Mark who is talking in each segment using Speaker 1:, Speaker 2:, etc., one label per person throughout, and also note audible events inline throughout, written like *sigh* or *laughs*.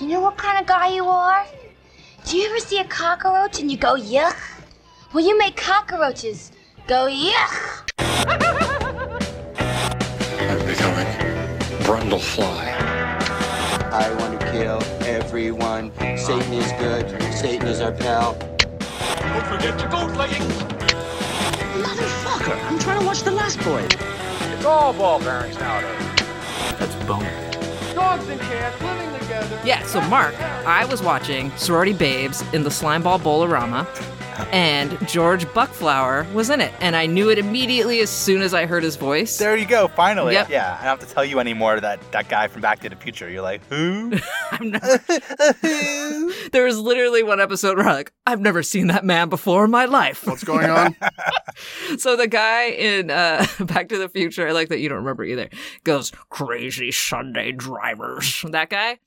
Speaker 1: You know what kind of guy you are? Do you ever see a cockroach and you go, yuck? Well, you make cockroaches go, yuck!
Speaker 2: I'm becoming Brundlefly.
Speaker 3: I want to kill everyone. Satan is good. Satan is our pal.
Speaker 4: Don't forget your goat leggings.
Speaker 5: Motherfucker! I'm trying to watch The Last Boy.
Speaker 4: It's all ball bearings nowadays.
Speaker 6: That's boner.
Speaker 4: Dogs and cats living together.
Speaker 7: Yeah, so Mark, I was watching Sorority Babes in the Slimeball Bolorama, and George Buckflower was in it, and I knew it immediately as soon as I heard his voice.
Speaker 8: There you go, finally.
Speaker 7: Yep.
Speaker 8: Yeah, I don't have to tell you anymore that that guy from Back to the Future. You're like, who?
Speaker 7: I'm never- there was literally one episode where I'm like, I've never seen that man before in my life.
Speaker 6: What's going on?
Speaker 7: *laughs* So the guy in uh, *laughs* Back to the Future, I like that you don't remember either, goes, Crazy Sunday drivers. That guy?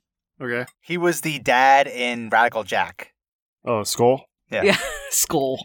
Speaker 6: okay.
Speaker 8: he was the dad in Radical Jack.
Speaker 6: Oh, skull.
Speaker 8: Yeah.
Speaker 6: *laughs*
Speaker 7: Skull.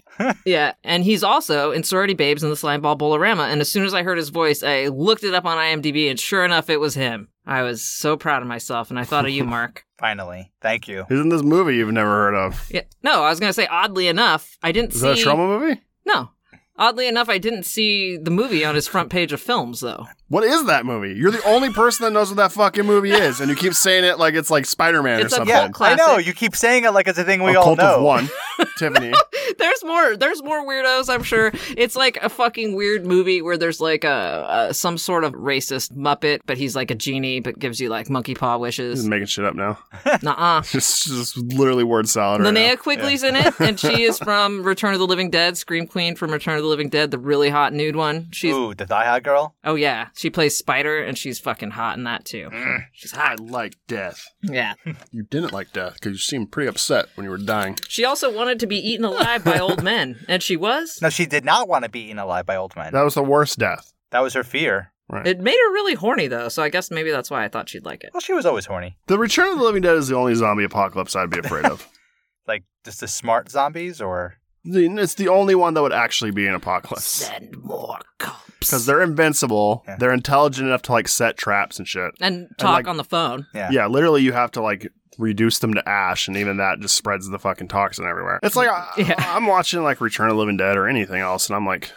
Speaker 7: yeah. And he's also in Sorority Babes in the Slimeball Bolorama. And as soon as I heard his voice, I looked it up on IMDb, and sure enough, it was him. I was so proud of myself, and I thought of
Speaker 6: *laughs*
Speaker 7: you, Mark.
Speaker 8: Finally, thank you.
Speaker 6: He's in this movie you've never heard of.
Speaker 7: Yeah. No, I was gonna say oddly enough, I didn't
Speaker 6: Is
Speaker 7: see
Speaker 6: that a trauma movie?
Speaker 7: No. Oddly enough, I didn't see the movie on his front page of films though. *laughs*
Speaker 6: What is that movie? You're the only person that knows what that
Speaker 7: *laughs*
Speaker 6: fucking movie is, and you keep saying it like it's like Spider Man or
Speaker 7: It's a
Speaker 6: something.
Speaker 8: Yeah,
Speaker 7: cult
Speaker 8: I
Speaker 7: classic.
Speaker 8: know. You keep saying it like it's a thing we
Speaker 6: a
Speaker 8: all
Speaker 6: cult
Speaker 8: know.
Speaker 7: *laughs*
Speaker 6: of one. Tiffany.
Speaker 7: There's more there's more weirdos, I'm sure. It's like a fucking weird movie where there's like a, a some sort of racist muppet, but he's like a genie but gives you like monkey paw
Speaker 6: Just *laughs*
Speaker 7: wishes.
Speaker 6: making shit up now.
Speaker 7: Nuh-uh.
Speaker 6: Just, just literally word salad. Right now.
Speaker 7: Linnea Quigley's in it, and she
Speaker 6: *laughs*
Speaker 7: is from Return of the Living Dead, Scream Queen from Return of the Living Dead, the really hot nude one. She's
Speaker 8: Ooh, the Die Hard girl.
Speaker 7: oh yeah, she plays Spider, and she's fucking hot in that too. She's
Speaker 6: I
Speaker 7: hot.
Speaker 6: like death.
Speaker 7: Yeah.
Speaker 6: You didn't like death because you seemed pretty upset when you were dying.
Speaker 7: She also wanted to be eaten alive by
Speaker 6: *laughs*
Speaker 7: old men, and she was.
Speaker 8: No, she did not want to be eaten alive by old men.
Speaker 6: That was the worst death.
Speaker 8: That was her fear.
Speaker 7: It made her really horny, though, so I guess maybe that's why I thought she'd like it.
Speaker 8: Well, she was always horny.
Speaker 6: The Return of the Living Dead is the only zombie apocalypse I'd be
Speaker 7: *laughs*
Speaker 6: afraid of.
Speaker 8: Like just the smart zombies, or *laughs*
Speaker 6: The- it's the only one that would actually be an apocalypse
Speaker 7: Send more cops.
Speaker 6: because they're invincible.
Speaker 8: Yeah.
Speaker 6: They're intelligent enough to like set traps and shit.
Speaker 7: and talk
Speaker 6: like-
Speaker 7: on the phone.
Speaker 8: yeah,
Speaker 6: Yeah, literally, you have to like reduce them to ash, and even that just spreads the fucking toxin everywhere. It's like I,
Speaker 7: *laughs* Yeah.
Speaker 6: I'm watching like Return of the Living Dead or anything else, and I'm like,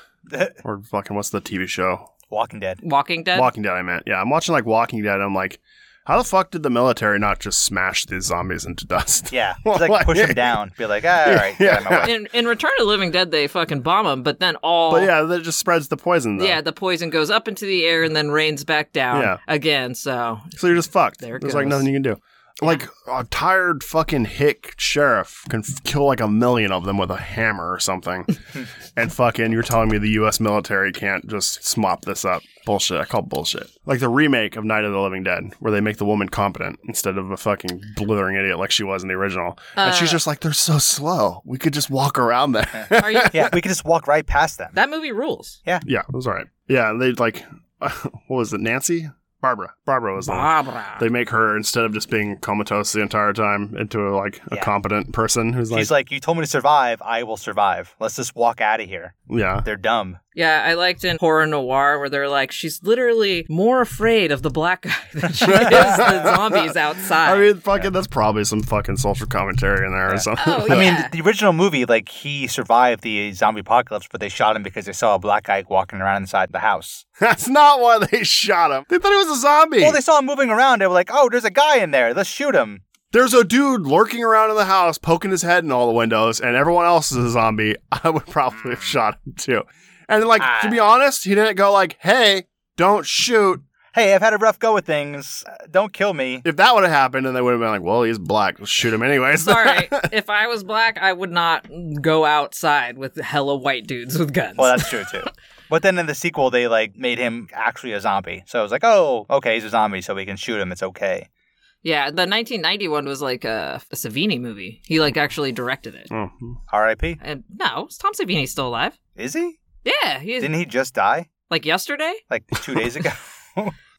Speaker 6: or fucking what's the TV show?
Speaker 8: Walking Dead.
Speaker 7: Walking Dead.
Speaker 6: Walking Dead, I meant. Yeah, I'm watching like Walking Dead. And I'm like, how the fuck did the military not just smash these zombies into dust?
Speaker 8: Yeah, Just, like push them down. Be like, "Ah, all right, yeah, my way.
Speaker 7: in, in Return of the Living Dead, they fucking bomb them, but then all
Speaker 6: But yeah, that just spreads the poison. Though.
Speaker 7: yeah, the poison goes up into the air and then rains back down
Speaker 6: Yeah.
Speaker 7: again. So
Speaker 6: So you're just fucked.
Speaker 7: There it
Speaker 6: There's like
Speaker 7: goes.
Speaker 6: nothing you can do. Like a tired fucking hick sheriff can f- kill like a million of them with a hammer or something.
Speaker 7: *laughs*
Speaker 6: and fucking, you're telling me the U.S. military can't just smop this up? Bullshit. I call bullshit. Like the remake of Night of the Living Dead, where they make the woman competent instead of a fucking blithering idiot like she was in the original. and
Speaker 7: Uh.
Speaker 6: she's just like, they're so slow. We could just walk around there.
Speaker 7: *laughs*
Speaker 6: *laughs*
Speaker 7: are you?
Speaker 8: Yeah, we could just walk right past them.
Speaker 7: that movie rules.
Speaker 6: yeah, it was all right. Yeah, and they like, *laughs* what was it? Nancy? Barbara. Barbara was the one.
Speaker 7: Barbara.
Speaker 6: they make her instead of just being comatose the entire time into a, like a
Speaker 8: Yeah.
Speaker 6: competent person who's like,
Speaker 8: She's like, you told me to survive. I will survive. Let's just walk out of here.
Speaker 6: yeah
Speaker 8: They're dumb.
Speaker 7: Yeah, I liked in horror noir where they're like, she's literally more afraid of the black guy *laughs* than *laughs* she is the
Speaker 8: *laughs*
Speaker 7: zombies outside.
Speaker 6: *laughs* i mean fucking that's probably some fucking social commentary in there or something
Speaker 7: oh, yeah.
Speaker 8: I mean, *laughs* the original movie, like he survived the zombie apocalypse, but they shot him because they saw a black guy walking around inside the house.
Speaker 6: *laughs* that's not why they shot him they thought he was a zombie
Speaker 8: Well, they saw him moving around. They were like, "Oh, there's a guy in there. Let's shoot him."
Speaker 6: there's a dude lurking around in the house poking his head in all the windows and everyone else is a zombie *laughs* i would probably have shot him too and like to be honest he didn't go like hey don't shoot
Speaker 8: Hey, I've had a rough go with things. Uh, Don't
Speaker 7: *laughs*
Speaker 8: kill me.
Speaker 6: if that would have happened then they would have been like well he's black let's shoot him anyways
Speaker 7: Sorry, if I was black, I would not go outside with hella white dudes with guns.
Speaker 8: Well, that's true too. But then in the sequel, they like made him actually a zombie. So I was like, "Oh, okay, he's a zombie, so we can shoot him. It's okay."
Speaker 7: *laughs* yeah, the 1991 was like a, a Savini movie. He like actually directed it.
Speaker 8: Mm.
Speaker 6: Oh,
Speaker 8: R.I.P.
Speaker 7: And no, is Tom Savini still alive?
Speaker 8: Is he?
Speaker 7: Yeah, he is.
Speaker 8: Didn't he just die
Speaker 7: Like yesterday?
Speaker 8: like two
Speaker 7: *laughs*
Speaker 8: days ago?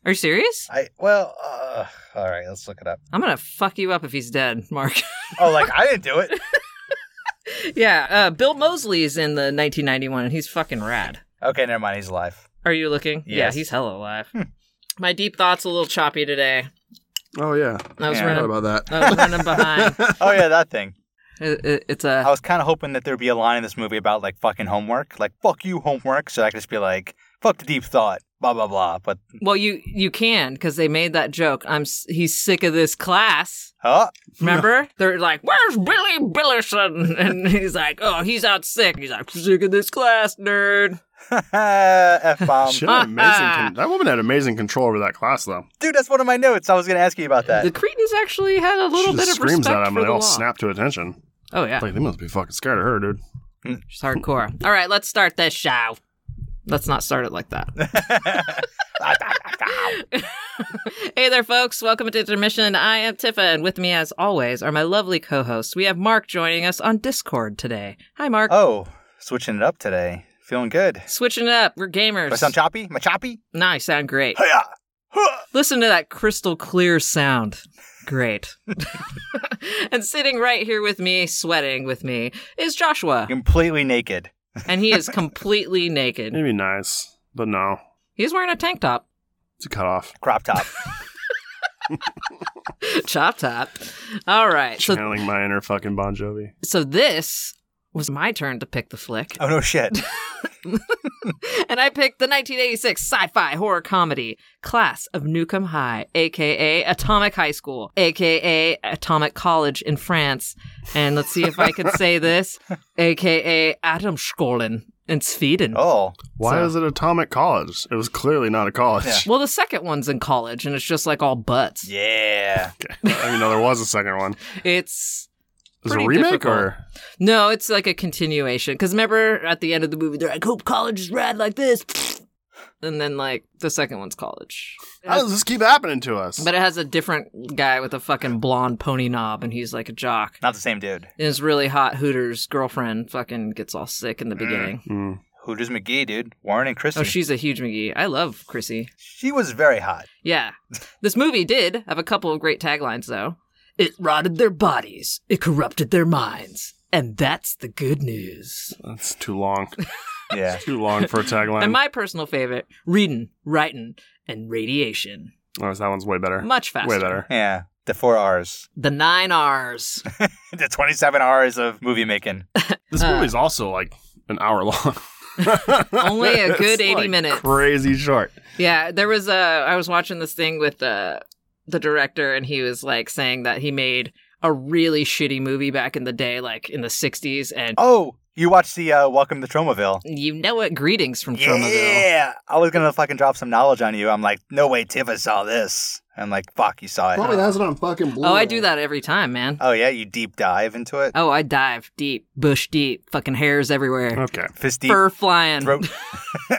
Speaker 7: Are you serious?
Speaker 8: I well, uh, all right, let's look it up.
Speaker 7: I'm gonna fuck you up if he's dead, Mark. *laughs*
Speaker 8: Oh, like I didn't do it.
Speaker 7: yeah, uh, Bill Mosley's in the 1991, and he's fucking rad.
Speaker 8: Okay, never mind. He's alive.
Speaker 7: Are you looking? Yeah,
Speaker 8: Yes.
Speaker 6: Hmm.
Speaker 7: he's hella alive. My deep thoughts a little choppy today.
Speaker 6: *laughs* Oh yeah,
Speaker 7: I was
Speaker 6: forgot
Speaker 8: Yeah.
Speaker 7: running.
Speaker 6: about that.
Speaker 7: I was running
Speaker 6: *laughs*
Speaker 7: behind.
Speaker 8: Oh yeah, that thing.
Speaker 7: It- it- it's
Speaker 8: I
Speaker 7: a
Speaker 8: was kind of hoping that there'd be a line in this movie about like fucking homework, like fuck you homework, so I could just be like fuck the deep thought, blah blah blah. But
Speaker 7: well, you you can because they made that joke. I'm s- he's sick of this class.
Speaker 8: *laughs* oh,
Speaker 7: Remember? They're like, "Where's Billy Billerson?" *laughs* And he's like, "Oh, he's out sick." He's like, "Sick of this class, nerd."
Speaker 8: f bomb,
Speaker 6: She
Speaker 7: Um,
Speaker 6: had amazing
Speaker 7: *laughs*
Speaker 6: con- that woman had amazing control over that class, though.
Speaker 8: dude. That's one of my notes. I was gonna ask you about that.
Speaker 7: The Cretans actually had a little
Speaker 6: Uh, she
Speaker 7: bit
Speaker 6: just
Speaker 7: of
Speaker 6: screams
Speaker 7: respect
Speaker 6: at him,
Speaker 7: for
Speaker 6: and
Speaker 7: the
Speaker 6: they
Speaker 7: law.
Speaker 6: all snap to attention.
Speaker 7: Oh yeah,
Speaker 6: Like they must be fucking scared of her, dude.
Speaker 7: she's hardcore. All right, let's start this show. Let's not start it like that. hey there, folks. Welcome to Intermission. I am Tifa, and with me, as always, are my lovely co hosts. We have Mark joining us on Discord today. Hi, Mark.
Speaker 8: oh, switching it up today. Feeling good. Do
Speaker 7: Switching it up. We're gamers.
Speaker 8: I sound choppy? Am I choppy?
Speaker 7: No, you sound great.
Speaker 8: Hiya! Huh!
Speaker 7: Listen to that crystal clear sound. Great.
Speaker 8: *laughs*
Speaker 7: and sitting right here with me, sweating with me, is Joshua.
Speaker 8: Completely naked.
Speaker 7: And he is completely naked.
Speaker 8: *laughs*
Speaker 6: It'd be nice, but no,
Speaker 7: He's wearing a tank top,
Speaker 6: it's a cutoff.
Speaker 8: Crop top.
Speaker 7: chop top. All right. So,
Speaker 6: Channeling my inner fucking Bon Jovi.
Speaker 7: so this was my turn to pick the flick.
Speaker 8: oh no shit. Oh.
Speaker 7: and I picked the 1986 sci-fi horror comedy Class of Newcomb High, aka Atomic High School, aka Atomic College in France, and let's see if I can
Speaker 8: *laughs*
Speaker 7: say this, aka Atomskolen in Sweden.
Speaker 8: Oh.
Speaker 6: Why
Speaker 7: So-
Speaker 6: is it Atomic College? It was clearly not a college.
Speaker 7: Well, the second one's in college, and it's just like all butts.
Speaker 8: Yeah.
Speaker 6: *laughs* I mean, no, there was a second one.
Speaker 7: It's
Speaker 6: Is it
Speaker 7: Pretty
Speaker 6: a remake
Speaker 7: difficult.
Speaker 6: or
Speaker 7: no, it's like a continuation. Because remember at the end of the movie, they're like, "Hope college is rad like this," and then like the second one's college.
Speaker 6: how does Oh, this keep happening to us?
Speaker 7: But it has a different guy with a fucking blonde pony knob, and he's like a jock.
Speaker 8: Not the same dude.
Speaker 7: And his really hot Hooters girlfriend fucking gets all sick in the beginning.
Speaker 6: Mm.
Speaker 8: Hooters McGee, dude. Warren and Chrissy.
Speaker 7: Oh, she's a huge McGee. I love Chrissy.
Speaker 8: she was very hot.
Speaker 7: Yeah. This movie did have a couple of great taglines, though. It rotted their bodies, it corrupted their minds. And that's the good news.
Speaker 6: That's too long.
Speaker 8: Yeah.
Speaker 6: too
Speaker 7: *laughs*
Speaker 6: long for a tagline.
Speaker 7: And my personal favorite reading, writing, and radiation.
Speaker 6: oh, that one's way better.
Speaker 7: Much faster. *laughs*
Speaker 6: Way better.
Speaker 8: Yeah. The four R's. *laughs*
Speaker 7: The nine R's.
Speaker 8: the 27 R's of movie making.
Speaker 6: This movie's also like an hour long.
Speaker 7: Only
Speaker 6: *laughs*
Speaker 7: a
Speaker 6: It's,
Speaker 7: good 80
Speaker 6: like,
Speaker 7: minutes.
Speaker 6: Crazy short.
Speaker 7: Yeah, there was a. I was watching this thing with the the director, and he was like saying that he made a really shitty movie back in the day, like in the '60s, and
Speaker 8: Oh, you watched the uh, Welcome to Tromaville.
Speaker 7: you know it. Greetings from Tromaville.
Speaker 8: Yeah. I was going to fucking drop some knowledge on you. I'm like, no way Tifa saw this. I'm like, fuck, you saw it.
Speaker 6: has it on fucking blue.
Speaker 7: Oh, I do that every time, man.
Speaker 8: Oh, yeah. You deep dive into it.
Speaker 7: Oh, I dive deep, bush deep, fucking hairs everywhere,
Speaker 6: Okay.
Speaker 8: Fist Uh, deep.
Speaker 7: fur flying.
Speaker 8: Throat.
Speaker 7: *laughs*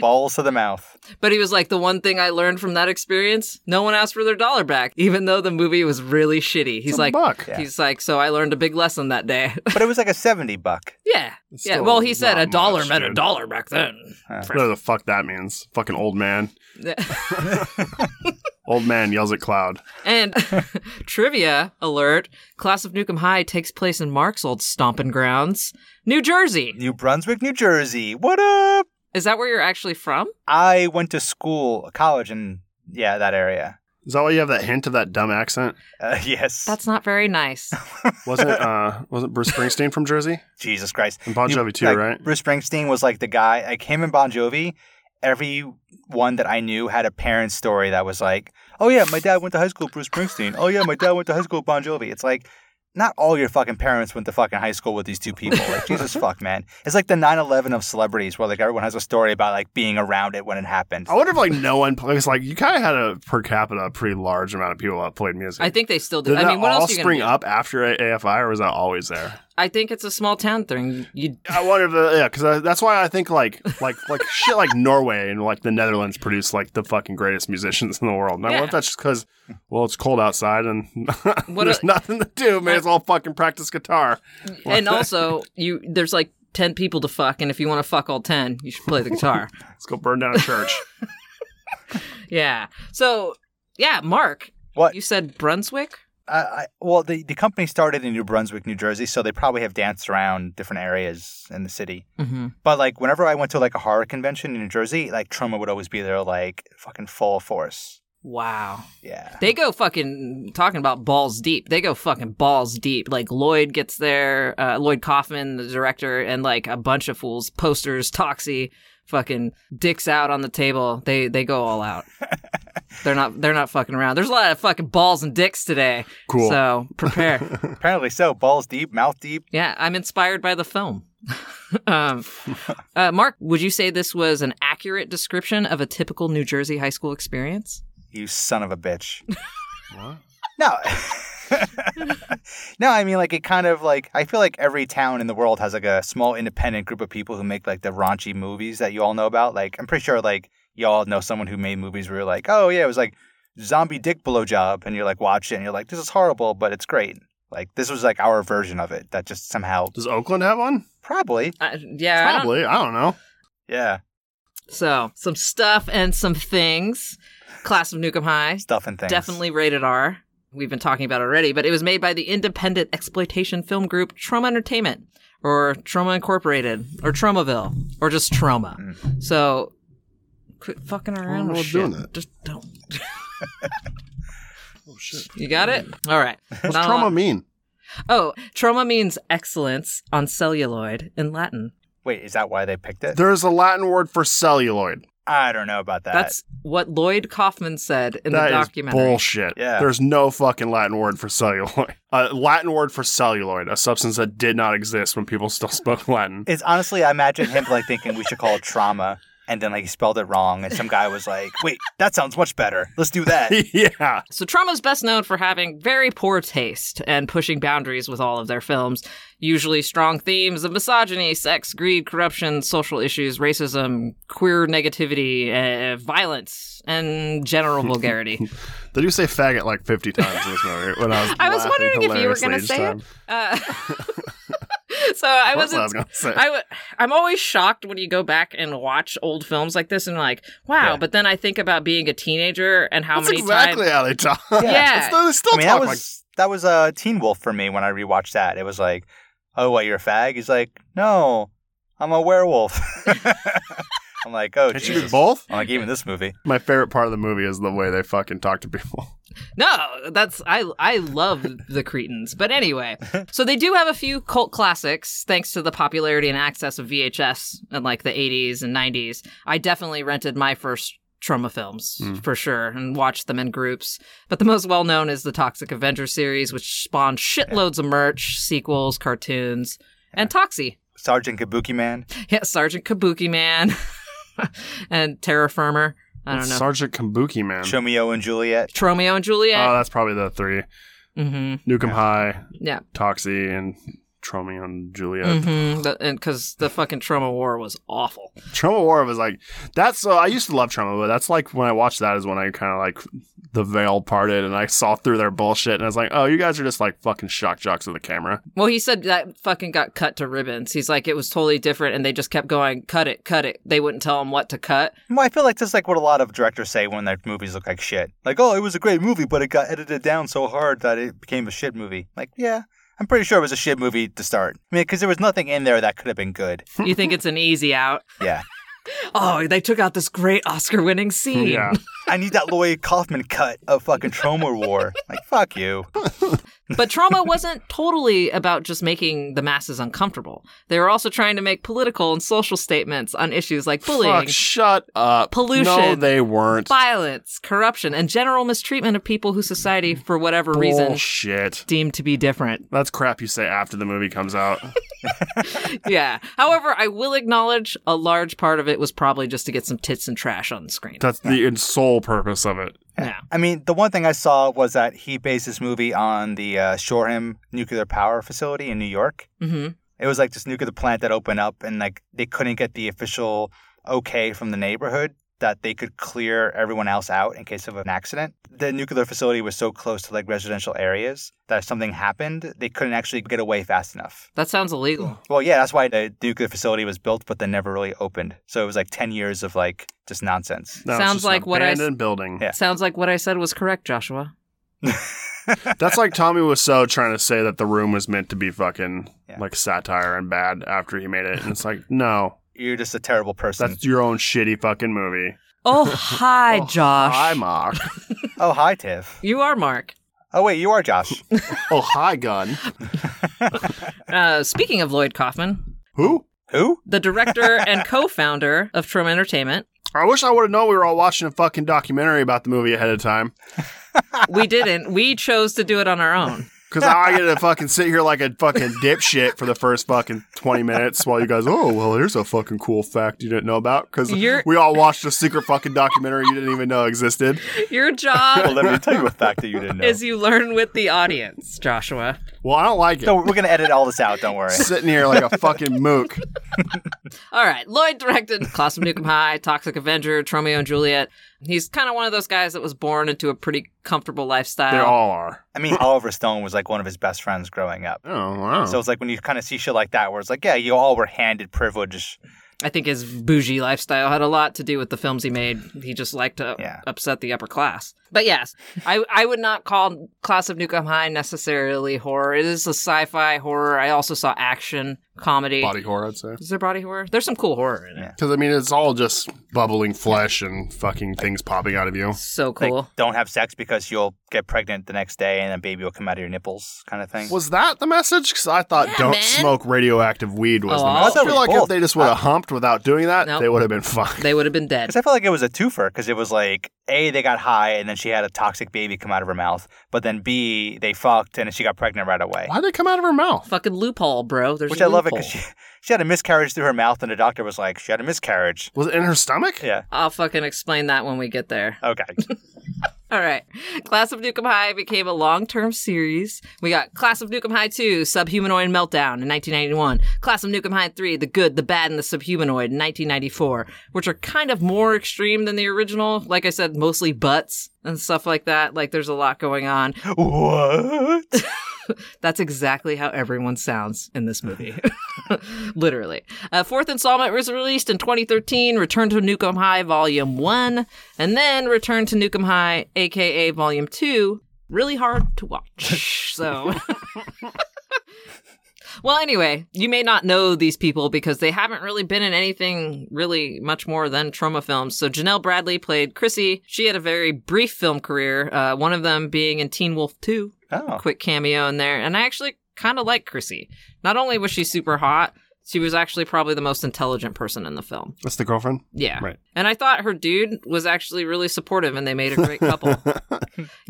Speaker 8: Balls to the mouth.
Speaker 7: But he was like, the one thing I learned from that experience: no one asked for their dollar back, even though the movie was really shitty. He's like,
Speaker 6: buck.
Speaker 7: he's like, so I learned a big lesson that day. *laughs*
Speaker 8: But it was like a 70 buck.
Speaker 7: yeah, yeah.
Speaker 6: still
Speaker 7: Well, he said
Speaker 6: not
Speaker 7: a dollar
Speaker 6: much,
Speaker 7: meant a
Speaker 6: dude.
Speaker 7: dollar back
Speaker 6: *laughs*
Speaker 7: then.
Speaker 6: Whatever the fuck that means. Fucking old
Speaker 8: *laughs*
Speaker 6: man. Old man yells at Cloud.
Speaker 7: And *laughs* trivia alert Class of Newcomb High takes place in Mark's old stomping grounds, New Jersey.
Speaker 8: New Brunswick, New Jersey. What up?
Speaker 7: Is that where you're actually from?
Speaker 8: I went to school, college, in yeah, that area.
Speaker 6: Is that why you have that hint of that dumb accent?
Speaker 8: Uh, *laughs* yes.
Speaker 7: That's not very
Speaker 6: *laughs*
Speaker 7: nice.
Speaker 6: Wasn't
Speaker 8: *laughs*
Speaker 6: uh wasn't Bruce Springsteen from Jersey?
Speaker 8: Jesus Christ.
Speaker 6: And Bon
Speaker 8: You-
Speaker 6: Jovi too,
Speaker 8: like,
Speaker 6: right?
Speaker 8: Bruce Springsteen was like the guy. Like him and Bon Jovi. Everyone that I knew had a parent story that was like, "Oh yeah, my dad went to high school with Bruce Springsteen. Oh yeah, my dad went to high school with Bon Jovi." It's like. Not all your fucking parents went to fucking high school with these two people. Like,
Speaker 6: *laughs*
Speaker 8: Jesus fuck, man. It's like the 9 11 of celebrities where, like, everyone has a story about, like, being around it when it happened.
Speaker 6: I wonder if like no one plays like you kind of had a per capita pretty large amount of people that played music.
Speaker 7: I think they still do.
Speaker 6: Did
Speaker 7: I
Speaker 6: that
Speaker 7: mean, what
Speaker 6: all
Speaker 7: else are you going
Speaker 6: spring
Speaker 7: to do?
Speaker 6: up after A- AFI, or was that always there?
Speaker 7: I think it's a small town thing.
Speaker 6: *laughs*
Speaker 7: You,
Speaker 6: I wonder if the, yeah, because that's why I think like like like shit like Norway and like the Netherlands produce like the fucking greatest musicians in the world. And I wonder
Speaker 7: Yeah.
Speaker 6: if that's just because well it's cold outside and *laughs*
Speaker 7: What
Speaker 6: there's
Speaker 7: a-
Speaker 6: nothing to do. May as well fucking practice guitar.
Speaker 7: and also, you there's like 10 people to fuck, and if you want to fuck all 10, you should play the
Speaker 6: *laughs*
Speaker 7: guitar.
Speaker 6: Let's go burn down a church.
Speaker 7: yeah. So, yeah, Mark,
Speaker 8: What?
Speaker 7: you said Brunswick?
Speaker 8: I, I, well, the, the company started in New Brunswick, New Jersey, so they probably have danced around different areas in the city.
Speaker 7: Mm-hmm.
Speaker 8: But like, whenever I went to like a horror convention in New Jersey, like Troma would always be there, like fucking full force.
Speaker 7: Wow.
Speaker 8: Yeah.
Speaker 7: They go fucking talking about balls deep. They go fucking balls deep. Like Lloyd gets there, uh, Lloyd Kaufman, the director, and like a bunch of fools, posters, Toxie, fucking dicks out on the table. They they go all out. they're not they're not fucking around. There's a lot of fucking balls and dicks today.
Speaker 6: Cool.
Speaker 7: So prepare.
Speaker 8: Apparently so. Balls deep, mouth deep.
Speaker 7: yeah, I'm inspired by the film. *laughs* um, uh, Mark, would you say this was an accurate description of a typical New Jersey high school experience?
Speaker 8: You son of a bitch. No. no, I mean like it kind of like I feel like every town in the world has like a small independent group of people who make like the raunchy movies that you all know about. Like I'm pretty sure like y'all know someone who made movies where you're like, oh yeah, it was like zombie dick blowjob, and you're like watch it and you're like, this is horrible, but it's great. Like this was like our version of it that just somehow
Speaker 6: Does Oakland have one?
Speaker 8: probably
Speaker 7: Uh, yeah, I don't-
Speaker 6: Probably. I don't know.
Speaker 8: yeah
Speaker 7: So some stuff and some things. Class of Nukem High,
Speaker 8: stuff and things
Speaker 7: definitely rated R. We've been talking about it already, but it was made by the independent exploitation film group Trauma Entertainment, or Trauma Incorporated, or Tromaville, or just Trauma. So quit fucking around
Speaker 6: know
Speaker 7: with
Speaker 6: Hmm. I'm doing
Speaker 7: shit.
Speaker 6: that.
Speaker 7: Just don't.
Speaker 6: *laughs* Oh shit.
Speaker 7: You got it. All right.
Speaker 6: What's
Speaker 7: Not a
Speaker 6: trauma
Speaker 7: lot-
Speaker 6: mean?
Speaker 7: Oh, trauma means excellence on celluloid in Latin.
Speaker 8: wait is that why they picked it
Speaker 6: There's a Latin word for celluloid.
Speaker 8: I don't know about that
Speaker 7: That's what Lloyd Kaufman said in
Speaker 6: That
Speaker 7: the
Speaker 6: is
Speaker 7: documentary.
Speaker 6: bullshit.
Speaker 8: Yeah.
Speaker 6: There's no fucking Latin word for celluloid. *laughs* A Latin word for celluloid, a substance that did not exist when people still spoke Latin. *laughs*
Speaker 8: It's honestly, I imagine him like thinking we should call it trauma, and then like he spelled it wrong, and some guy was like, "Wait, that sounds much better. Let's do that."
Speaker 6: *laughs* yeah.
Speaker 7: So Trauma's best known for having very poor taste and pushing boundaries with all of their films, usually strong themes of misogyny, sex, greed, corruption, social issues, racism, queer negativity, uh, violence, and
Speaker 6: *laughs*
Speaker 7: general vulgarity.
Speaker 6: They do say faggot like 50 times in this movie. When I was,
Speaker 7: *laughs* I was
Speaker 6: laughing
Speaker 7: wondering if you were
Speaker 6: hilariously
Speaker 7: going to
Speaker 6: each
Speaker 7: say
Speaker 6: time.
Speaker 7: it. Uh, *laughs* so I
Speaker 6: Of course
Speaker 7: wasn't.
Speaker 6: I was going to say.
Speaker 7: I w- I'm always shocked when you go back and watch old films like this and you're like, wow.
Speaker 8: Yeah.
Speaker 7: But then I think about being a teenager and how
Speaker 6: That's
Speaker 7: many
Speaker 6: exactly
Speaker 7: times.
Speaker 6: how they talk.
Speaker 7: Yeah.
Speaker 6: It's- they still
Speaker 8: I mean,
Speaker 6: talk
Speaker 8: that was
Speaker 6: like
Speaker 8: that was a uh, Teen Wolf for me when I rewatched that. It was like, "Oh, what? You're a fag?" He's like, "No, I'm a werewolf." *laughs* I'm like, "Oh,
Speaker 6: Can't you
Speaker 7: *laughs*
Speaker 6: do
Speaker 8: Jesus."
Speaker 6: both?
Speaker 8: I'm like, even this movie.
Speaker 6: My favorite part of the movie is the way they fucking talk to people.
Speaker 7: No, that's I I love the Cretans. But anyway, so they do have a few cult classics thanks to the popularity and access of VHS in like the 80s and 90s. I definitely rented my first trauma films for sure and watched them in groups. But the most well known is the Toxic Avenger series, which spawned shitloads of merch, sequels, cartoons, and Toxie.
Speaker 8: Sergeant Kabuki Man.
Speaker 7: Yeah, Sergeant Kabuki Man *laughs* and Terra Firmer. I don't know.
Speaker 6: Sergeant Kabuki, man.
Speaker 8: Chomeo and Juliet.
Speaker 7: Tromeo and Juliet.
Speaker 6: Oh, that's probably the three.
Speaker 7: mm-hmm.
Speaker 6: Nukem High,
Speaker 7: Yeah.
Speaker 6: Toxie, and Tromeo and Juliet.
Speaker 7: Mm-hmm. The, and because the fucking trauma war was awful.
Speaker 6: Trauma War was like that's. Uh, I used to love Trauma, but that's like when I watched that is when I kind of like the veil parted and I saw through their bullshit and I was like, oh, you guys are just like fucking shock jocks of the camera.
Speaker 7: Well, he said that fucking got cut to ribbons. He's like, it was totally different, and they just kept going, cut it, cut it. They wouldn't tell him what to
Speaker 6: *laughs*
Speaker 7: cut.
Speaker 8: Well, I feel like that's like what a lot of directors say when their movies look like shit. Like, oh, it was a great movie, but it got edited down so hard that it became a shit movie. Like, yeah, I'm pretty sure it was a shit movie to start. I mean, because there was nothing in there that could have been good.
Speaker 7: You think it's an easy out?
Speaker 8: Yeah. *laughs*
Speaker 7: Oh, they took out this great Oscar-winning scene.
Speaker 6: Yeah,
Speaker 8: I need that Lloyd Kaufman cut of fucking Trauma War. Like, fuck you.
Speaker 7: But trauma wasn't totally about just making the masses uncomfortable. They were also trying to make political and social statements on issues like bullying,
Speaker 6: fuck, shut up.
Speaker 7: Pollution.
Speaker 6: No, they weren't.
Speaker 7: violence, corruption, and general mistreatment of people who society, for whatever reason,
Speaker 6: Bullshit.
Speaker 7: deemed to be different.
Speaker 6: That's crap you say after the movie comes out.
Speaker 7: yeah. However, I will acknowledge a large part of it was probably just to get some tits and trash on screen.
Speaker 6: That's the sole purpose of it.
Speaker 7: yeah.
Speaker 8: I mean, the one thing I saw was that he based this movie on the uh, Shoreham nuclear power facility in New York.
Speaker 7: hmm
Speaker 8: It was like this nuclear plant that opened up, and like they couldn't get the official okay from the neighborhood that they could clear everyone else out in case of an accident. The nuclear facility was so close to like residential areas that if something happened, they couldn't actually get away fast enough.
Speaker 7: That sounds illegal.
Speaker 8: Well, yeah, that's why the nuclear facility was built, but then never really opened. So it was like 10 years of like just nonsense.
Speaker 6: No, it's
Speaker 7: Sounds
Speaker 6: just
Speaker 7: like
Speaker 6: an
Speaker 7: what I s-
Speaker 6: abandoned building.
Speaker 8: Yeah.
Speaker 7: Sounds like what I said was correct, Joshua.
Speaker 6: That's like Tommy Wiseau trying to say that the room was meant to be fucking
Speaker 8: Yeah.
Speaker 6: like satire and bad after he made it, and it's like no,
Speaker 8: You're just a terrible person.
Speaker 6: that's your own shitty fucking movie.
Speaker 7: Oh, hi, Josh.
Speaker 6: Hi, Mark.
Speaker 8: Oh, hi, Tiff.
Speaker 7: you are Mark.
Speaker 8: Oh, wait, you are Josh.
Speaker 6: oh,
Speaker 7: *laughs*
Speaker 6: hi, Gun.
Speaker 7: Uh, speaking of Lloyd Kaufman,
Speaker 6: Who?
Speaker 8: Who?
Speaker 7: the director and co founder of Troma Entertainment,
Speaker 6: I wish I would have known we were all watching a fucking documentary about the movie ahead of time.
Speaker 7: we didn't. We chose to do it on our own.
Speaker 6: Because now I get to fucking sit here like a fucking dipshit for the first fucking 20 minutes while you guys, oh, well, here's a fucking cool fact you didn't know about. Because
Speaker 7: You're-
Speaker 6: we all watched a secret fucking documentary you didn't even know existed.
Speaker 7: Your job
Speaker 8: Well, let me tell you a fact that you didn't know.
Speaker 7: is you learn with the audience, Joshua.
Speaker 6: Well, I don't like it.
Speaker 8: No, we're gonna edit all this out. Don't
Speaker 6: *laughs*
Speaker 8: worry.
Speaker 6: Sitting here like a fucking mook.
Speaker 7: All right, Lloyd directed Class of Nukem High, Toxic Avenger, Romeo and Juliet. He's kind of one of those guys that was born into a pretty comfortable lifestyle.
Speaker 6: They all are.
Speaker 8: I mean, Oliver Stone was like one of his best friends growing up.
Speaker 6: Oh, wow.
Speaker 8: So it's like when you kind of see shit like that, where it's like, yeah, you all were handed privilege.
Speaker 7: I think his bougie lifestyle had a lot to do with the films he made. He just liked to
Speaker 8: Yeah.
Speaker 7: upset the upper class. But yes, I I would not call Class of Nukem High necessarily horror. It is a sci-fi horror. I also saw action comedy.
Speaker 6: Body horror, I'd say.
Speaker 7: Is there body horror? There's some cool horror in it.
Speaker 8: Yeah.
Speaker 6: Because, I mean, it's all just bubbling flesh and fucking things popping out of you.
Speaker 7: So
Speaker 8: Like,
Speaker 7: cool.
Speaker 8: don't have sex because you'll get pregnant the next day and a baby will come out of your nipples, kind of thing.
Speaker 6: Was that the message? Because I thought don't smoke radioactive weed was
Speaker 7: Oh,
Speaker 6: the
Speaker 7: I
Speaker 6: message. I
Speaker 8: thought it
Speaker 6: feel
Speaker 8: was
Speaker 6: like if
Speaker 8: both.
Speaker 6: they just would have humped without doing that,
Speaker 7: Nope.
Speaker 6: they would have been fine.
Speaker 7: they would have been dead.
Speaker 8: Because I felt like it was a twofer. Because it was like a they got high and then she had a toxic baby come out of her mouth, but then b they fucked and she got pregnant right away.
Speaker 6: Why'd they come out of her mouth?
Speaker 7: Fucking loophole, bro. There's
Speaker 8: Which
Speaker 7: a
Speaker 8: I love it
Speaker 7: loophole.
Speaker 8: because she, *laughs* she had a miscarriage through her mouth and the doctor was like, she had a miscarriage.
Speaker 6: Was it in her stomach?
Speaker 8: Yeah.
Speaker 7: I'll fucking explain that when we get there.
Speaker 8: Okay.
Speaker 7: All right. Class of Nukem High became a long term series. We got Class of Nukem High 2, Subhumanoid Meltdown in 1991. Class of Nukem High 3, The Good, The Bad, and The Subhumanoid in 1994, which are kind of more extreme than the original. Like I said, mostly butts and stuff like that. Like there's a lot going on.
Speaker 8: what?
Speaker 7: That's exactly how everyone sounds in this movie. *laughs* Literally. Uh, fourth installment was released in 2013, Return to Nukem High Volume 1, and then Return to Nukem High, aka Volume 2. Really hard to watch. So. *laughs* Well, anyway, you may not know these people because they haven't really been in anything really much more than trauma films. So Janelle Bradley played Chrissy. She had a very brief film career, uh, one of them being in Teen Wolf 2,
Speaker 8: Oh.
Speaker 7: quick cameo in there. And I actually kind of like Chrissy. Not only was she super hot, she was actually probably the most intelligent person in the film.
Speaker 6: That's the girlfriend.
Speaker 7: Yeah.
Speaker 6: Right.
Speaker 7: And I thought her dude was actually really supportive and they made a great couple.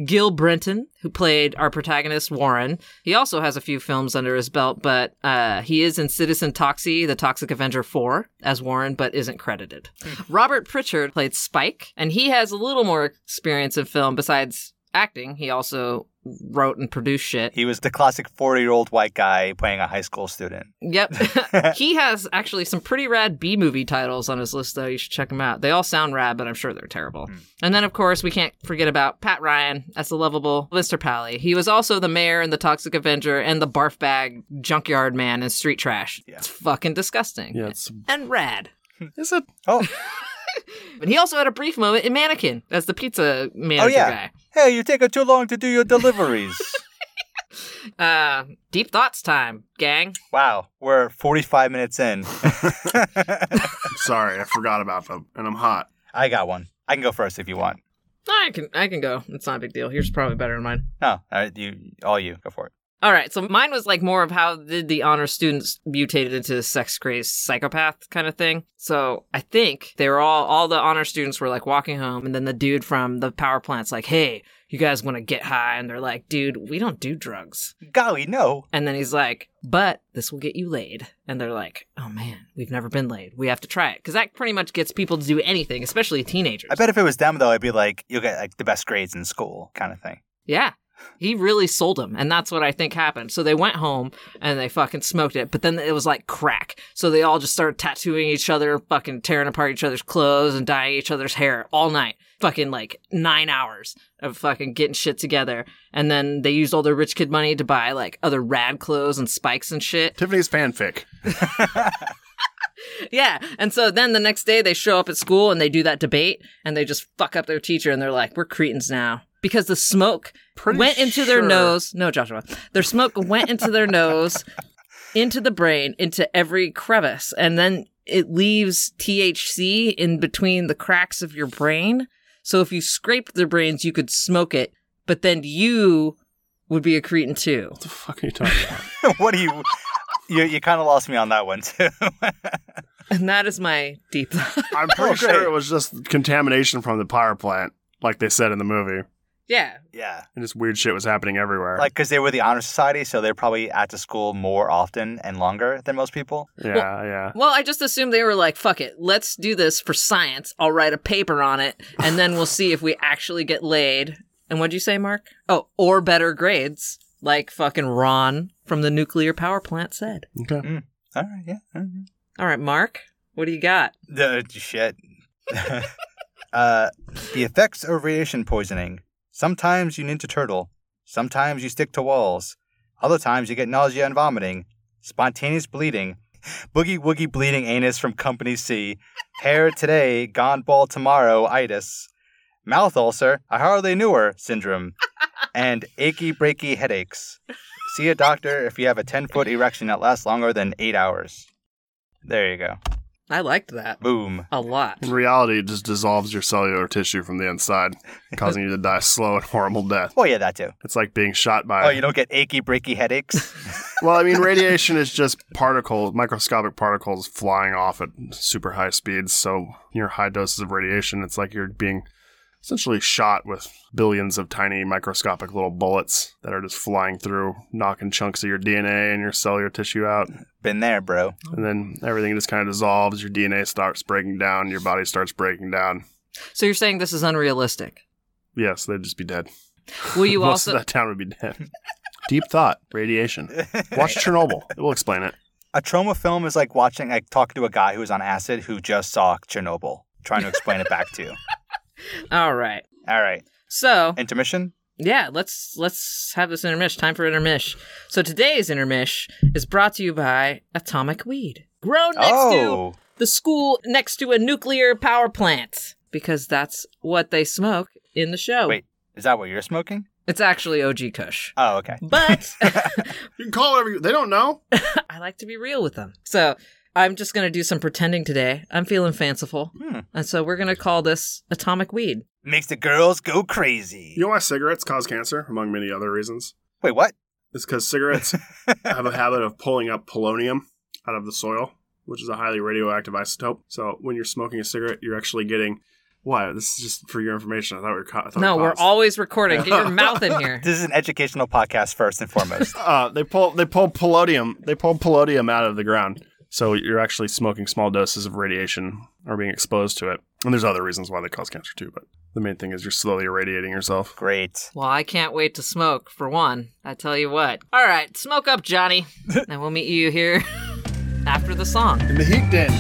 Speaker 7: Gil Brenton, who played our protagonist Warren, he also has a few films under his belt, but uh, he is in Citizen Toxie, The Toxic Avenger 4 as Warren, but isn't credited. Robert Pritchard played Spike, and he has a little more experience in film besides acting. He also wrote and produced shit.
Speaker 8: He was the classic 40 year old white guy playing a high school student. *laughs*
Speaker 7: Yep. *laughs* he has actually some pretty rad B movie titles on his list, though. You should check them out. They all sound rad, but I'm sure they're terrible.
Speaker 8: Hmm.
Speaker 7: And then, of course, we can't forget about Pat Ryan as the lovable Mr. Pally. He was also the mayor in The Toxic Avenger and the barf bag junkyard man in Street Trash. It's fucking disgusting.
Speaker 6: Yeah, it's
Speaker 7: And rad.
Speaker 6: is it?
Speaker 8: Oh,
Speaker 7: But he also had a brief moment in Mannequin as the pizza manager
Speaker 8: oh yeah. Hey, you're taking too long to do your deliveries.
Speaker 7: guy. Uh, deep thoughts time, gang.
Speaker 8: wow. We're 45 minutes in.
Speaker 6: Sorry, I forgot about them, and I'm hot.
Speaker 8: I got one. I can go first if you want.
Speaker 7: I can I can go. It's not a big deal. Yours is probably better than mine.
Speaker 8: No, all right, you, all you, go for it.
Speaker 7: All right, so mine was like more of how did the honor students mutated into a sex crazed psychopath kind of thing. So I think they were all all the honor students were like walking home, and then the dude from the power plant's like, "Hey, you guys want to get high?" And they're like, "Dude, we don't do drugs."
Speaker 8: Golly, no.
Speaker 7: And then he's like, "But this will get you laid." And they're like, "Oh man, we've never been laid. We have to try it because that pretty much gets people to do anything, especially teenagers."
Speaker 8: I bet if it was them though, I'd be like, you'll get like the best grades in school, kind of thing. *laughs*
Speaker 7: Yeah. He really sold them, and that's what I think happened. So they went home and they fucking smoked it, but then it was like crack. So they all just started tattooing each other, fucking tearing apart each other's clothes and dyeing each other's hair all night. Fucking like nine hours of fucking getting shit together. And then they used all their rich kid money to buy like other rad clothes and spikes and shit.
Speaker 6: Tiffany's fanfic.
Speaker 7: Yeah. And so then the next day they show up at school and they do that debate and they just fuck up their teacher and they're like, we're cretins now. Because the smoke
Speaker 6: Pretty
Speaker 7: went into their
Speaker 6: sure-
Speaker 7: nose. *laughs* No, Joshua. Their smoke went into their nose into the brain, into every crevice, and then it leaves THC in between the cracks of your brain. So if you scraped their brains, you could smoke it, but then you would be a cretin too.
Speaker 6: the fuck are you talking about?
Speaker 8: what do you? You, you kind of lost me on that one too. *laughs*
Speaker 7: And that is my deep *laughs* thought.
Speaker 6: I'm pretty
Speaker 8: Oh,
Speaker 6: sure
Speaker 8: great.
Speaker 6: it was just contamination from the power plant, like they said in the movie.
Speaker 7: yeah.
Speaker 8: yeah,
Speaker 6: And just weird shit was happening everywhere.
Speaker 8: like because they were the honor society, so they're probably at the school more often and longer than most people.
Speaker 6: yeah, yeah.
Speaker 7: Well, I just assumed they were like, fuck it, let's do this for science. I'll write a paper on it, and then we'll see if we actually get laid. And what'd you say, Mark? Oh, or better grades, like fucking Ron from the nuclear power plant said.
Speaker 6: Okay.
Speaker 8: All right, yeah. all right.
Speaker 7: All right, Mark, what do you got?
Speaker 8: The shit. *laughs* uh, the effects of radiation poisoning. Sometimes you ninja turtle. Sometimes you stick to walls. Other times you get nausea and vomiting. Spontaneous bleeding. Boogie woogie bleeding anus from Company C. Hair today, gone bald tomorrow, itis. Mouth ulcer, I hardly knew her syndrome. And achy breaky headaches. See a doctor if you have a 10 foot erection that lasts longer than eight hours. There you go.
Speaker 7: I liked that
Speaker 8: Boom.
Speaker 7: a lot.
Speaker 6: In reality, it just dissolves your cellular tissue from the inside, causing you to die slow and horrible death.
Speaker 8: Well, yeah, that too.
Speaker 6: It's like being shot by.
Speaker 8: Oh, you don't get achy, breaky headaches.
Speaker 6: well, I mean, radiation is just particles, microscopic particles flying off at super high speeds. So, your high doses of radiation, it's like you're being essentially shot with billions of tiny microscopic little bullets that are just flying through, knocking chunks of your DNA and your cellular tissue out.
Speaker 8: Been there, bro.
Speaker 6: And then everything just kind of dissolves. Your DNA starts breaking down. Your body starts breaking down.
Speaker 7: So you're saying this is unrealistic?
Speaker 6: Yes, they'd just be dead.
Speaker 7: Will you
Speaker 6: *laughs* Most
Speaker 7: also?
Speaker 6: of that town would be dead. Deep thought, radiation. *laughs* Watch Chernobyl. It will explain it.
Speaker 8: A trauma film is like watching, like talking to a guy who was on acid who just saw Chernobyl, trying to explain it back to you.
Speaker 7: All right.
Speaker 8: All right,
Speaker 7: So
Speaker 8: intermission.
Speaker 7: yeah, let's let's have this intermish. Time for intermish. So today's intermish is brought to you by Atomic Weed, grown next to
Speaker 8: oh,
Speaker 7: the school next to a nuclear power plant because that's what they smoke in the show.
Speaker 8: wait, is that what you're smoking?
Speaker 7: It's actually OG Kush.
Speaker 8: Oh, okay.
Speaker 7: *laughs* But
Speaker 6: You can call every. They don't know.
Speaker 7: I like to be real with them. So I'm just going to do some pretending today. I'm feeling fanciful.
Speaker 8: Hmm.
Speaker 7: And so we're going to call this Atomic Weed.
Speaker 8: Makes the girls go crazy.
Speaker 6: You know why cigarettes cause cancer, among many other reasons?
Speaker 8: Wait, what?
Speaker 6: It's because *laughs* cigarettes have a habit of pulling up polonium out of the soil, which is a highly radioactive isotope. So when you're smoking a cigarette, you're actually getting. Why? This is just for your information. I thought we were. Co- I thought
Speaker 7: No,
Speaker 6: we
Speaker 7: we're
Speaker 6: paused.
Speaker 7: always recording. Get
Speaker 8: *laughs*
Speaker 7: your mouth in here.
Speaker 8: This is an educational podcast first
Speaker 6: *laughs*
Speaker 8: and foremost.
Speaker 6: Uh, they pull they pull polonium they pull polonium out of the ground. So you're actually smoking small doses of radiation or being exposed to it. And there's other reasons why they cause cancer too, but the main thing is you're slowly irradiating yourself.
Speaker 8: Great.
Speaker 7: Well, I can't wait to smoke, for one. I tell you what. All right, smoke up,
Speaker 8: *laughs*
Speaker 7: Johnny. and we'll meet you here *laughs* after the song.
Speaker 6: In the heat den.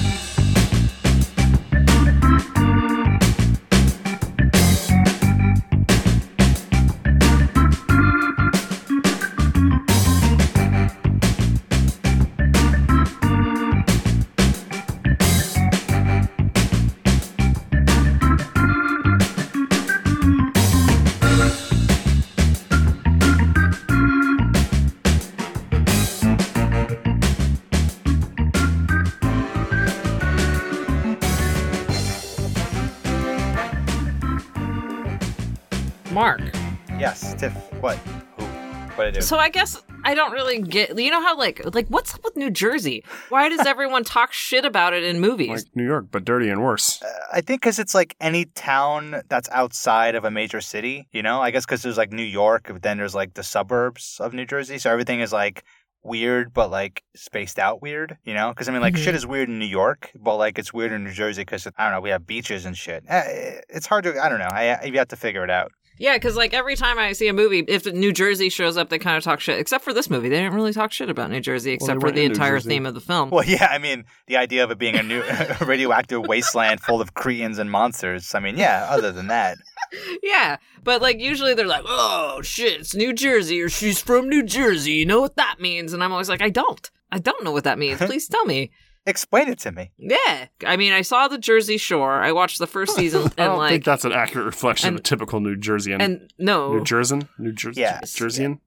Speaker 7: Mark.
Speaker 8: Yes, Tiff. What? Who? What did I do?
Speaker 7: So I guess I don't really get. You know how like like what's up with New Jersey? Why does everyone talk shit about it in movies?
Speaker 6: Like New York, but dirty and worse.
Speaker 8: I think because it's like any town that's outside of a major city, you know? I guess because there's like New York, but then there's like the suburbs of New Jersey. So everything is like weird, but like spaced out weird, you know? Because I mean, like
Speaker 7: Mhm.
Speaker 8: shit is weird in New York, but like it's weird in New Jersey because, I don't know, we have beaches and shit. Eh, It's hard to, I don't know. I, I- you have to figure it out.
Speaker 7: Yeah, because like every time I see a movie, if New Jersey shows up, they kind of talk shit. Except for this movie, they didn't really talk shit about New Jersey,
Speaker 6: they
Speaker 7: except for
Speaker 6: weren't
Speaker 7: the
Speaker 6: in New
Speaker 7: entire
Speaker 6: Jersey.
Speaker 7: theme of the film.
Speaker 8: Well, *laughs* yeah, I mean, the idea of it being a new *laughs* radioactive wasteland full of Cretans and monsters. I mean, yeah, other than that.
Speaker 7: Yeah, but like usually they're like, "Oh shit, it's New Jersey," or "She's from New Jersey." You know what that means? And I'm always like, "I don't. I don't know what that means. Please tell me."
Speaker 8: Explain it to me.
Speaker 7: Yeah, I mean, I saw the Jersey Shore. I watched the
Speaker 6: *laughs*
Speaker 7: first season,
Speaker 6: I
Speaker 7: and
Speaker 6: don't think
Speaker 7: like,
Speaker 6: that's an accurate reflection
Speaker 7: and- oh.
Speaker 6: of a typical New Jerseyan.
Speaker 7: and no,
Speaker 6: New Jerseyan? New Jer-
Speaker 8: Yes,
Speaker 6: Jerseyan?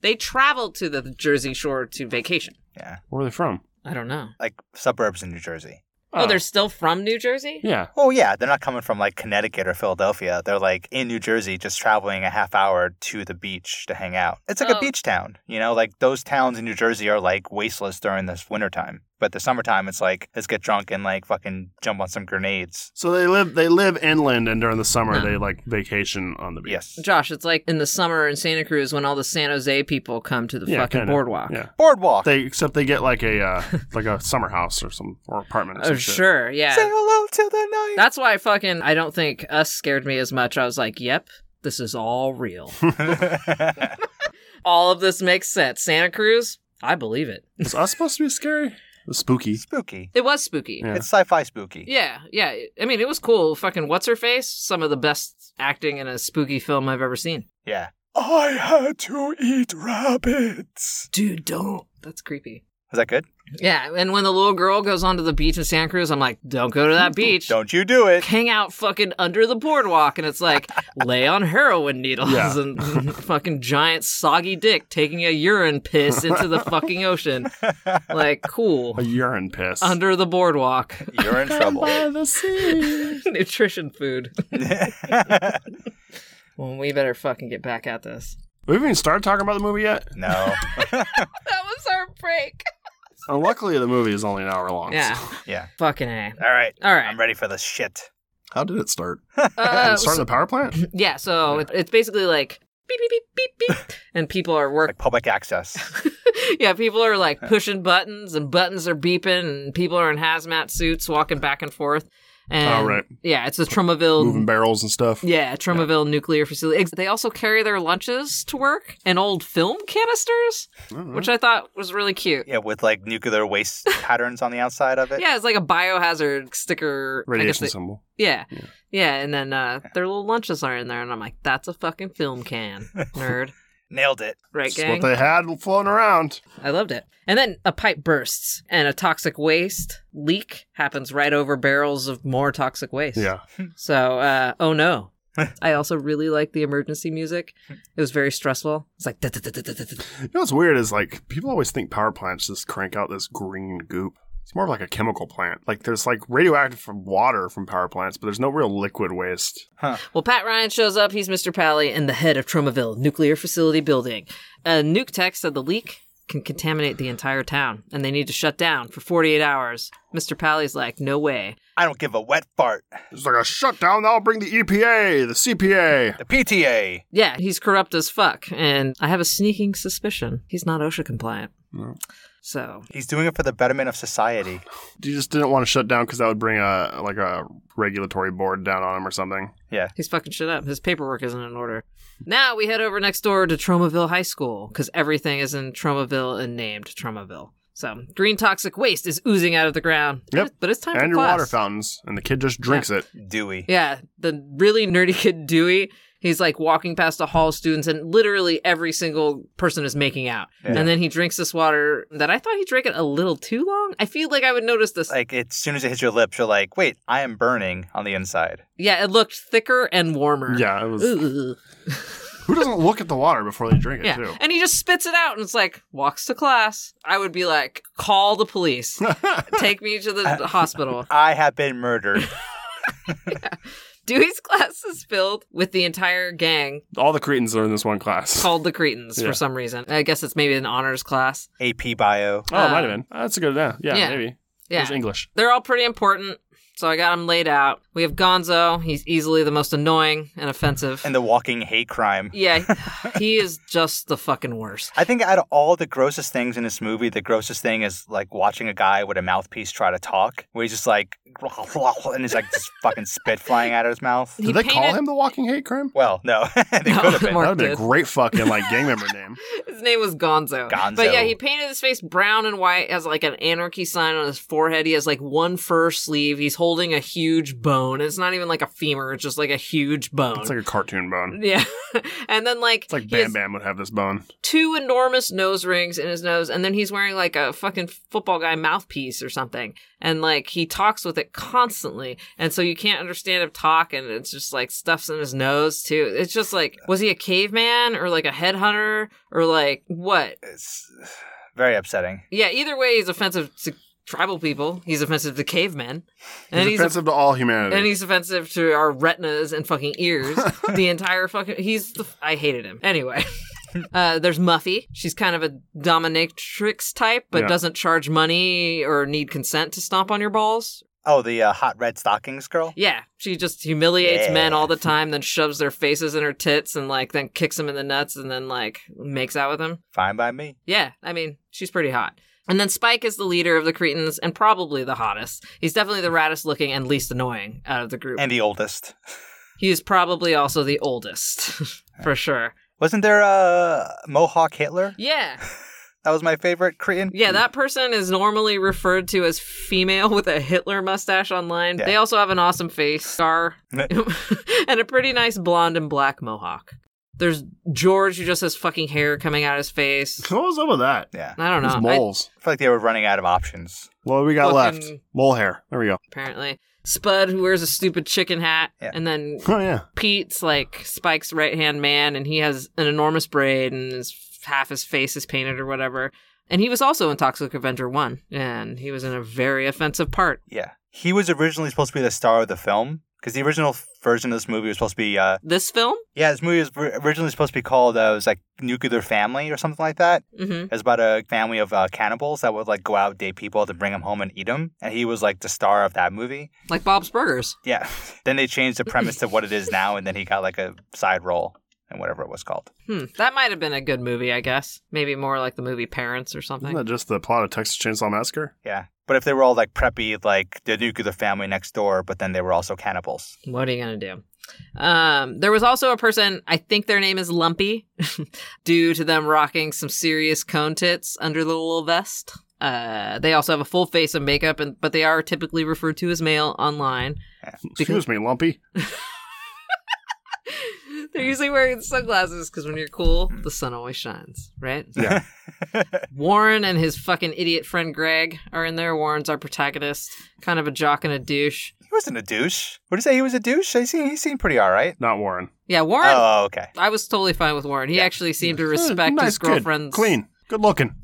Speaker 7: they traveled to the Jersey Shore to vacation.
Speaker 8: Yeah.
Speaker 6: Where are they from?
Speaker 7: I don't know.
Speaker 8: Like suburbs in New Jersey.
Speaker 7: Oh, they're still from New Jersey?
Speaker 6: yeah.
Speaker 8: Oh yeah, they're not coming from like Connecticut or Philadelphia. They're like in New Jersey, just traveling a half hour to the beach to hang out. It's like
Speaker 7: Oh.
Speaker 8: a beach town, you know. Like those towns in New Jersey are like wasteless during this wintertime, but the summertime it's like let's get drunk and like fucking jump on some grenades.
Speaker 6: So they live they live inland, and during the summer
Speaker 7: No.
Speaker 6: they like vacation on the beach.
Speaker 8: Yes,
Speaker 7: Josh, it's like in the summer in Santa Cruz when all the San Jose people come to the
Speaker 6: Yeah,
Speaker 7: fucking
Speaker 6: kinda.
Speaker 7: boardwalk.
Speaker 6: Yeah.
Speaker 8: boardwalk.
Speaker 6: They except they get like a
Speaker 7: *laughs*
Speaker 6: uh, like a summer house or some or apartment. Or
Speaker 7: Oh,
Speaker 6: some shit.
Speaker 7: sure. Yeah.
Speaker 8: Say hello to the night.
Speaker 7: That's why fucking I don't think us scared me as much. I was like, yep, this is all real.
Speaker 6: *laughs*
Speaker 7: all of this makes sense. Santa Cruz, I believe it.
Speaker 6: Is us supposed to be scary? Spooky.
Speaker 8: *laughs* spooky.
Speaker 7: It was spooky.
Speaker 6: Yeah.
Speaker 8: It's sci-fi spooky.
Speaker 7: Yeah, yeah. I mean, it was cool. Fucking what's her face? Some of the best acting in a spooky film I've ever seen.
Speaker 8: Yeah. I had to eat rabbits.
Speaker 7: Dude, don't. That's creepy.
Speaker 8: Is that good?
Speaker 7: Yeah, and when the little girl goes onto the beach in Santa Cruz, I'm like, don't go to that beach.
Speaker 8: Don't you do it.
Speaker 7: *laughs* Hang out fucking under the boardwalk, and it's like lay on heroin needles
Speaker 6: Yeah.
Speaker 7: and *laughs* fucking giant soggy dick taking a urine piss into the fucking ocean. Like, cool.
Speaker 6: A urine piss.
Speaker 7: Under the boardwalk. *laughs*
Speaker 8: You're in trouble.
Speaker 6: the *laughs* sea.
Speaker 7: Nutrition food. Well, we better fucking get back at this.
Speaker 6: We've even started talking about the movie yet.
Speaker 8: *laughs* no.
Speaker 7: That was our break.
Speaker 6: And luckily, the movie is only an hour long.
Speaker 7: Yeah.
Speaker 8: Yeah.
Speaker 7: Fucking A.
Speaker 8: All right.
Speaker 7: All right.
Speaker 8: I'm ready for this shit.
Speaker 6: *laughs* How did it start?
Speaker 7: Uh,
Speaker 6: It started the power plant.
Speaker 7: *laughs* yeah, so it- it's basically like beep, beep, beep, beep, beep. and people are work.
Speaker 8: Like
Speaker 7: *laughs*
Speaker 8: public access.
Speaker 7: yeah, people are like pushing buttons and buttons are beeping and people are in hazmat suits walking back and forth. And
Speaker 6: Oh, right.
Speaker 7: Yeah, it's the Trumaville.
Speaker 6: Moving barrels and stuff.
Speaker 7: Yeah, Trumaville nuclear facility. Ex- They also carry their lunches to work in old film canisters,
Speaker 6: Oh, Hmm?
Speaker 7: which I thought was really cute.
Speaker 8: yeah, with like nuclear waste patterns on the outside of it.
Speaker 7: Yeah, it's like a biohazard sticker. I guess
Speaker 6: Radiation
Speaker 7: they-
Speaker 6: symbol.
Speaker 7: Yeah. yeah. and then uh, their little lunches are in there, and I'm like, that's a fucking film
Speaker 6: *laughs*
Speaker 7: can, nerd.
Speaker 8: Nailed it.
Speaker 7: Right,
Speaker 6: It's what
Speaker 7: gang?
Speaker 6: they had floating around.
Speaker 7: I loved it. And then a pipe bursts, and a toxic waste leak happens right over barrels of more toxic waste.
Speaker 6: Yeah.
Speaker 7: So, uh, oh no. I also really like the emergency music. It was very stressful. It's like, "Da-da-da-da-da-da-da."
Speaker 6: You know what's weird is like people always think power plants just crank out this green goop. It's more of like a chemical plant. Like there's like radioactive from water from power plants, but there's no real liquid waste.
Speaker 7: well, Pat Ryan shows up. He's Mr. Pally and the head of Tromaville nuclear facility building. A nuke tech said the leak can contaminate the entire town, and they need to shut down for 48 hours. Mr. Pally's like, no way.
Speaker 8: I don't give a wet fart.
Speaker 6: It's like a shutdown. That'll bring the EPA, the CPA.
Speaker 8: The PTA.
Speaker 7: Yeah, he's corrupt as fuck, and I have a sneaking suspicion he's not OSHA compliant. So
Speaker 8: He's doing it for the betterment of society.
Speaker 7: *sighs*
Speaker 6: You just didn't want to shut down because that would bring a like a regulatory board down on him or something.
Speaker 8: Yeah.
Speaker 7: he's fucking shit up. His paperwork isn't in order. Now we head over next door to Tromaville High School because everything is in Tromaville and named Tromaville. So green toxic waste is oozing out of the ground.
Speaker 6: Yep.
Speaker 7: but it's time for
Speaker 6: And your
Speaker 7: class.
Speaker 6: water fountains, and the kid just drinks it.
Speaker 8: Dewey.
Speaker 7: Yeah, the really nerdy kid Dewey. He's like walking past a hall of students, and literally every single person is making out. And then he drinks this water that I thought he drank it a little too long. I feel like I would notice this.
Speaker 8: Like as soon as it hits your lips, you're like, wait, I am burning on the inside.
Speaker 7: yeah, it looked thicker and warmer.
Speaker 6: Yeah, it was.
Speaker 7: Ooh.
Speaker 6: Who doesn't look at the water before they drink it
Speaker 7: Yeah.
Speaker 6: too?
Speaker 7: And he just spits it out and it's like, walks to class. I would be like, call the police. Take me to the hospital.
Speaker 8: I have been
Speaker 7: *laughs*
Speaker 8: murdered.
Speaker 7: Dewey's class is filled with the entire gang
Speaker 6: All the Cretans are in this
Speaker 7: *laughs*
Speaker 6: one class.
Speaker 7: called the Cretans
Speaker 6: Yeah.
Speaker 7: for some reason. I guess it's maybe an honors class.
Speaker 8: AP bio.
Speaker 6: Oh, it might have been. That's a good idea. Yeah,
Speaker 7: Um, yeah.
Speaker 6: maybe. It
Speaker 7: Yeah.
Speaker 6: was English.
Speaker 7: They're all pretty important. So I got them laid out. We have Gonzo. He's easily the most annoying and offensive.
Speaker 8: And the walking hate crime.
Speaker 7: yeah, he is just the fucking worst.
Speaker 8: I think out of all the grossest things in this movie, the grossest thing is like watching a guy with a mouthpiece try to talk, where he's just like, *laughs* and he's like just fucking spit flying out of his mouth.
Speaker 6: Did
Speaker 7: He
Speaker 6: they call
Speaker 7: painted-
Speaker 6: him the Walking Hate Crime?
Speaker 8: Well, no, *laughs* they
Speaker 7: *laughs* No,
Speaker 8: could have been.
Speaker 6: That
Speaker 7: Mark
Speaker 6: would be a
Speaker 7: did.
Speaker 6: great fucking like
Speaker 7: *laughs*
Speaker 6: gang member name.
Speaker 7: His name was Gonzo.
Speaker 8: Gonzo.
Speaker 7: But yeah, he painted his face brown and white, has like an anarchy sign on his forehead. He has like one fur sleeve. He's holding a huge bone. It's not even like a femur. It's just like a huge bone.
Speaker 6: It's like a cartoon bone.
Speaker 7: yeah. *laughs* and then like
Speaker 6: It's like
Speaker 7: he has
Speaker 6: Bam Bam would have this bone.
Speaker 7: two enormous nose rings in his nose, and then he's wearing like a fucking football guy mouthpiece or something, and like he talks with it constantly, and so you can't understand him talk, and it's just like stuffs in his nose too. It's just like, was he a caveman or like a headhunter or like what?
Speaker 8: It's very upsetting.
Speaker 7: Yeah, either way, he's offensive to tribal people. He's offensive to cavemen, and
Speaker 6: He's, offensive to all humanity.
Speaker 7: and he's offensive to our retinas and fucking
Speaker 6: *laughs*
Speaker 7: ears. the entire fucking he's the, I hated him anyway. *laughs* Uh, there's Muffy. She's kind of a dominatrix type, but
Speaker 6: Yeah.
Speaker 7: doesn't charge money or need consent to stomp on your balls.
Speaker 8: Oh, the uh, hot red stockings girl.
Speaker 7: Yeah, she just humiliates
Speaker 8: Yeah.
Speaker 7: men all the time, then shoves their faces in her tits and like then kicks them in the nuts and then like makes out with them.
Speaker 8: Fine by me.
Speaker 7: Yeah, I mean, she's pretty hot. And then Spike is the leader of the Cretans and probably the hottest. He's definitely the raddest looking and least annoying out of the group.
Speaker 8: Mm. And the oldest.
Speaker 7: He is probably also the oldest, *laughs* for sure.
Speaker 8: Wasn't there a Mohawk Hitler?
Speaker 7: Yeah.
Speaker 8: That was my favorite Cretan.
Speaker 7: Yeah, that person is normally referred to as female with a Hitler mustache online.
Speaker 8: Yeah.
Speaker 7: They also have an awesome face scar *laughs* and a pretty nice blonde and black mohawk. There's George, who just has fucking hair coming out his face.
Speaker 6: *laughs* what was up with that?
Speaker 8: Yeah. I
Speaker 7: I don't know.
Speaker 6: Those
Speaker 7: I-
Speaker 6: moles.
Speaker 8: feel like they were running out of options.
Speaker 6: what do we got
Speaker 7: fucking-
Speaker 6: left? Mole hair. There we go. *laughs*
Speaker 7: apparently. Spud, who wears a stupid chicken hat.
Speaker 8: Yeah.
Speaker 7: And then
Speaker 6: Oh yeah.
Speaker 7: Pete's like Spike's right hand man, and he has an enormous braid, and his half his face is painted or whatever. And he was also in Toxic Avenger One, and he was in a very offensive part.
Speaker 8: Yeah. He was originally supposed to be the star of the film because the original version of this movie was supposed to be, uh,
Speaker 7: This film,
Speaker 8: yeah, this movie was ri- originally supposed to be called, uh, it was like Nuclear Family or something like that.
Speaker 7: mm-hmm.
Speaker 8: It's about a family of uh, cannibals that would like go out, date people, to bring them home and eat them. And he was like the star of that movie.
Speaker 7: like Bob's Burgers.
Speaker 8: Yeah. *laughs* then they changed the premise to what it is now, and then he got like a side role and whatever it was called.
Speaker 7: Hmm, that might have been a good movie, I guess. Maybe more like the movie Parents or something.
Speaker 6: Isn't that just the plot of Texas Chainsaw Massacre?
Speaker 8: Yeah. But if they were all like preppy, like the nuclear family next door, but then they were also cannibals.
Speaker 7: What are you gonna do? Um, there was also a person, I think their name is Lumpy, *laughs* due to them rocking some serious cone tits under the little vest. Uh, they also have a full face of makeup, and but they are typically referred to as male online. *laughs*
Speaker 6: Excuse me, Lumpy.
Speaker 7: They're usually wearing sunglasses because when you're cool, the sun always shines, right?
Speaker 6: Yeah.
Speaker 7: Warren and his fucking idiot friend Greg are in there. Warren's our protagonist, kind of a jock and a douche.
Speaker 8: He wasn't a douche. What do you say? He was a douche? He seemed, he seemed pretty all right.
Speaker 6: Not Warren.
Speaker 7: Yeah, Warren.
Speaker 8: Oh, okay.
Speaker 7: I was totally fine with Warren. He actually seemed to respect
Speaker 6: Eh, Oh, nice
Speaker 7: his
Speaker 6: kid.
Speaker 7: girlfriend's
Speaker 6: Clean. Good looking.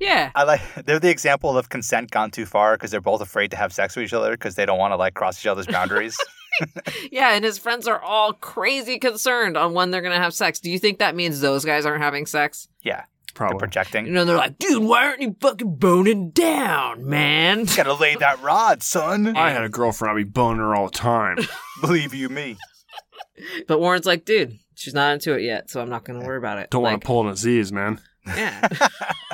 Speaker 7: Yeah.
Speaker 8: I like *laughs* they're the example of consent gone too far because they're both afraid to have sex with each other because they don't want to like cross each
Speaker 6: *laughs*
Speaker 8: other's boundaries.
Speaker 7: Yeah, and his friends are all crazy concerned on when they're going to have sex. Do you think that means those guys aren't having sex?
Speaker 8: yeah, they're
Speaker 6: Probably.
Speaker 8: projecting.
Speaker 6: *laughs*
Speaker 7: You know, they're like, dude, why aren't you fucking boning down, man?
Speaker 8: Gotta lay that rod, son.
Speaker 6: I had a girlfriend. I'd be boning her all
Speaker 7: *laughs*
Speaker 6: the time.
Speaker 8: Believe you me.
Speaker 7: But Warren's like, dude, she's not into it yet, so I'm not going to worry about it.
Speaker 6: Don't want
Speaker 7: like,
Speaker 6: to pull an Aziz, man. *laughs*
Speaker 7: Yeah.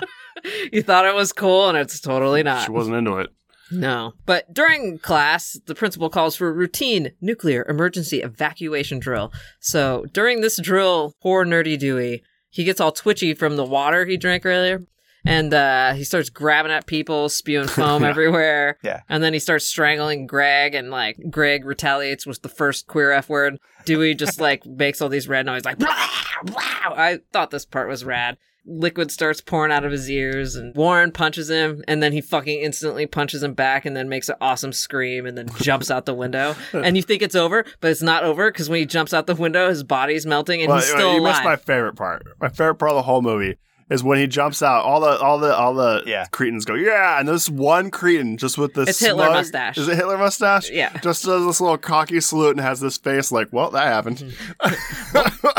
Speaker 7: *laughs* you thought it was cool, and it's totally not.
Speaker 6: She wasn't into it.
Speaker 7: No. But during class, the principal calls for a routine nuclear emergency evacuation drill. So during this drill, poor Nerdy Dewey, he gets all twitchy from the water he drank earlier. And uh, he starts grabbing at people, spewing
Speaker 6: *laughs*
Speaker 7: foam everywhere.
Speaker 8: Yeah.
Speaker 7: And then he starts strangling Greg, and like Greg retaliates with the first queer F word. Dewey just
Speaker 6: *laughs*
Speaker 7: like makes all these rad noises, like, wow, wow. I thought this part was rad liquid starts pouring out of his ears and Warren punches him and then he fucking instantly punches him back and then makes an awesome scream and then jumps out the
Speaker 6: *laughs*
Speaker 7: window and you think it's over but it's not over because when he jumps out the window his body's melting and
Speaker 6: Well,
Speaker 7: he's still
Speaker 6: you missed
Speaker 7: alive
Speaker 6: my favorite part. My favorite part of the whole movie is when he jumps out. All the all the all the
Speaker 8: Yeah.
Speaker 6: Cretans go yeah, and this one Cretan just with this
Speaker 7: It's Hitler
Speaker 6: smug-
Speaker 7: mustache.
Speaker 6: Is it Hitler mustache?
Speaker 7: Yeah.
Speaker 6: Just does this little cocky salute and has this face like, well, that happened.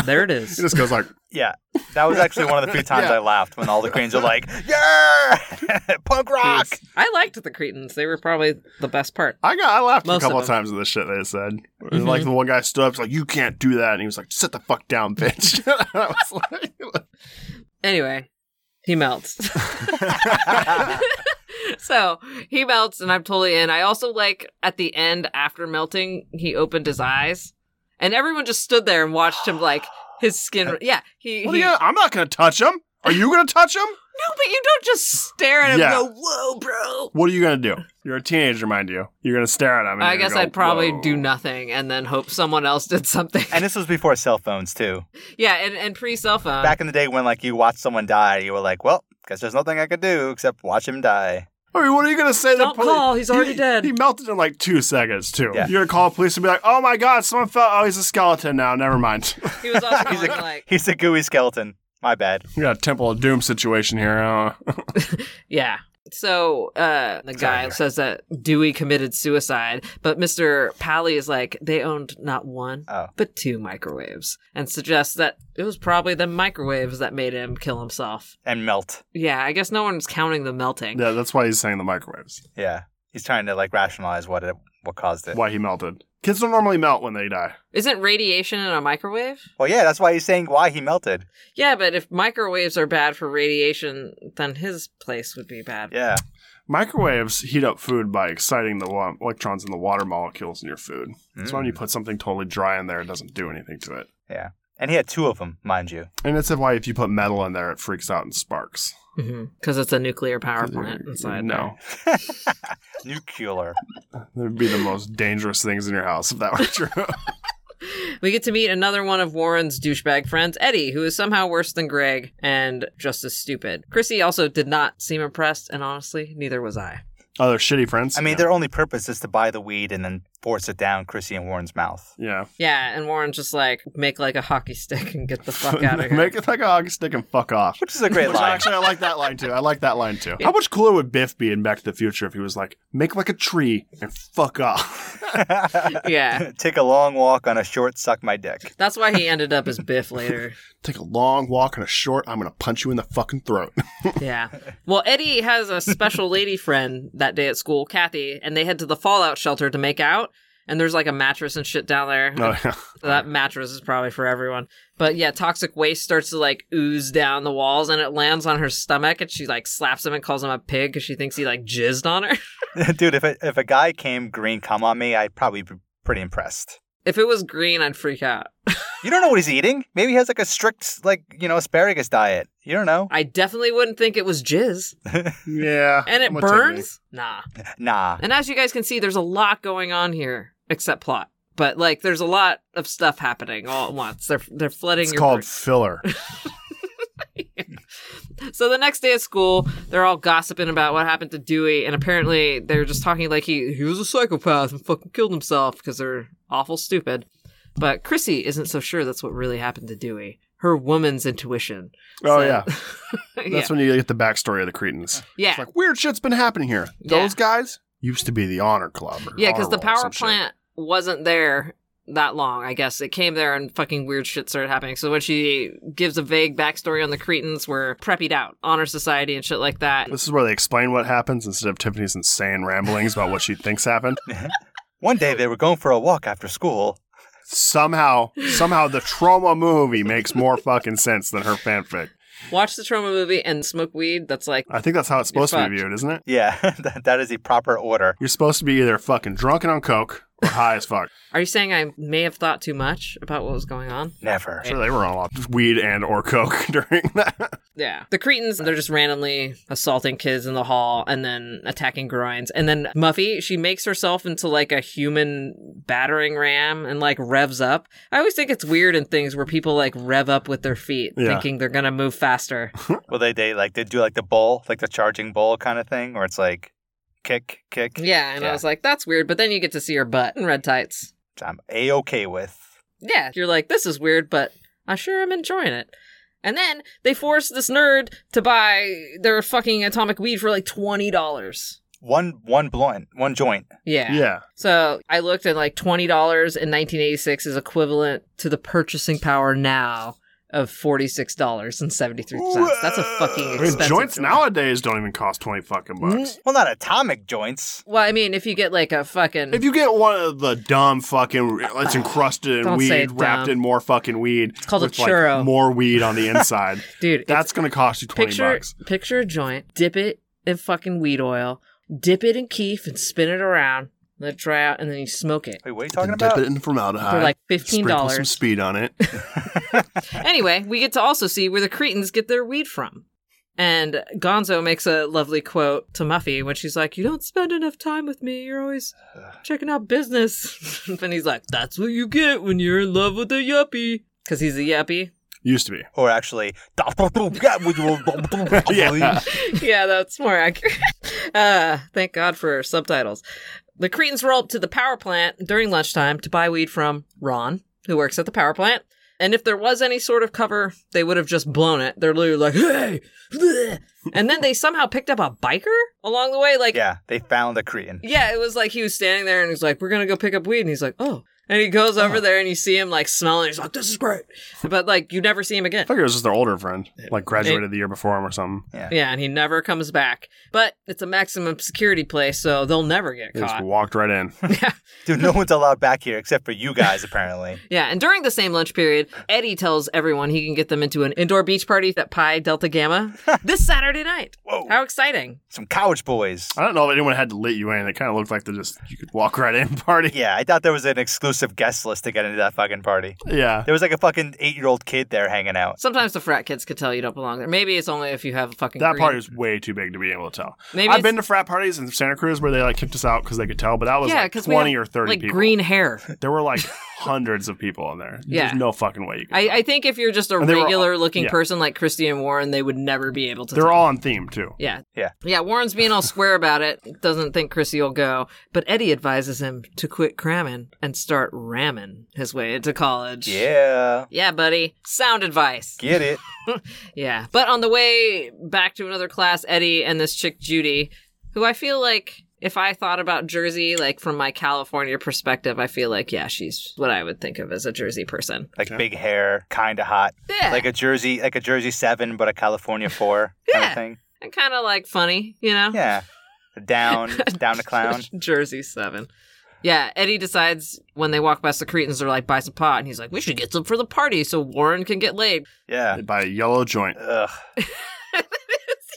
Speaker 7: there it
Speaker 6: He
Speaker 7: is
Speaker 6: just goes like,
Speaker 8: Yeah, that was actually one of *laughs* the few times
Speaker 6: Yeah.
Speaker 8: I laughed when all the queens are like, *laughs* "Yeah, *laughs* punk rock."
Speaker 7: I liked the Cretans they were probably the best part
Speaker 6: I got I laughed
Speaker 7: Most
Speaker 6: a
Speaker 7: of
Speaker 6: couple
Speaker 7: them. Mm-hmm.
Speaker 6: times at this shit they said. Like the one guy stood up, he's like, you can't do that, and he was like, sit the fuck down, bitch. *laughs* I was like,
Speaker 7: anyway he melts *laughs* so he melts and i'm totally in i also like at the end after melting he opened his eyes and everyone just stood there and watched him like his skin yeah he,
Speaker 6: well,
Speaker 7: he
Speaker 6: yeah, I'm not gonna touch him. Are you gonna touch him?
Speaker 7: No, but you don't just stare at him
Speaker 6: Yeah.
Speaker 7: and go, whoa, bro.
Speaker 6: What are you gonna do? You're a teenager, mind you. You're gonna stare at him. and
Speaker 7: I
Speaker 6: you're
Speaker 7: guess
Speaker 6: gonna
Speaker 7: I'd probably
Speaker 6: go,
Speaker 7: do
Speaker 6: "Whoa."
Speaker 7: nothing and then hope someone else did something.
Speaker 8: *laughs* And this was before cell phones too.
Speaker 7: *laughs* yeah, and, and pre cell phone.
Speaker 8: Back in the day when like you watched someone die, you were like, well, guess there's nothing I could do except watch him die.
Speaker 6: I mean, what are you gonna say? to the
Speaker 7: Don't call, he's already
Speaker 6: He-
Speaker 7: dead.
Speaker 6: He melted in like two seconds too.
Speaker 8: Yeah.
Speaker 6: You're gonna call the police and be like, "Oh my god, someone fell. Oh, he's a skeleton now. Never mind." *laughs*
Speaker 7: he *laughs* was also
Speaker 8: He's
Speaker 7: going
Speaker 8: a,
Speaker 7: like,
Speaker 8: he's a gooey skeleton. My bad.
Speaker 6: we got a Temple of Doom situation here. *laughs* I don't know.
Speaker 7: yeah. So uh, the guy says that Dewey committed suicide, but Mr. Pally is like, they owned not one,
Speaker 8: Oh.
Speaker 7: but two microwaves, and suggests that it was probably the microwaves that made him kill himself.
Speaker 8: And melt.
Speaker 7: Yeah, I guess no one's counting the melting.
Speaker 6: yeah, that's why he's saying the microwaves.
Speaker 8: Yeah. He's trying to like rationalize what it what caused it.
Speaker 6: Why he melted. Kids don't normally melt when they die.
Speaker 7: Isn't radiation in a microwave?
Speaker 8: Well, yeah, that's why he's saying why he melted.
Speaker 7: Yeah, but if microwaves are bad for radiation, then his place would be bad.
Speaker 8: Yeah.
Speaker 6: Microwaves heat up food by exciting the wa- electrons in the water molecules in your food. That's why when you put something totally dry in there, it doesn't do anything to it.
Speaker 8: Yeah. And he had two of them, mind you.
Speaker 6: And it's why if you put metal in there, it freaks out and sparks.
Speaker 7: Because Mm-hmm. it's a nuclear power plant inside.
Speaker 6: no,
Speaker 8: Nuclear.
Speaker 6: that would be the most dangerous things in your house if that were *laughs* true.
Speaker 7: there. We get to meet another one of Warren's douchebag friends, Eddie, who is somehow worse than Greg and just as stupid. Chrissy also did not seem impressed, and honestly, neither was I.
Speaker 6: Other Oh, shitty friends.
Speaker 8: I mean, their only purpose is to buy the weed and then force it down Chrissy and Warren's mouth.
Speaker 6: yeah.
Speaker 7: Yeah, and Warren just like make like a hockey stick and get the fuck
Speaker 6: *laughs*
Speaker 7: out of here.
Speaker 6: Make it like a hockey stick and fuck off.
Speaker 8: Which is a great
Speaker 6: Which
Speaker 8: line.
Speaker 6: actually, I like that line too. I like that line too. How much cooler would Biff be in Back to the Future if he was like, make like a tree and fuck off?
Speaker 8: *laughs*
Speaker 7: yeah,
Speaker 8: Take a long walk on a short suck my dick. *laughs*
Speaker 7: that's why he ended up as Biff
Speaker 6: *laughs*
Speaker 7: later.
Speaker 6: Take a long walk and a short, I'm going to punch you in the fucking throat. *laughs*
Speaker 7: Yeah. Well, Eddie has a special lady friend that day at school, Kathy, and they head to the fallout shelter to make out. And there's like a mattress and shit down there.
Speaker 6: Oh, yeah.
Speaker 7: That mattress is probably for everyone. But yeah, toxic waste starts to like ooze down the walls and it lands on her stomach and she like slaps him and calls him a pig because she thinks he like jizzed on her. *laughs*
Speaker 8: Dude, if a, if a guy came green cum on me, I'd probably be pretty impressed.
Speaker 7: if it was green, I'd freak out.
Speaker 8: You don't know what he's eating. Maybe he has like a strict, like, you know, asparagus diet. You don't know.
Speaker 7: I definitely wouldn't think it was
Speaker 6: *laughs*
Speaker 7: jizz.
Speaker 6: Yeah.
Speaker 7: And it
Speaker 6: I'm gonna take
Speaker 7: burns? Nah.
Speaker 8: Nah.
Speaker 7: And as you guys can see, there's a lot going on here, except plot. But like, there's a lot of stuff happening all at once. They're they're flooding
Speaker 6: It's
Speaker 7: your
Speaker 6: called
Speaker 7: brain. *laughs*
Speaker 6: filler.
Speaker 7: So the next day at school, they're all gossiping about what happened to Dewey, and apparently they're just talking like he he was a psychopath and fucking killed himself because they're awful stupid. But Chrissy isn't so sure that's what really happened to Dewey. Her woman's intuition. So- *laughs*
Speaker 6: Oh, yeah.
Speaker 7: yeah.
Speaker 6: That's when you get the backstory of the Cretans.
Speaker 7: yeah.
Speaker 6: It's like, weird shit's been happening here.
Speaker 7: Yeah.
Speaker 6: Those guys used to be the honor club. or
Speaker 7: Yeah, because the
Speaker 6: honor roll or
Speaker 7: power
Speaker 6: some shit.
Speaker 7: plant wasn't there that long, I guess. It came there and fucking weird shit started happening. So when she gives a vague backstory on the Cretans, we're preppied out, honor society and shit like that.
Speaker 6: *laughs* This is where they explain what happens instead of Tiffany's insane ramblings about what she
Speaker 7: *laughs*
Speaker 6: thinks happened.
Speaker 8: One day they were going for a walk after school.
Speaker 6: somehow somehow the trauma movie makes more fucking sense than her fanfic.
Speaker 7: Watch the trauma movie and smoke weed. That's like,
Speaker 6: I think that's how it's supposed to be
Speaker 7: fucked.
Speaker 6: viewed, isn't it?
Speaker 8: Yeah, *laughs* that, that is the proper order.
Speaker 6: You're supposed to be either fucking drunk and on coke or high
Speaker 7: *laughs*
Speaker 6: as fuck.
Speaker 7: are you saying I may have thought too much about what was going on?
Speaker 8: Never.
Speaker 6: Sure, they were on a lot of weed and or coke *laughs* during that.
Speaker 7: Yeah. The Cretans, they're just randomly assaulting kids in the hall and then attacking groins. And then Muffy, she makes herself into like a human battering ram and like revs up. I always think it's weird in things where people like rev up with their feet,
Speaker 6: Yeah.
Speaker 7: thinking they're going to move faster.
Speaker 8: Well, they they like they do like the bowl, like the charging bowl kind of thing, where it's like kick, kick.
Speaker 7: yeah. And I
Speaker 8: Yeah.
Speaker 7: was like, that's weird. But then you get to see her butt in red tights.
Speaker 8: which I'm a okay with.
Speaker 7: Yeah. You're like, this is weird, but I sure am enjoying it. And then they force this nerd to buy their fucking atomic weed for like $20.
Speaker 8: One one blunt, one joint.
Speaker 6: yeah.
Speaker 7: So I looked at like twenty dollars in nineteen eighty six is equivalent to the purchasing power now of forty six dollars and seventy three cents. That's a fucking
Speaker 6: I mean,
Speaker 7: expensive.
Speaker 6: joints
Speaker 7: joint.
Speaker 6: nowadays don't even cost twenty fucking bucks.
Speaker 8: Well, not atomic joints.
Speaker 7: Well, I mean, if you get like a fucking
Speaker 6: If you get one of the dumb fucking, it's encrusted in
Speaker 7: Don't say it
Speaker 6: weed, wrapped
Speaker 7: dumb.
Speaker 6: in more fucking weed. It's
Speaker 7: called a churro.
Speaker 6: more weed on
Speaker 7: *laughs*
Speaker 6: the inside.
Speaker 7: dude, it's-
Speaker 6: That's gonna cost you twenty
Speaker 7: picture
Speaker 6: bucks.
Speaker 7: picture a joint, dip it in fucking weed oil, dip it in keef, and spin it around. let it dry out, and then you smoke it.
Speaker 8: Wait, what are you talking
Speaker 6: Dip
Speaker 8: about?
Speaker 6: it in formaldehyde.
Speaker 7: For like
Speaker 6: Sprinkle some
Speaker 7: $15.
Speaker 6: speed
Speaker 7: *laughs*
Speaker 6: on it.
Speaker 7: Anyway, we get to also see where the Cretans get their weed from. And Gonzo makes a lovely quote to Muffy when she's like, You don't spend enough time with me. You're always checking out business. *laughs* and he's like, That's what you get when you're in love with a yuppie. Because he's a yuppie.
Speaker 6: Used to be.
Speaker 8: Or actually, *laughs* yeah.
Speaker 6: *laughs* Yeah.
Speaker 7: yeah, that's more accurate. *laughs* Uh, thank God for subtitles. The Cretans roll up to the power plant during lunchtime to buy weed from Ron, who works at the power plant. And if there was any sort of cover, they would have just blown it. They're literally like, hey! *laughs* bleh." And then they somehow picked up a biker along the way. Like,
Speaker 8: yeah, they found the Cretan.
Speaker 7: yeah, it was like he was standing there and he's like, "We're gonna go pick up weed," and he's like, "Oh." And he goes over there and you see him like smelling. He's like, "This is great," but like you never see him again.
Speaker 6: I think it was just their older friend, like graduated the year before him or something.
Speaker 7: Yeah, and he never comes back. But it's a maximum security place, so they'll never get
Speaker 6: They just
Speaker 7: caught.
Speaker 6: walked right
Speaker 8: *laughs*
Speaker 6: in.
Speaker 8: Dude, no one's allowed back here except for you guys, apparently.
Speaker 7: Yeah, and during the same lunch period, Eddie tells everyone he can get them into an indoor beach party at Pi Delta
Speaker 6: *laughs*
Speaker 7: Gamma this Saturday night.
Speaker 8: Whoa.
Speaker 7: How exciting!
Speaker 8: Some college boys.
Speaker 6: I don't know if anyone had to let you in. It kind of looked like they just you could walk right in *laughs* party.
Speaker 8: Yeah, I thought there was an exclusive guest list to get into that fucking party.
Speaker 6: Yeah.
Speaker 8: There was like a fucking eight year old kid there hanging out.
Speaker 7: Sometimes the frat kids could tell you don't belong there. Maybe it's only if you have a fucking
Speaker 6: That
Speaker 7: green-
Speaker 6: party was way too big to be able to tell.
Speaker 7: Maybe
Speaker 6: I've
Speaker 7: it's-
Speaker 6: been to frat parties in Santa Cruz where they like kicked us out because they could tell, but that was
Speaker 7: yeah,
Speaker 6: like
Speaker 7: because
Speaker 6: twenty or thirty
Speaker 7: like
Speaker 6: people.
Speaker 7: green hair.
Speaker 6: There
Speaker 7: *laughs*
Speaker 6: were like hundreds of people in there.
Speaker 7: Yeah.
Speaker 6: There's no fucking way you could.
Speaker 7: I, I think if you're just a
Speaker 6: And they were all-
Speaker 7: regular looking
Speaker 6: yeah.
Speaker 7: person like Christian Warren, they would never be able to.
Speaker 6: They're
Speaker 7: tell.
Speaker 6: all on theme too.
Speaker 7: yeah,
Speaker 8: Yeah.
Speaker 7: yeah. Warren's being all square about it. Doesn't think Chrissy will go, but Eddie advises him to quit cramming and start ramming his way into college.
Speaker 8: Yeah.
Speaker 7: Yeah, buddy. Sound advice.
Speaker 8: Get it.
Speaker 7: Yeah. But on the way back to another class, Eddie and this chick Judy, who I feel like if I thought about Jersey, like from my California perspective, I feel like, yeah, she's what I would think of as a Jersey person.
Speaker 8: Like big hair, kinda hot.
Speaker 7: Yeah.
Speaker 8: Like a Jersey like a Jersey seven, but a
Speaker 7: *laughs*
Speaker 8: California four kind
Speaker 7: Yeah.
Speaker 8: of thing.
Speaker 7: And kind of like funny, you know?
Speaker 8: Yeah.
Speaker 7: *laughs*
Speaker 8: Down, down to clown.
Speaker 7: Jersey 7. Yeah, Eddie decides when they walk past the Cretans, they're like, buy some pot. And he's like, we should get some for the party so Warren can get laid.
Speaker 8: Yeah.
Speaker 6: By a yellow joint.
Speaker 8: Ugh.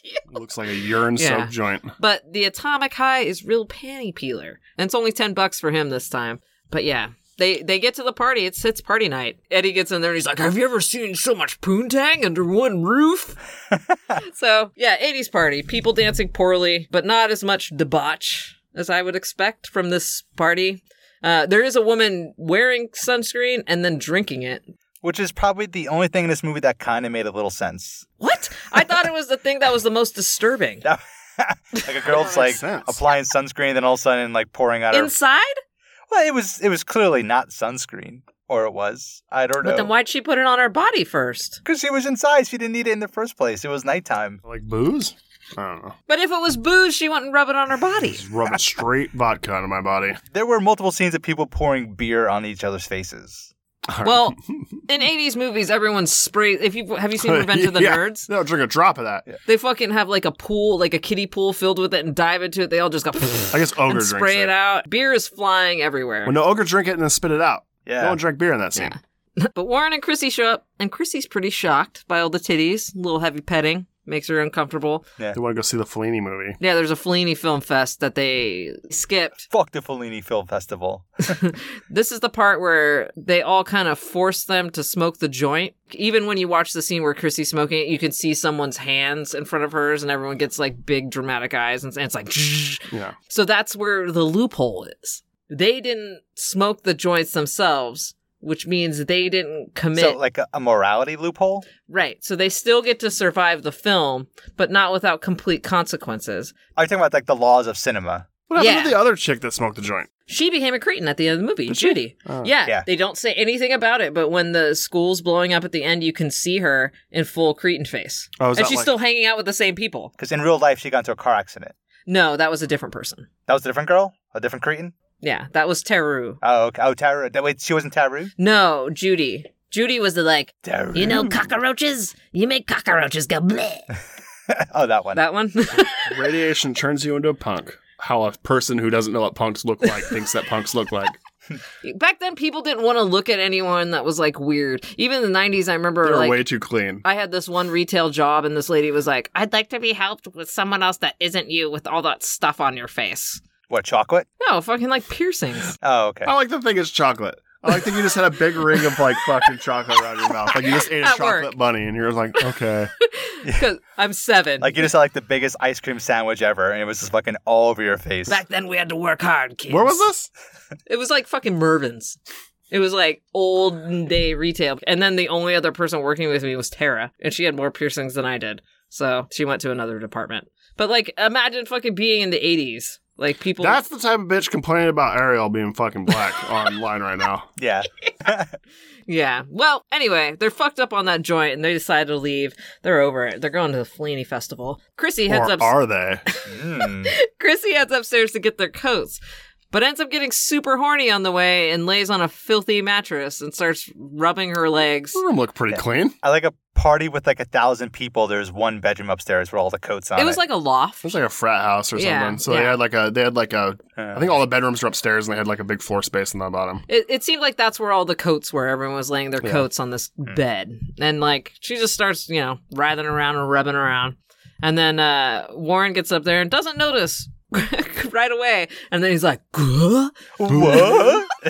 Speaker 6: It looks like a urine soaked
Speaker 7: Yeah.
Speaker 6: joint.
Speaker 7: But the Atomic High is real panty peeler. And it's only 10 bucks for him this time. But yeah, they they get to the party. It's it's party night. Eddie gets in there and he's like, "Have you ever seen so much poontang under one roof?" so, yeah, 80s party. People dancing poorly, but not as much debauch as I would expect from this party. Uh, there is a woman wearing sunscreen and then drinking it.
Speaker 8: Which is probably the only thing in this movie that kinda made a little sense.
Speaker 7: What? I thought it was the thing that was the most disturbing.
Speaker 8: That- like a girl's like
Speaker 6: sense.
Speaker 8: applying sunscreen, then all of a sudden like pouring out her
Speaker 7: Inside?
Speaker 8: Well, it was it was clearly not sunscreen. Or it was. I don't know.
Speaker 7: But then why'd she put it on her body first?
Speaker 8: Because she was inside. She didn't need it in the first place. It was nighttime.
Speaker 6: Like booze? I don't know.
Speaker 7: But if it was booze, she wouldn't rub it on her
Speaker 6: *laughs*
Speaker 7: body. *laughs*
Speaker 6: Just rubbing straight vodka into my body.
Speaker 8: There were multiple scenes of people pouring beer on each other's faces.
Speaker 6: *laughs*
Speaker 7: Well, in '80s movies, everyone sprays. If you have you seen Revenge of the
Speaker 6: *laughs* Yeah.
Speaker 7: Nerds,
Speaker 6: No, drink a drop of that.
Speaker 7: they fucking have like a pool, like a kiddie pool filled with it, and dive into it. They all just go *laughs*
Speaker 6: I guess ogre
Speaker 7: and
Speaker 6: drinks
Speaker 7: spray it
Speaker 6: it.
Speaker 7: out. Beer is flying everywhere.
Speaker 6: Well, no, ogre drink it and then spit it out.
Speaker 8: Yeah.
Speaker 6: No one drank beer in that scene.
Speaker 7: But Warren and Chrissy show up, and Chrissy's pretty shocked by all the titties. A little heavy petting makes her uncomfortable.
Speaker 6: They want to go see the Fellini movie.
Speaker 7: Yeah, there's a Fellini film fest that they skipped.
Speaker 8: Fuck the Fellini Film Festival.
Speaker 7: This is the part where they all kind of force them to smoke the joint. Even when you watch the scene where Chrissy's smoking it, you can see someone's hands in front of hers, and everyone gets like big dramatic eyes, and, and it's like, "Zzzz."
Speaker 6: Yeah.
Speaker 7: so that's where the loophole is. They didn't smoke the joints themselves, which means they didn't commit.
Speaker 8: So, like a, a morality loophole?
Speaker 7: right. So they still get to survive the film, but not without complete consequences.
Speaker 8: Are you talking about like the laws of cinema?
Speaker 6: What happened
Speaker 7: Yeah.
Speaker 6: to the other chick that smoked the joint?
Speaker 7: She became a cretin at the end of the movie, Judy.
Speaker 6: Oh.
Speaker 7: yeah,
Speaker 8: Yeah.
Speaker 7: they don't say anything about it, but when the school's blowing up at the end, you can see her in full cretin face,
Speaker 6: Oh, is
Speaker 7: and
Speaker 6: that
Speaker 7: she's
Speaker 6: like-
Speaker 7: still hanging out with the same people.
Speaker 8: Because in real life, she got into a car accident.
Speaker 7: No, that was a different person.
Speaker 8: That was a different girl? A different Cretan?
Speaker 7: Yeah, that was Teru.
Speaker 8: Oh, okay. Oh, Taru. That, wait, she wasn't Taru?
Speaker 7: No, Judy. Judy was the like,
Speaker 8: Taru.
Speaker 7: you
Speaker 6: Mm.
Speaker 7: know, cockroaches. You make cockroaches go bleh.
Speaker 8: *laughs* oh, that one.
Speaker 7: That one.
Speaker 6: *laughs*
Speaker 7: *laughs*
Speaker 6: Radiation turns you into a punk. How a person who doesn't know what punks look like thinks that punks
Speaker 7: *laughs*
Speaker 6: look like.
Speaker 7: Back then, people didn't want to look at anyone that was like weird. Even in the '90s, I remember
Speaker 6: They're
Speaker 7: like
Speaker 6: way too clean.
Speaker 7: I had this one retail job, and this lady was like, I'd like to be helped with someone else that isn't you with all that stuff on your face.
Speaker 8: What chocolate?
Speaker 7: No, fucking like
Speaker 6: *laughs*
Speaker 7: piercings.
Speaker 8: Oh, okay.
Speaker 6: I like to think it's chocolate. I like that you just had a big ring of like fucking chocolate around your mouth. Like you just ate
Speaker 7: *laughs*
Speaker 6: a
Speaker 7: At
Speaker 6: chocolate
Speaker 7: work.
Speaker 6: bunny and you're like,
Speaker 7: *laughs*
Speaker 6: okay.
Speaker 7: 'Cause I'm seven.
Speaker 8: Like you just had like the biggest ice cream sandwich ever, and it was just fucking all over your face.
Speaker 7: Back then, we had to work hard, kids.
Speaker 6: Where was this?
Speaker 7: It was like fucking Mervin's. It was like old day retail. And then the only other person working with me was Tara, and she had more piercings than I did. So she went to another department. But like, imagine fucking being in the 80s. Like, people.
Speaker 6: That's the type of bitch complaining about Ariel being fucking
Speaker 7: *laughs*
Speaker 6: black online right now.
Speaker 8: Yeah.
Speaker 7: yeah. Well, anyway, they're fucked up on that joint and they decided to leave. They're over it. They're going to the Flaney Festival. Chrissy heads
Speaker 6: Or
Speaker 7: up.
Speaker 6: are they?
Speaker 8: Mm.
Speaker 7: Chrissy heads upstairs to get their coats, but ends up getting super horny on the way and lays on a filthy mattress and starts rubbing her legs.
Speaker 6: The room looked pretty clean.
Speaker 8: I like a party with like a thousand people. There's one bedroom upstairs where all the coats on.
Speaker 7: It was like a loft.
Speaker 6: It was like a frat house or something.
Speaker 7: Yeah,
Speaker 6: so they
Speaker 7: yeah.
Speaker 6: had like a they had like a
Speaker 8: Uh.
Speaker 6: I think all the bedrooms were upstairs and they had like a big floor space in the bottom.
Speaker 7: It, it seemed like that's where all the coats were. Everyone was laying their coats on this
Speaker 6: Hmm.
Speaker 7: bed. And like she just starts, you know, writhing around and rubbing around. And then uh, Warren gets up there and doesn't notice *laughs* right away. And then he's like, "Huh?"
Speaker 6: *laughs*
Speaker 8: What? *laughs*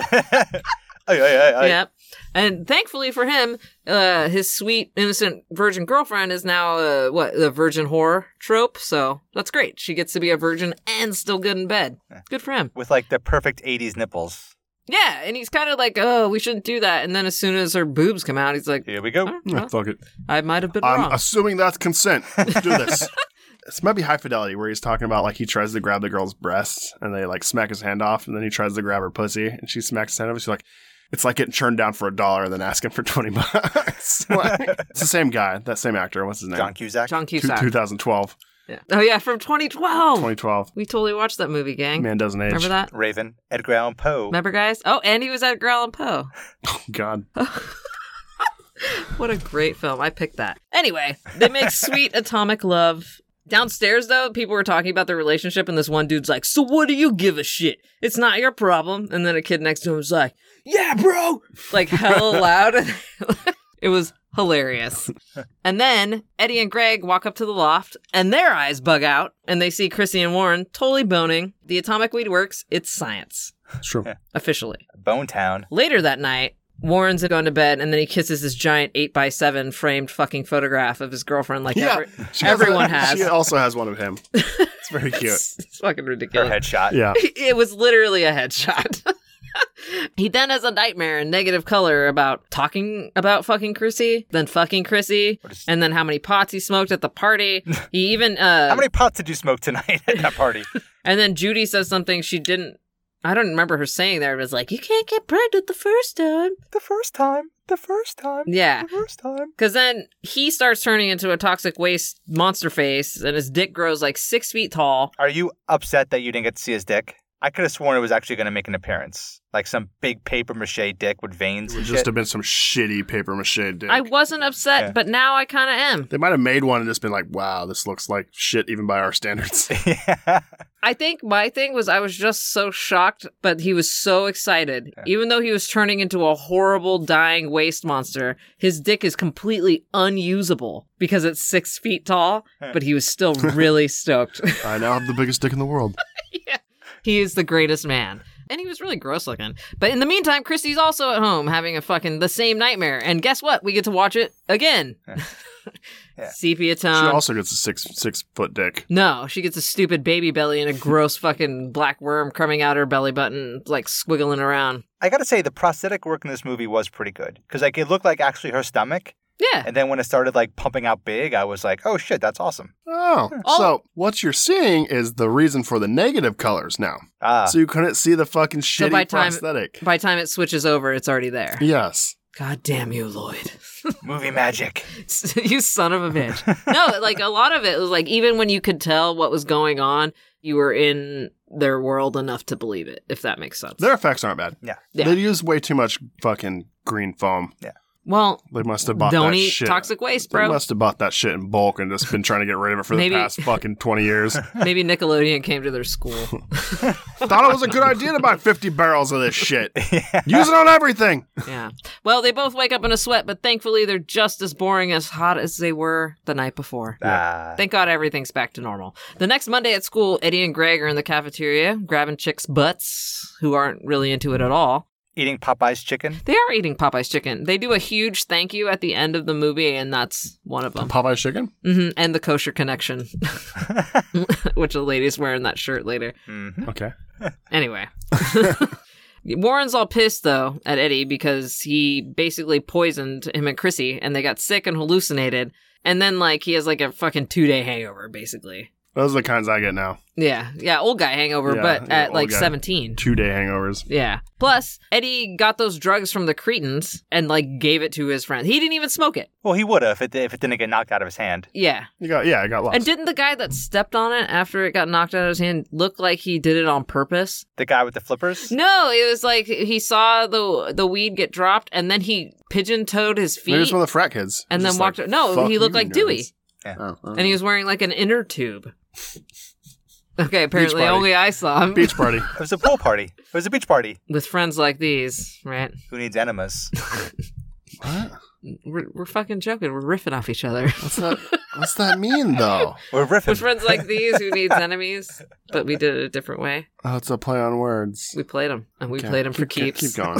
Speaker 8: Ay, ay, ay, ay.
Speaker 7: Yep. And thankfully for him, uh, his sweet, innocent virgin girlfriend is now, uh, what, the virgin whore trope. So that's great. She gets to be a virgin and still good in bed. Good for him.
Speaker 8: With like the perfect 80s nipples.
Speaker 7: Yeah. And he's kind of like, oh, we shouldn't do that. And then as soon as her boobs come out, he's like,
Speaker 8: Here we go.
Speaker 7: "Oh,
Speaker 6: Yeah,
Speaker 7: well,
Speaker 6: fuck it.
Speaker 7: I might have been
Speaker 6: I'm
Speaker 7: wrong.
Speaker 6: assuming
Speaker 7: *laughs*
Speaker 6: that's consent. Let's do this. This might be high fidelity where he's talking about like he tries to grab the girl's breasts and they like smack his hand off and then he tries to grab her pussy and she smacks his hand off. She's like, it's like getting turned down for a dollar and then asking for 20 bucks. *laughs* Like, it's the same guy, that same actor. What's his name?
Speaker 8: John Cusack.
Speaker 7: John
Speaker 6: Two-
Speaker 7: Cusack.
Speaker 6: 2012.
Speaker 7: Yeah. Oh, yeah, from 2012.
Speaker 6: 2012.
Speaker 7: We totally watched that movie, gang.
Speaker 6: Man doesn't age.
Speaker 7: Mm-hmm. Remember that?
Speaker 8: Raven. Edgar Allan Poe.
Speaker 7: Remember, guys? Oh, and he was at Growl and Poe.
Speaker 6: God.
Speaker 7: What a great film. I picked that. Anyway, they make sweet atomic love. Downstairs, though, people were talking about their relationship, and this one dude's like, So what do you give a shit? It's not your problem. And then a kid next to him was like, Yeah, bro! Like, hell loud. it was hilarious. And then Eddie and Greg walk up to the loft, and their eyes bug out, and they see Chrissy and Warren totally boning. The atomic weed works. It's science,
Speaker 6: It's true.
Speaker 7: officially.
Speaker 8: Bone Town.
Speaker 7: Later that night, Warren's going to bed and then he kisses this giant 8 by 7 framed fucking photograph of his girlfriend like
Speaker 6: Yeah.
Speaker 7: every-
Speaker 6: *laughs* She
Speaker 7: everyone has.
Speaker 6: She also has one
Speaker 7: *laughs*
Speaker 6: of him. It's very cute.
Speaker 7: It's, it's fucking
Speaker 8: Her
Speaker 7: ridiculous.
Speaker 8: headshot.
Speaker 6: Yeah.
Speaker 7: *laughs* It was literally a headshot. *laughs* he then has a nightmare in negative color about talking about fucking Chrissy, then fucking Chrissy,
Speaker 8: is-
Speaker 7: and then how many pots he smoked at the
Speaker 8: *laughs*
Speaker 7: party. he even uh
Speaker 8: How many pots did you smoke tonight *laughs* at that
Speaker 7: *laughs*
Speaker 8: party?
Speaker 7: and then Judy says something she didn't I don't remember her saying there. It was like, you can't get pregnant the first time.
Speaker 8: the first time. The first time.
Speaker 7: Yeah.
Speaker 8: The first time.
Speaker 7: Because then he starts turning into a toxic waste monster face, and his dick grows like six feet tall.
Speaker 8: Are you upset that you didn't get to see his dick? I could have sworn it was actually going to make an appearance. Like some big paper mache dick with veins.
Speaker 6: Would
Speaker 8: And
Speaker 6: just
Speaker 8: shit.
Speaker 6: have been some shitty paper mache dick.
Speaker 7: I wasn't upset,
Speaker 8: Yeah.
Speaker 7: but now I kind of am.
Speaker 6: they might have made one and just been like, wow, this looks like shit even by our
Speaker 7: *laughs*
Speaker 6: standards.
Speaker 8: yeah.
Speaker 7: I think my thing was I was just so shocked, but he was so excited. Even though he was turning into a horrible, dying waste monster, his dick is completely unusable because it's six feet tall, but he was still really stoked.
Speaker 6: I now have the biggest dick in the world.
Speaker 7: He is the greatest man. And he was really gross looking. But in the meantime, Christy's also at home having a fucking the same nightmare. And guess what? We get to watch it
Speaker 6: *laughs*
Speaker 7: again. *laughs* Sepia
Speaker 6: She
Speaker 7: tone.
Speaker 6: also gets a six six foot dick.
Speaker 7: no, she gets a stupid baby belly and a gross fucking black worm coming out her belly button, like squiggling around.
Speaker 8: I got to say, the prosthetic work in this movie was pretty good. Because like it looked like actually her stomach.
Speaker 7: Yeah.
Speaker 8: And then when it started like pumping out big, I was like, oh shit, that's awesome.
Speaker 6: Oh,
Speaker 7: Oh.
Speaker 6: so what you're seeing is the reason for the negative colors now.
Speaker 8: Ah.
Speaker 6: so you couldn't see the fucking shitty
Speaker 7: by time-
Speaker 6: prosthetic.
Speaker 7: By the time it switches over, it's already there.
Speaker 6: yes.
Speaker 7: God damn you, Lloyd. *laughs*
Speaker 8: movie magic.
Speaker 7: you son of a bitch. No, like a lot of it was like even when you could tell what was going on, you were in their world enough to believe it, if that makes sense.
Speaker 6: Their effects aren't bad.
Speaker 8: Yeah.
Speaker 7: Yeah.
Speaker 6: They use way too much fucking green foam.
Speaker 8: Yeah.
Speaker 7: Well,
Speaker 6: They must have bought
Speaker 7: don't
Speaker 6: that
Speaker 7: eat
Speaker 6: shit.
Speaker 7: toxic waste,
Speaker 6: They
Speaker 7: bro.
Speaker 6: must have bought that shit in bulk and just been trying to get rid of it for
Speaker 7: Maybe-
Speaker 6: the past
Speaker 7: *laughs*
Speaker 6: fucking 20 years.
Speaker 7: *laughs* Maybe Nickelodeon came to their
Speaker 6: *laughs*
Speaker 7: school.
Speaker 6: Thought it was a good idea to buy 50 barrels of this shit. Use it
Speaker 7: *laughs*
Speaker 6: on everything.
Speaker 7: yeah. Well, they both wake up in a sweat, but thankfully they're just as boring as hot as they were the night before.
Speaker 8: Ah.
Speaker 7: Thank God everything's back to normal. The next Monday at school, Eddie and Greg are in the cafeteria grabbing chicks' butts who aren't really into it at all.
Speaker 8: Eating Popeye's chicken.
Speaker 7: They are eating Popeye's chicken. They do a huge thank you at the end of the movie, and that's one of them.
Speaker 6: Popeye's chicken?
Speaker 7: hmm And the kosher
Speaker 6: *laughs*
Speaker 7: connection, *laughs* which the lady's wearing that shirt later.
Speaker 6: Okay.
Speaker 7: Anyway. *laughs* Warren's all pissed though at Eddie because he basically poisoned him and Chrissy and they got sick and hallucinated. And then like he has like a fucking two day hangover basically.
Speaker 6: Those are the kinds I get now.
Speaker 7: Yeah. Yeah. Old guy hangover,
Speaker 6: Yeah,
Speaker 7: but
Speaker 6: yeah,
Speaker 7: at
Speaker 6: old
Speaker 7: like
Speaker 6: guy.
Speaker 7: 17.
Speaker 6: Two day hangovers.
Speaker 7: Yeah. Plus, Eddie got those drugs from the Cretans and like gave it to his friend. He didn't even smoke it.
Speaker 8: Well, he would have if it, if it didn't get knocked out of his hand.
Speaker 7: Yeah.
Speaker 6: You got, yeah, I got lost.
Speaker 7: And didn't the guy that stepped on it after it got knocked out of his hand look like he did it on purpose?
Speaker 8: The guy with
Speaker 7: *laughs*
Speaker 8: the flippers.
Speaker 7: No, it was like he saw the the weed get dropped, and then he pigeon toed his
Speaker 6: Maybe it's
Speaker 7: feet,
Speaker 6: one of the frat kids.
Speaker 7: and then
Speaker 6: Just
Speaker 7: walked.
Speaker 6: like,
Speaker 7: no,
Speaker 6: fuck
Speaker 7: he looked
Speaker 6: you
Speaker 7: like
Speaker 6: guys.
Speaker 7: Dewey,
Speaker 6: Oh, oh.
Speaker 7: and he was wearing like an inner tube. Okay, apparently
Speaker 6: party.
Speaker 7: only I saw him
Speaker 6: Beach
Speaker 7: *laughs*
Speaker 6: party.
Speaker 8: It was a pool party. It was a beach party.
Speaker 7: with friends like these, right?
Speaker 8: Who needs enemas?
Speaker 7: We're, we're fucking joking. We're riffing off each
Speaker 6: *laughs*
Speaker 7: other.
Speaker 6: What's that? What's that mean, though?
Speaker 8: We're
Speaker 7: with
Speaker 8: riffing.
Speaker 7: friends like these, who needs enemies? But we did it a different way.
Speaker 6: Oh, it's a play on words.
Speaker 7: We played them, and we
Speaker 6: Okay,
Speaker 7: played them for
Speaker 6: keep-
Speaker 7: keeps.
Speaker 6: Keep going.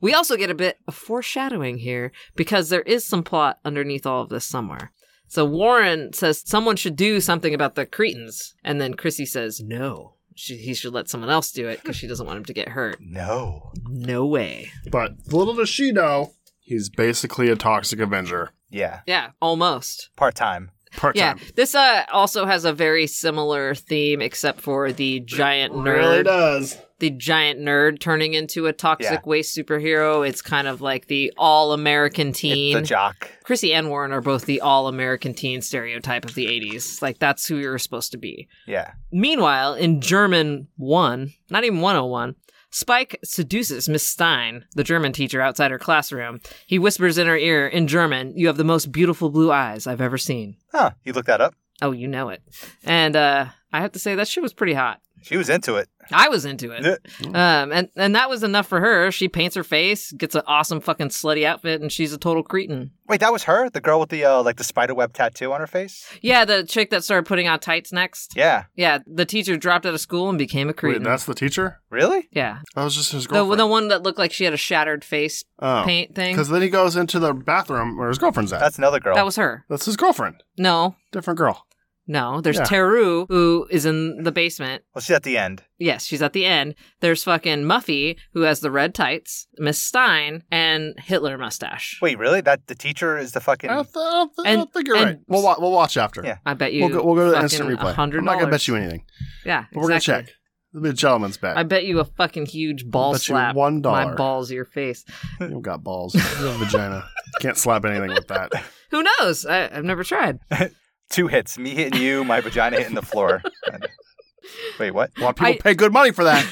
Speaker 7: We also get a bit of foreshadowing here because there is some plot underneath all of this somewhere. So Warren says someone should do something about the Cretans, and then Chrissy says no. She, he should let someone else do it because she doesn't want him to get hurt.
Speaker 8: No.
Speaker 7: No way.
Speaker 6: But little does she know, he's basically a toxic Avenger.
Speaker 8: Yeah.
Speaker 7: Yeah, almost.
Speaker 8: Part time.
Speaker 6: Part
Speaker 7: Yeah,
Speaker 6: time.
Speaker 7: this uh, also has a very similar theme, except for the giant nerd.
Speaker 6: does.
Speaker 7: the giant nerd turning into a toxic
Speaker 8: Yeah.
Speaker 7: waste superhero. It's kind of like the all American
Speaker 8: It's
Speaker 7: teen.
Speaker 8: the jock.
Speaker 7: Chrissy and Warren are both the all American teen stereotype of the 80s. Like, that's who you're supposed to be.
Speaker 8: Yeah.
Speaker 7: Meanwhile, in German 1, not even 101, Spike seduces Miss Stein, the German teacher, outside her classroom. He whispers in her ear in German, You have the most beautiful blue eyes I've ever seen.
Speaker 8: Huh. You looked that up.
Speaker 7: Oh, you know it. And uh, I have to say, that shit was pretty hot.
Speaker 8: She was into it.
Speaker 7: I was into it. Um, and, and that was enough for her. She paints her face, gets an awesome fucking slutty outfit, and she's a total cretin.
Speaker 8: Wait, that was her? The girl with the uh, like the spider web tattoo on her face?
Speaker 7: Yeah, the chick that started putting on tights next.
Speaker 8: Yeah.
Speaker 7: Yeah, the teacher dropped out of school and became a
Speaker 6: Wait,
Speaker 7: cretin.
Speaker 6: that's the teacher?
Speaker 8: Really?
Speaker 7: yeah,
Speaker 6: That was just his
Speaker 7: the,
Speaker 6: girlfriend.
Speaker 7: the one that looked like she had a shattered face
Speaker 6: oh.
Speaker 7: paint thing.
Speaker 6: Because then he goes into the bathroom where his girlfriend's at. That's,
Speaker 8: That's another girl.
Speaker 7: That was her.
Speaker 6: his girlfriend.
Speaker 7: No,
Speaker 6: Different girl.
Speaker 7: no. There's
Speaker 6: Yeah.
Speaker 7: Teru who is in the basement.
Speaker 8: Well, she's at the end.
Speaker 7: Yes, she's at the end. There's fucking Muffy who has the red tights, Miss Stein, and Hitler mustache.
Speaker 8: Wait, really? That the teacher is the fucking.
Speaker 6: I
Speaker 7: Oh.
Speaker 6: don't, th- I don't, th- I
Speaker 7: And-
Speaker 6: don't think you're
Speaker 7: and-
Speaker 6: right. We'll, wa- we'll watch after.
Speaker 8: Yeah.
Speaker 7: I bet you.
Speaker 6: We'll go, we'll go to the
Speaker 7: fucking
Speaker 6: instant replay.
Speaker 7: $100.
Speaker 6: I'm not going to bet you anything,
Speaker 7: Yeah,
Speaker 6: but we're going to
Speaker 7: exactly.
Speaker 6: check. It'll be a gentleman's bet.
Speaker 7: I bet you a fucking huge ball
Speaker 6: Bet you
Speaker 7: slap.
Speaker 6: one
Speaker 7: My
Speaker 6: dollar.
Speaker 7: balls, to your face.
Speaker 6: you don't got balls. *laughs* You have a vagina. Can't slap anything with that.
Speaker 7: Who knows? I, I've never tried.
Speaker 6: *laughs*
Speaker 8: Two hits. Me hitting you,
Speaker 7: *laughs*
Speaker 8: my vagina hitting the floor. Wait, what?
Speaker 6: A lot of people
Speaker 7: I-
Speaker 6: pay good money for that.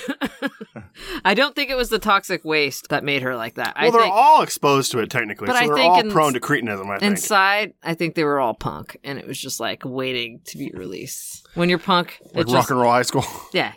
Speaker 7: I don't think it was the toxic waste that made her like that. *laughs*
Speaker 6: Well,
Speaker 7: I
Speaker 6: they're
Speaker 7: think
Speaker 6: all exposed to it technically,
Speaker 7: But
Speaker 6: so
Speaker 7: I
Speaker 6: they're
Speaker 7: think
Speaker 6: all
Speaker 7: in-
Speaker 6: prone to cretinism. I think.
Speaker 7: inside, I think they were all punk, and it was just like waiting to be released. When you're punk,
Speaker 6: like
Speaker 7: it's
Speaker 6: rock
Speaker 7: just,
Speaker 6: and roll high school. *laughs*
Speaker 7: yeah.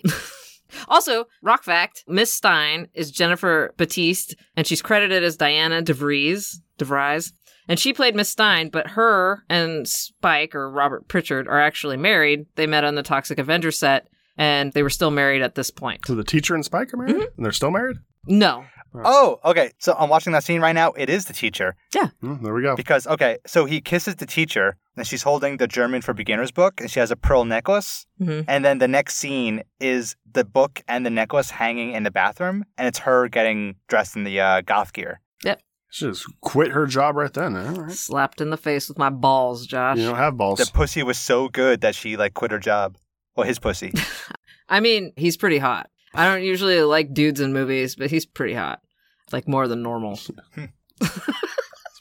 Speaker 7: also, rock fact: Miss Stein is Jennifer Batiste, and she's credited as Diana DeVries. DeVries. And she played Miss Stein, but her and Spike or Robert Pritchard are actually married. They met on the Toxic Avenger set, and they were still married at this point.
Speaker 6: so the teacher and Spike are married,
Speaker 7: Mm-hmm.
Speaker 6: and they're still married.
Speaker 7: No,
Speaker 8: Oh, okay. So I'm watching that scene right now. It is the teacher.
Speaker 6: Mm, there we go.
Speaker 8: Because, okay, so he kisses the teacher, and she's holding the German for Beginners book, and she has a pearl necklace.
Speaker 7: Mhm.
Speaker 8: And then the next scene is the book and the necklace hanging in the bathroom, and it's her getting dressed in the uh, goth gear.
Speaker 6: She just quit her job right then. eh? All right.
Speaker 7: slapped in the face with my balls, Josh.
Speaker 6: You don't have balls.
Speaker 8: The pussy was so good that she, like, quit her job. Well, his pussy.
Speaker 7: I mean, he's pretty hot. I don't usually like dudes in movies, but he's pretty hot. Like more than normal.
Speaker 6: It's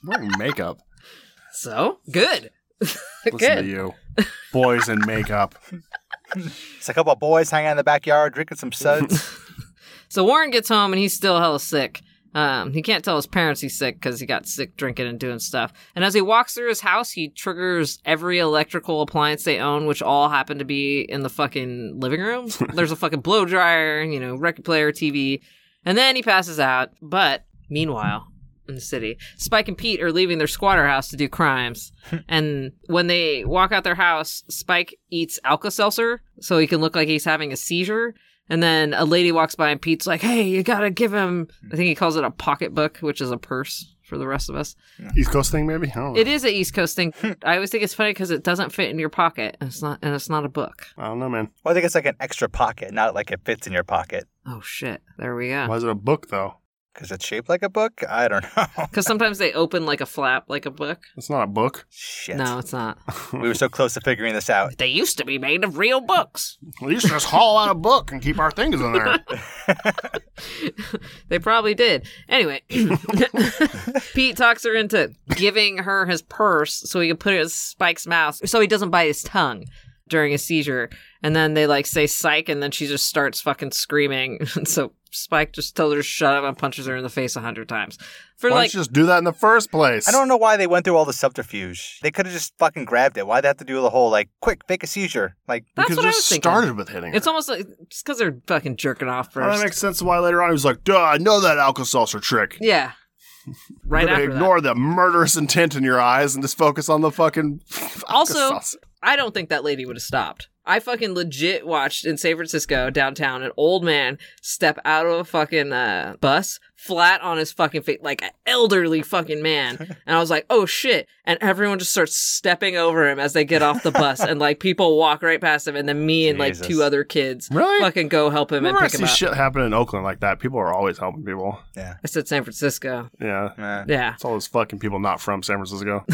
Speaker 6: wearing makeup.
Speaker 7: So good.
Speaker 6: Listen to
Speaker 7: *laughs* good.
Speaker 6: you, boys in makeup.
Speaker 8: It's a couple of boys hanging out in the backyard drinking some suds.
Speaker 7: So Warren gets home and he's still hella sick. Um, he can't tell his parents he's sick because he got sick drinking and doing stuff. And as he walks through his house, he triggers every electrical appliance they own, which all happen to be in the fucking living room. There's a fucking blow dryer, you know, record player, TV. And then he passes out. But meanwhile, in the city, Spike and Pete are leaving their squatter house to do crimes. and when they walk out their house, Spike eats Alka Seltzer so he can look like he's having a seizure. And then a lady walks by and Pete's like, "Hey, you gotta give him." I think he calls it a pocketbook, which is a purse for the rest of us.
Speaker 6: East Coast thing, maybe? I don't know.
Speaker 7: It is a East Coast thing. I always think it's funny because it doesn't fit in your pocket, and it's not, and it's not a book.
Speaker 6: I don't know, man.
Speaker 8: Well, I think it's like an extra pocket, not like it fits in your pocket
Speaker 7: Oh shit! There we go.
Speaker 6: Why is it a book, though?
Speaker 8: because it's shaped like a book. I don't know. *laughs*
Speaker 7: Because sometimes they open like a flap, like a book.
Speaker 6: It's not a book.
Speaker 8: Shit.
Speaker 7: No, it's not.
Speaker 8: We were so close to figuring this out.
Speaker 7: They used to be made of real books.
Speaker 6: We used to just haul out a book and keep our
Speaker 7: *laughs*
Speaker 6: things in there.
Speaker 7: They probably did. Anyway, *laughs* Pete talks her into giving her his purse so he can put it in Spike's mouth so he doesn't bite his tongue during a seizure. And then they like say psych and then she just starts fucking screaming. *laughs* And so Spike just tells her to shut up and punches her in the face a hundred times. For
Speaker 6: Why
Speaker 7: like
Speaker 6: don't you just do that in the first place?
Speaker 8: I don't know why they went through all the subterfuge. They could have just fucking grabbed it. Why they have to do the whole like quick fake a seizure? Like
Speaker 6: We
Speaker 7: that's
Speaker 6: could
Speaker 7: what I
Speaker 6: just
Speaker 7: was thinking.
Speaker 6: started with hitting.
Speaker 7: It's
Speaker 6: her.
Speaker 7: almost like just because they're fucking jerking off
Speaker 6: Well,
Speaker 7: first.
Speaker 6: that makes sense why later on he was like, duh, I know that Alka Seltzer trick. *laughs*
Speaker 7: yeah. Right
Speaker 6: We're gonna
Speaker 7: after that.
Speaker 6: ignore the murderous intent in your eyes and just focus on the fucking. *laughs*
Speaker 7: Also-
Speaker 6: Alka-Seltzer.
Speaker 7: I don't think that lady would have stopped. I fucking legit watched in San Francisco downtown an old man step out of a fucking uh, bus flat on his fucking face, like an elderly fucking man. And I was like, oh shit. And everyone just starts stepping over him as they get off the bus. and like people walk right past him. And then me and like
Speaker 8: Jesus.
Speaker 7: two other kids
Speaker 6: Really?
Speaker 7: fucking go help him
Speaker 6: Whenever I
Speaker 7: and pick
Speaker 6: see
Speaker 7: him up.
Speaker 6: shit happen in Oakland like that, people are always helping people.
Speaker 7: I said San Francisco.
Speaker 6: Yeah.
Speaker 8: eh.
Speaker 7: Yeah.
Speaker 6: It's all those fucking people not from
Speaker 7: *laughs*
Speaker 6: San Francisco.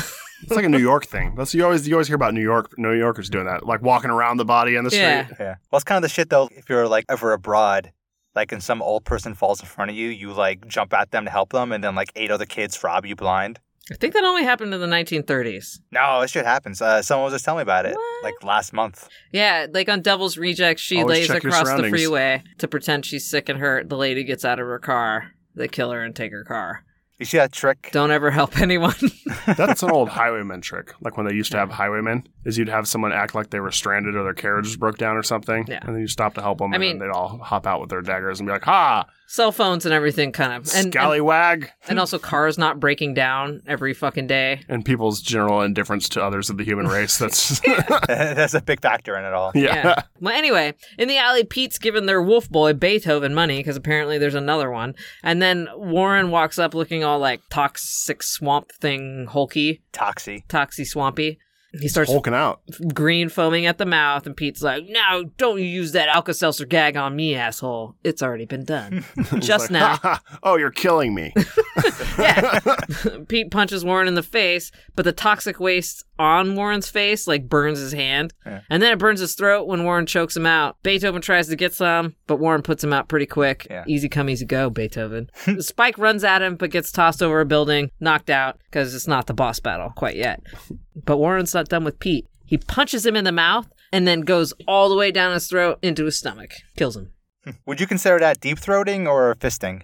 Speaker 6: It's like a New York thing. That's you always you always hear about New York New Yorkers doing that, like walking around the body in the street.
Speaker 7: Yeah.
Speaker 8: yeah. Well, it's kind of the shit though. If you're like ever abroad, like and some old person falls in front of you, you like jump at them to help them, and then like eight other kids rob you blind.
Speaker 7: I think that only happened in the 1930s.
Speaker 8: No, this shit happens. Uh, someone was just telling me about it like last month.
Speaker 7: Yeah, like on Devil's Reject, she
Speaker 6: Always
Speaker 7: lays
Speaker 6: check your
Speaker 7: across the
Speaker 6: surroundings.
Speaker 7: freeway to pretend she's sick and hurt. The lady gets out of her car. They kill her and take her car.
Speaker 8: You see that trick?
Speaker 7: Don't ever help *laughs* anyone.
Speaker 6: *laughs* That's an old highwayman trick. Like when they used to have highwaymen, is you'd have someone act like they were stranded or their carriage broke down or something,
Speaker 7: Yeah.
Speaker 6: and then you stop to help them,
Speaker 7: I
Speaker 6: and
Speaker 7: mean-
Speaker 6: then they'd all hop out with their daggers and be like, "Ha,
Speaker 7: Cell phones and everything kind of. And, and,
Speaker 6: scallywag!" And,
Speaker 7: and also cars not breaking down every fucking day.
Speaker 6: people's general indifference to others of the human race.
Speaker 7: *laughs*
Speaker 6: That's
Speaker 8: *laughs* That's a big factor in it all.
Speaker 6: *laughs* yeah.
Speaker 7: Yeah. Well, anyway, in the alley, Pete's giving their wolf boy Beethoven money because apparently there's another one. And then Warren walks up looking all like toxic swamp thing, hulky,
Speaker 8: Toxie.
Speaker 7: toxy swampy. He starts
Speaker 6: Hulking out.
Speaker 7: green foaming at the mouth, and Pete's like, "No, don't you use that Alka Seltzer gag on me, asshole. It's already been
Speaker 6: *laughs*
Speaker 7: done just now."
Speaker 6: "Ha, ha. *laughs* oh, you're killing me.
Speaker 7: *laughs*
Speaker 6: *laughs*
Speaker 7: yeah, Pete punches Warren in the face, but the toxic waste on Warren's face like burns his hand, and then it burns his throat when Warren chokes him out. Beethoven tries to get some, but Warren puts him out pretty quick.
Speaker 8: Yeah.
Speaker 7: Easy come, easy go, Beethoven. Spike runs at him, but gets tossed over a building, knocked out because it's not the boss battle quite yet. But Warren's not done with Pete. He punches him in the mouth and then goes all the way down his throat into his stomach, kills him.
Speaker 8: Would you consider that deep throating or fisting?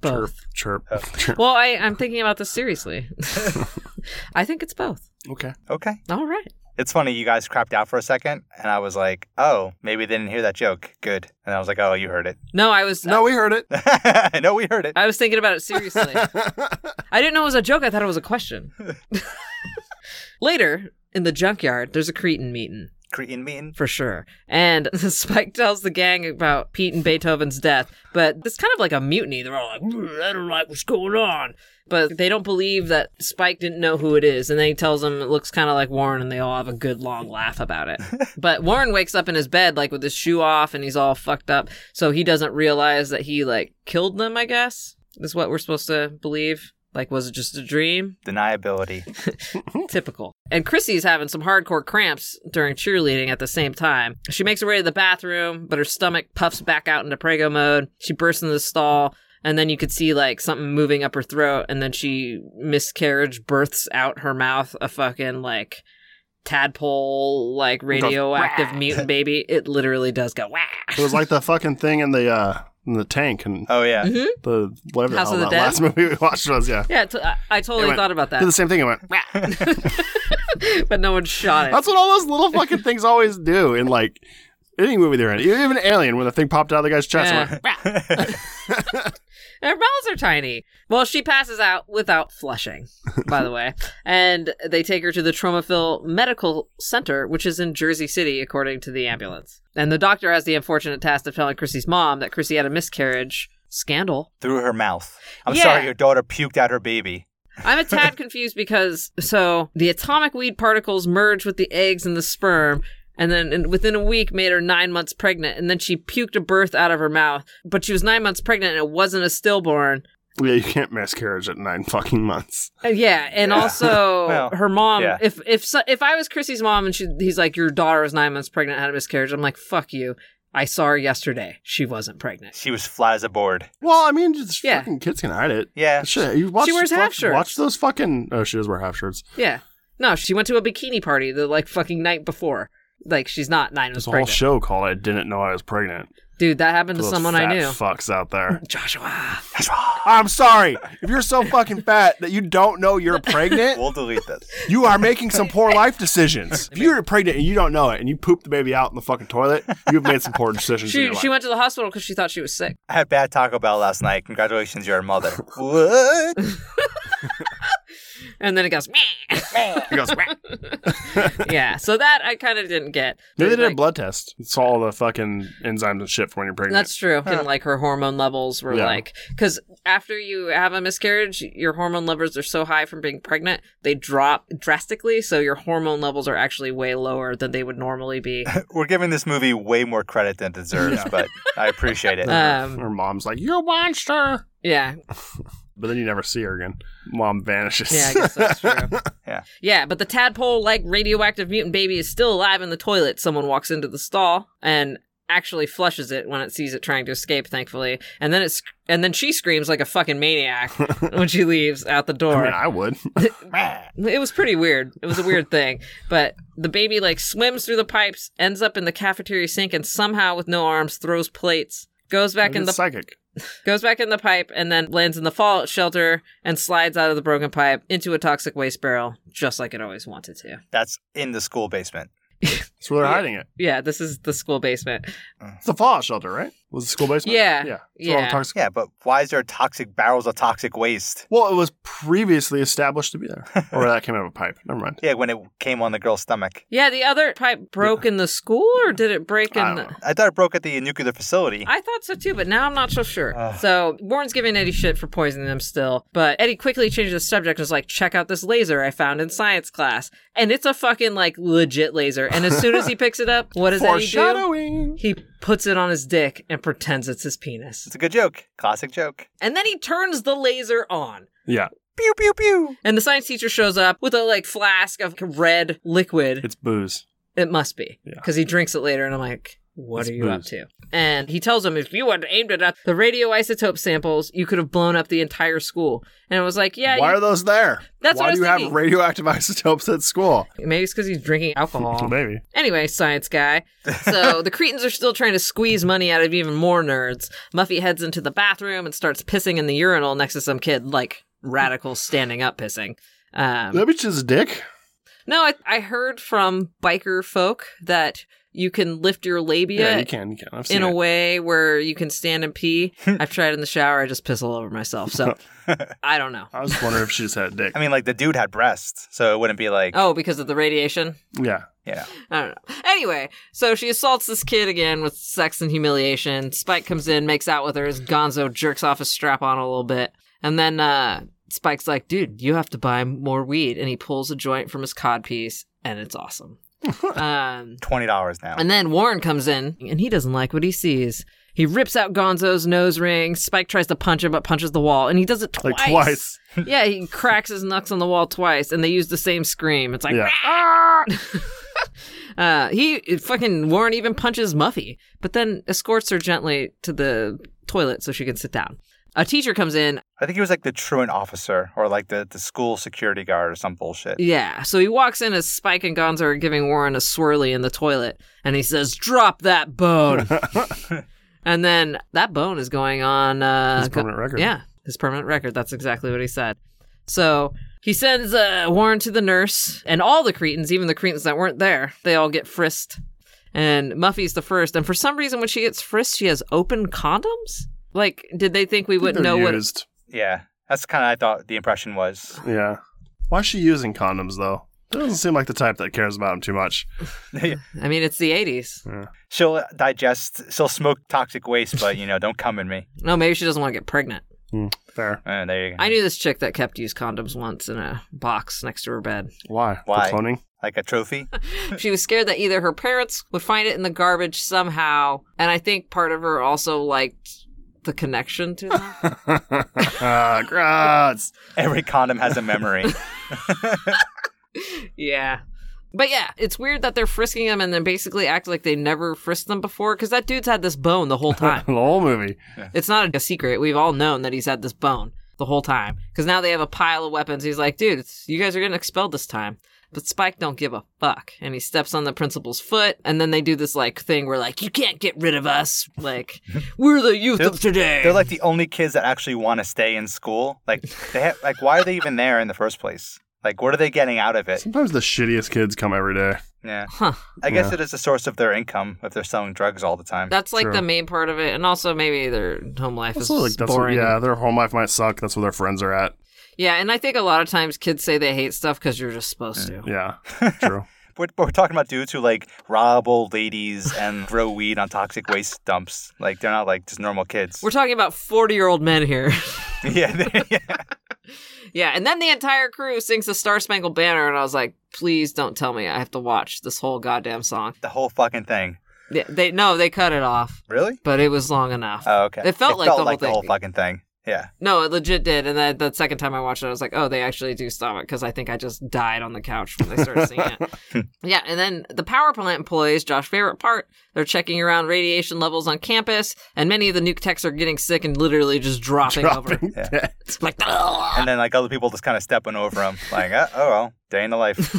Speaker 7: Both.
Speaker 6: Chirp, chirp.
Speaker 7: Well, I, I'm thinking about this seriously. *laughs* I think it's both.
Speaker 6: Okay.
Speaker 8: Okay.
Speaker 7: All right.
Speaker 8: It's funny, you guys crapped out for a second, and I was like, oh, maybe they didn't hear that joke. Good. And I was like, oh, you heard
Speaker 7: No, I was
Speaker 6: No, we heard it.
Speaker 8: it. *laughs* no, we heard it.
Speaker 7: I was thinking about it
Speaker 8: *laughs*
Speaker 7: seriously. I didn't know it was a joke. I thought it was a question. Later in the junkyard, there's a Cretan meeting
Speaker 8: Cretan meeting.
Speaker 7: for sure, and *laughs* Spike tells the gang about Pete and Beethoven's death. But it's kind of like a mutiny. They're all like, "Mm, "I don't like what's going on," but they don't believe that Spike didn't know who it is. And then he tells them it looks kind of like Warren, and they all have a good long laugh about it. but Warren wakes up in his bed like with his shoe off, and he's all fucked up, so he doesn't realize that he like killed them. I guess is what we're supposed to believe. Like, was it just a dream?
Speaker 8: Deniability.
Speaker 7: Typical. And Chrissy's having some hardcore cramps during cheerleading at the same time. She makes her way to the bathroom, but her stomach puffs back out into prego mode. She bursts into the stall, and then you could see like something moving up her throat, and then she miscarriage births out her mouth a fucking like tadpole like radioactive mutant baby. It literally does go wah.
Speaker 6: It was like the fucking thing in the uh, in the tank and
Speaker 8: Oh yeah.
Speaker 6: the whatever
Speaker 7: House
Speaker 6: the, hell
Speaker 7: of the
Speaker 6: that
Speaker 7: Dead?
Speaker 6: last *laughs* movie we watched was. Yeah,
Speaker 7: Yeah, t- I, I
Speaker 6: It
Speaker 7: totally
Speaker 6: went-
Speaker 7: thought about that,
Speaker 6: Did the same thing. I went. *laughs* "Wah."
Speaker 7: *laughs* but no one shot it.
Speaker 6: That's what all those little fucking things always do. In like any movie they're in, even Alien, when the thing popped out of the guy's chest. I went,
Speaker 7: Yeah. Her mouths are tiny. Well, she passes out without flushing, by the way. And they take her to the Tromaville Medical Center, which is in Jersey City, according to the ambulance. And the doctor has the unfortunate task of telling Chrissy's mom that Chrissy had a miscarriage. Scandal.
Speaker 8: Through her mouth. I'm
Speaker 7: Yeah.
Speaker 8: sorry, your daughter puked out her baby.
Speaker 7: I'm a tad confused because so the atomic weed particles merge with the eggs and the sperm, and then and within a week made her nine months pregnant, and then she puked a birth out of her mouth, but she was nine months pregnant and it wasn't a stillborn.
Speaker 6: yeah, you can't miscarriage at nine fucking months.
Speaker 7: Uh, Yeah, and
Speaker 8: Yeah.
Speaker 6: *laughs*
Speaker 7: also
Speaker 8: Well,
Speaker 7: her mom.
Speaker 8: yeah.
Speaker 7: If if so, if I was Chrissy's mom and she, he's like, your daughter was nine months pregnant, had a miscarriage. I'm like, fuck you. I saw her yesterday. She wasn't pregnant.
Speaker 8: She was flat as a board.
Speaker 6: Well, I mean, just
Speaker 7: Yeah.
Speaker 6: fucking kids can hide it.
Speaker 8: Yeah.
Speaker 6: Shit, you watch,
Speaker 7: She wears half
Speaker 6: fuck-
Speaker 7: shirts.
Speaker 6: Watch those fucking. Oh, she does wear half shirts.
Speaker 7: Yeah, no, she went to a bikini party the like fucking night before. Like she's not nine months
Speaker 6: There's a whole
Speaker 7: pregnant.
Speaker 6: show called "I Didn't Know I Was Pregnant."
Speaker 7: Dude, that happened to
Speaker 6: Those
Speaker 7: someone I
Speaker 6: fat
Speaker 7: knew.
Speaker 6: Fucks out there.
Speaker 7: Joshua.
Speaker 6: *laughs* I'm sorry. If you're so fucking fat that you don't know you're pregnant,
Speaker 8: We'll delete this.
Speaker 6: you are making some poor life
Speaker 7: *laughs*
Speaker 6: decisions. If you're pregnant and you don't know it, and you poop the baby out in the fucking toilet, you've made some poor decisions.
Speaker 7: *laughs*
Speaker 6: in
Speaker 7: She
Speaker 6: your
Speaker 7: she
Speaker 6: life.
Speaker 7: went to the hospital because she thought she was sick.
Speaker 8: I had bad Taco Bell last night. Congratulations, you're
Speaker 6: *laughs*
Speaker 8: a mother. what?
Speaker 7: And then it goes,
Speaker 6: *laughs*
Speaker 7: meh.
Speaker 6: He goes,
Speaker 7: *laughs*
Speaker 6: "Wah."
Speaker 7: yeah. So that I kind of didn't get.
Speaker 6: Maybe they did a
Speaker 7: Like,
Speaker 6: blood test. It's all the fucking enzymes and shit from when you're pregnant.
Speaker 7: That's true. And like her hormone levels were
Speaker 6: Yeah.
Speaker 7: like, because after you have a miscarriage, your hormone levels are so high from being pregnant, they drop drastically. So your hormone levels are actually way lower than they would normally
Speaker 6: *laughs*
Speaker 7: be.
Speaker 8: *laughs* We're giving this movie way more credit than it deserves, but I
Speaker 7: *laughs*
Speaker 8: appreciate it.
Speaker 7: Um,
Speaker 6: Her mom's like, "You monster,"
Speaker 7: yeah.
Speaker 6: but then you never see her again. Mom vanishes.
Speaker 7: Yeah, I
Speaker 6: *laughs*
Speaker 7: guess that's true.
Speaker 8: Yeah.
Speaker 7: Yeah, but the tadpole like radioactive mutant baby is still alive in the toilet. Someone walks into the stall and actually flushes it when it sees it trying to escape, thankfully. And then it's and then she screams like a fucking
Speaker 6: *laughs*
Speaker 7: maniac when she leaves out the door.
Speaker 6: I mean, I would.
Speaker 7: It was pretty weird. It was a weird thing. But the baby like swims through the pipes, ends up in the cafeteria sink, and somehow with no arms throws plates. Goes *laughs* back in
Speaker 6: It's
Speaker 7: the
Speaker 6: psychic.
Speaker 7: goes back in the pipe and then lands in the fallout shelter and slides out of the broken pipe into a toxic waste barrel, just like it always wanted to.
Speaker 8: That's in the school basement.
Speaker 6: That's where they're hiding it.
Speaker 7: Yeah, this is the school basement.
Speaker 6: It's the fallout shelter, right? Was the school basement?
Speaker 7: Yeah.
Speaker 6: Yeah. It's where all the
Speaker 7: Yeah.
Speaker 6: toxic-
Speaker 8: Yeah, but why is there toxic barrels of toxic waste?
Speaker 6: Well, it was previously established to
Speaker 7: *laughs*
Speaker 6: be there. or that came out of a pipe. Never mind.
Speaker 8: Yeah, when it came on the girl's stomach.
Speaker 7: Yeah, the other pipe broke in the school, or did it break in?
Speaker 6: I don't
Speaker 7: the-
Speaker 6: know.
Speaker 8: I thought it broke at the nuclear facility.
Speaker 7: I thought so too, but now I'm not so sure. so Warren's giving Eddie shit for poisoning them still, but Eddie quickly changes the subject and is like, check out this laser I found in science class. And it's a fucking like legit laser. And as soon as he picks it up, what does Eddie do?
Speaker 6: Foreshadowing.
Speaker 7: He puts it on his dick and pretends it's his penis.
Speaker 8: It's a good joke. Classic joke.
Speaker 7: And then he turns the laser on.
Speaker 6: Yeah.
Speaker 8: Pew, pew, pew.
Speaker 7: And the science teacher shows up with a like flask of red liquid.
Speaker 6: It's booze.
Speaker 7: It must be
Speaker 6: Yeah.
Speaker 7: because he drinks it later, and I'm like, "What
Speaker 6: It's
Speaker 7: are you up
Speaker 6: booze.
Speaker 7: to?" And he tells him, "If you had aimed it at the radioisotope samples, you could have blown up the entire school." And I was like, "Yeah,
Speaker 6: Why
Speaker 7: you-
Speaker 6: are those there?
Speaker 7: That's
Speaker 6: Why
Speaker 7: what I
Speaker 6: do
Speaker 7: was
Speaker 6: you have
Speaker 7: thinking.
Speaker 6: radioactive *laughs* isotopes at school?
Speaker 7: maybe it's because he's drinking
Speaker 6: *laughs*
Speaker 7: alcohol."
Speaker 6: Maybe.
Speaker 7: Anyway, science guy.
Speaker 6: *laughs*
Speaker 7: So the Cretans are still trying to squeeze money out of even more nerds. Muffy heads into the bathroom and starts pissing in the urinal next to some kid, like radical standing up pissing. Um,
Speaker 6: That bitch is a dick.
Speaker 7: No, I, I heard from biker folk that you can lift your labia
Speaker 6: you can. You can. I've seen
Speaker 7: in a
Speaker 6: it.
Speaker 7: way where you can stand and pee. I've tried in the shower. I just piss all over myself. So I don't know.
Speaker 6: I was wondering if she just had a dick.
Speaker 8: *laughs* I mean, like, the dude had breasts, so it wouldn't be like,
Speaker 7: Oh, because of the radiation?
Speaker 6: yeah.
Speaker 8: you know.
Speaker 7: I don't know. Anyway, so she assaults this kid again with sex and humiliation. Spike comes in, makes out with her. As Gonzo jerks off his strap on a little bit. And then uh, Spike's like, dude, you have to buy more weed. And he pulls a joint from his codpiece, and it's awesome. um,
Speaker 8: $20 now.
Speaker 7: And then Warren comes in, and he doesn't like what he sees. He rips out Gonzo's nose ring. Spike tries to punch him, but punches the wall, and he does it twice.
Speaker 6: Like twice.
Speaker 7: *laughs* yeah, he cracks his knucks on the wall twice, and they use the same scream. It's like,
Speaker 6: Yeah.
Speaker 7: uh, he fucking Warren even punches Muffy, but then escorts her gently to the toilet so she can sit down. A teacher comes in.
Speaker 8: I think he was like the truant officer or like the, the school security guard or some bullshit.
Speaker 7: Yeah, so he walks in as Spike and Gonzo
Speaker 6: *laughs*
Speaker 7: are giving Warren a swirly in the toilet, and he says, "Drop that bone." And then that bone is going on uh,
Speaker 6: His permanent record.
Speaker 7: Yeah, his permanent record. That's exactly what he said. So he sends uh, Warren to the nurse, and all the Cretans, even the Cretans that weren't there, they all get frisked. And Muffy's the first. And for some reason, when she gets frisked, she has open condoms. Like, did they think we wouldn't know
Speaker 6: They're
Speaker 7: what?
Speaker 6: used.
Speaker 8: Yeah, that's kind of I thought the impression was. *laughs*
Speaker 6: Yeah. Why is she using condoms though? Doesn't seem like the type that cares about them too much.
Speaker 7: I mean, it's the '80s.
Speaker 8: She'll digest. She'll smoke toxic waste, but you know, don't come in me.
Speaker 7: No, maybe she doesn't want to get pregnant.
Speaker 6: Hmm, Fair.
Speaker 8: Uh, there you go.
Speaker 7: I knew this chick that kept used condoms once in a box next to her
Speaker 6: *laughs*
Speaker 7: bed.
Speaker 6: Why?
Speaker 8: Why?
Speaker 6: For cloning? *laughs*
Speaker 8: like a trophy. *laughs*
Speaker 7: She was scared that either her parents would find it in the garbage somehow, and I think part of her also liked the connection to them.
Speaker 6: Ah, gross.
Speaker 8: Every condom has a *laughs* memory.
Speaker 7: yeah. But yeah, it's weird that they're frisking them and then basically act like they never frisked them before because that dude's had this bone the whole time.
Speaker 6: *laughs* the whole movie.
Speaker 7: it's not a secret. We've all known that he's had this bone the whole time because now they have a pile of weapons. He's like, dude, it's, you guys are getting expelled this time. But Spike don't give a fuck, and he steps on the principal's foot, and then they do this like thing where like you can't get rid of us, like we're the youth of today.
Speaker 8: They're like the only kids that actually want to stay in school. Like they have, like why are they even there in the first place? Like what are they getting out of it?
Speaker 6: Sometimes the shittiest kids come every day.
Speaker 8: Yeah.
Speaker 7: Huh.
Speaker 8: I guess it is a source of their income if they're selling drugs all the time.
Speaker 7: That's like
Speaker 6: True.
Speaker 7: the main part of it, and also maybe their home life is
Speaker 6: That's like that's
Speaker 7: boring.
Speaker 6: yeah, their home life might suck. That's where their friends are at.
Speaker 7: Yeah, and I think a lot of times kids say they hate stuff because you're just supposed to.
Speaker 6: Yeah. True.
Speaker 8: We're, we're talking about dudes who like rob old ladies and *laughs* throw weed on toxic waste dumps. Like they're not like just normal kids.
Speaker 7: We're talking about 40 year old men here.
Speaker 8: *laughs*
Speaker 7: *laughs*
Speaker 8: yeah, they- yeah.
Speaker 7: yeah, and then the entire crew sings the Star Spangled Banner, and I was like, please don't tell me I have to watch this whole goddamn song.
Speaker 8: The whole fucking thing.
Speaker 7: They, they No, they cut it off,
Speaker 8: Really?
Speaker 7: but it was long enough.
Speaker 8: Oh, okay.
Speaker 7: It felt like the whole
Speaker 8: the whole
Speaker 7: thing.
Speaker 8: fucking thing. Yeah.
Speaker 7: No, it legit did. And then the second time I watched it, I was like, oh, they actually do stop it because I think I just died on the couch when they started singing
Speaker 6: *laughs*
Speaker 7: it. Yeah. And then the power plant employees, Josh's favorite part, they're checking around radiation levels on campus, and many of the nuke techs are getting sick and literally just dropping, over.
Speaker 6: Dropping *laughs* dead.
Speaker 7: It's like, "Ugh."
Speaker 8: And then like other people just kind of stepping over them, like, uh, oh well, day in the life.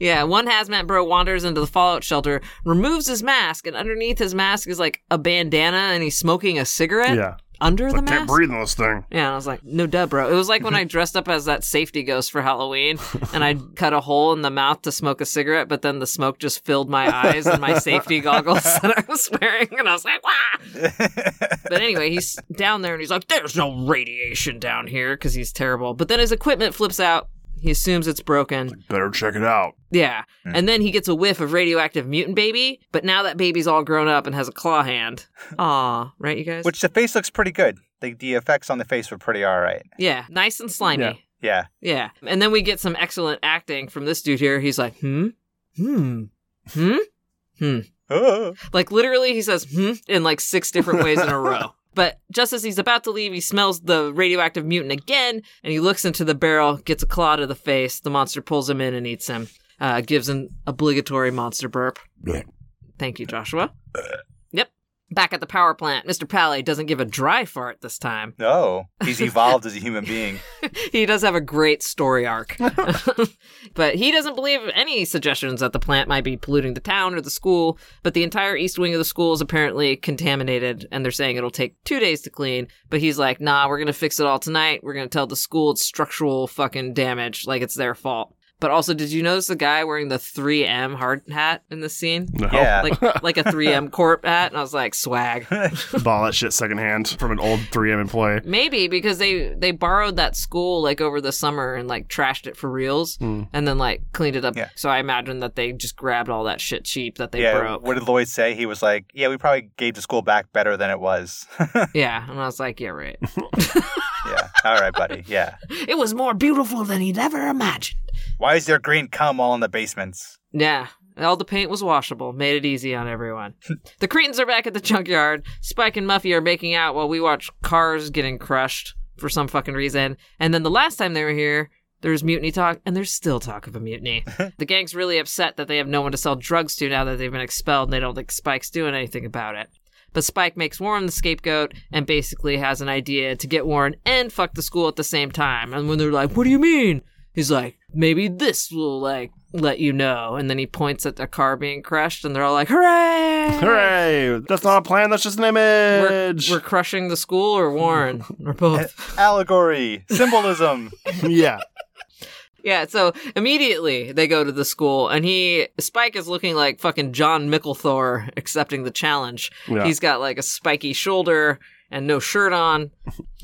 Speaker 7: yeah. One hazmat bro wanders into the fallout shelter, removes his mask, and underneath his mask is like a bandana, and he's smoking a cigarette
Speaker 6: Yeah.
Speaker 7: under the
Speaker 6: I
Speaker 7: mask.
Speaker 6: can't breathe in this thing.
Speaker 7: Yeah, and I was like, no duh, bro. It was like when I dressed up as that safety ghost for Halloween and I cut a hole in the mouth to smoke a cigarette, but then the smoke just filled my eyes and my safety goggles *laughs* that I was wearing. And I was like, wow. but anyway, he's down there and he's like, there's no radiation down here because he's terrible. But then his equipment flips out. He assumes it's broken.
Speaker 6: Better check it out.
Speaker 7: Yeah. And then he gets a whiff of radioactive mutant baby, but now that baby's all grown up and has a claw hand. Aw, right, you guys?
Speaker 8: Which the face looks pretty good. The, the effects on the face were pretty all right.
Speaker 7: yeah, nice and slimy.
Speaker 6: Yeah.
Speaker 8: Yeah.
Speaker 7: Yeah. And then we get some excellent acting from this dude here. He's like, hmm? Hmm. Hmm?
Speaker 8: Oh.
Speaker 7: Like literally he says hmm in like six different ways in a row. But just as he's about to leave, he smells the radioactive mutant again, and he looks into the barrel, gets a claw to the face. The monster pulls him in and eats him. Uh, gives an obligatory monster burp. Thank you, Joshua. Yep. Back at the power plant, Mr. Pally doesn't give a dry fart this time.
Speaker 8: No. He's evolved as a human being.
Speaker 7: he does have a great story arc. *laughs* but he doesn't believe any suggestions that the plant might be polluting the town or the school. But the entire east wing of the school is apparently contaminated, and they're saying it'll take two days to clean. But he's like, nah, we're going to fix it all tonight. We're going to tell the school it's structural fucking damage, like it's their fault. But also, did you notice the guy wearing the 3M hard hat in the scene?
Speaker 6: No.
Speaker 8: Yeah.
Speaker 7: Like, like a 3M Corp hat, and I was like, swag.
Speaker 6: Ball that shit secondhand from an old 3M employee.
Speaker 7: Maybe because they they borrowed that school like over the summer and like trashed it for reals and then like cleaned it up.
Speaker 8: Hmm. Yeah.
Speaker 7: So I imagine that they just grabbed all that shit cheap that they
Speaker 8: yeah.
Speaker 7: broke.
Speaker 8: What did Lloyd say? He was like, yeah, we probably gave the school back better than it was.
Speaker 7: *laughs*
Speaker 8: *laughs*
Speaker 7: yeah, and I was like, yeah, right. *laughs*
Speaker 8: yeah. All right, buddy. Yeah.
Speaker 7: it was more beautiful than he'd ever imagined.
Speaker 8: Why is there green cum all in the basements?
Speaker 7: Yeah. All the paint was washable, made it easy on everyone. the Cretans are back at the junkyard. Spike and Muffy are making out while we watch cars getting crushed for some fucking reason. And then the last time they were here, there was mutiny talk, and there's still talk of a mutiny. the gang's really upset that they have no one to sell drugs to now that they've been expelled, and they don't think Spike's doing anything about it. But Spike makes Warren the scapegoat and basically has an idea to get Warren and fuck the school at the same time. And when they're like, What do you mean? He's like, Maybe this will like let you know. And then he points at their car being crushed, and they're all like, hooray!
Speaker 6: Hooray! That's not a plan. That's just an
Speaker 7: We're,
Speaker 6: image.
Speaker 7: we're crushing the school or Warren or both.
Speaker 8: Allegory, symbolism. *laughs*
Speaker 6: *laughs* yeah.
Speaker 7: *laughs* Yeah, so immediately they go to the school, and he Spike is looking like fucking John Micklethor accepting the challenge.
Speaker 6: Yeah.
Speaker 7: He's got like a spiky shoulder and no shirt on.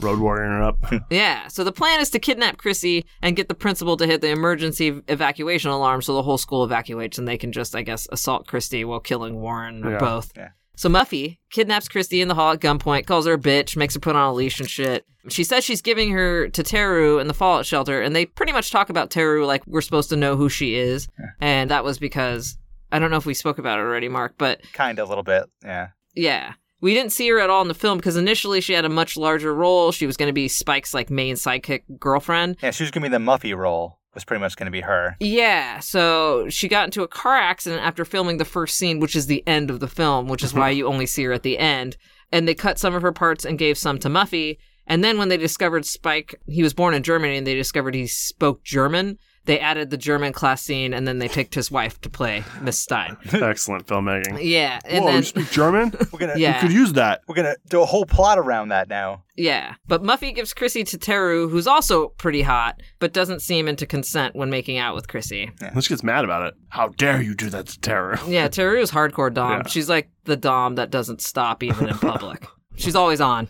Speaker 6: Road warrior up.
Speaker 7: Yeah, so the plan is to kidnap Chrissy and get the principal to hit the emergency evacuation alarm so the whole school evacuates and they can just, I guess, assault Christy while killing Warren or
Speaker 6: Yeah.
Speaker 7: both.
Speaker 8: Yeah.
Speaker 7: So Muffy kidnaps Christy in the hall at gunpoint, calls her a bitch, makes her put on a leash and shit. She says she's giving her to Teru in the fallout shelter, and they pretty much talk about Teru like we're supposed to know who she is. And that was because I don't know if we spoke about it already, Mark, but
Speaker 8: kind of a little bit. Yeah.
Speaker 7: yeah. We didn't see her at all in the film because initially she had a much larger role. She was going to be Spike's like main sidekick girlfriend.
Speaker 8: Yeah, she was going to be the Muffy role, was pretty much going to be her.
Speaker 7: Yeah, so she got into a car accident after filming the first scene, which is the end of the film, which is why
Speaker 6: Mm-hmm.
Speaker 7: you only see her at the end. And they cut some of her parts and gave some to Muffy. And then when they discovered Spike, he was born in Germany and they discovered he spoke German, they added the German class scene and then they picked his wife to play Miss Stein.
Speaker 6: *laughs* Excellent filmmaking.
Speaker 7: Yeah, *laughs* and
Speaker 6: Whoa,
Speaker 7: then
Speaker 6: you
Speaker 7: *laughs*
Speaker 6: speak German?
Speaker 8: We're going to
Speaker 7: Yeah.
Speaker 6: You could use that.
Speaker 8: we're going to do a whole plot around that now.
Speaker 7: Yeah. But Muffy gives Chrissy to Teru, who's also pretty hot, but doesn't seem into consent when making out with
Speaker 6: *laughs*
Speaker 7: Chrissy.
Speaker 6: Let's gets mad about it. How dare you do that to Terror?
Speaker 7: Yeah, Teru is hardcore Dom.
Speaker 6: Yeah.
Speaker 7: She's like the Dom that doesn't stop even in
Speaker 6: *laughs*
Speaker 7: public. She's always on.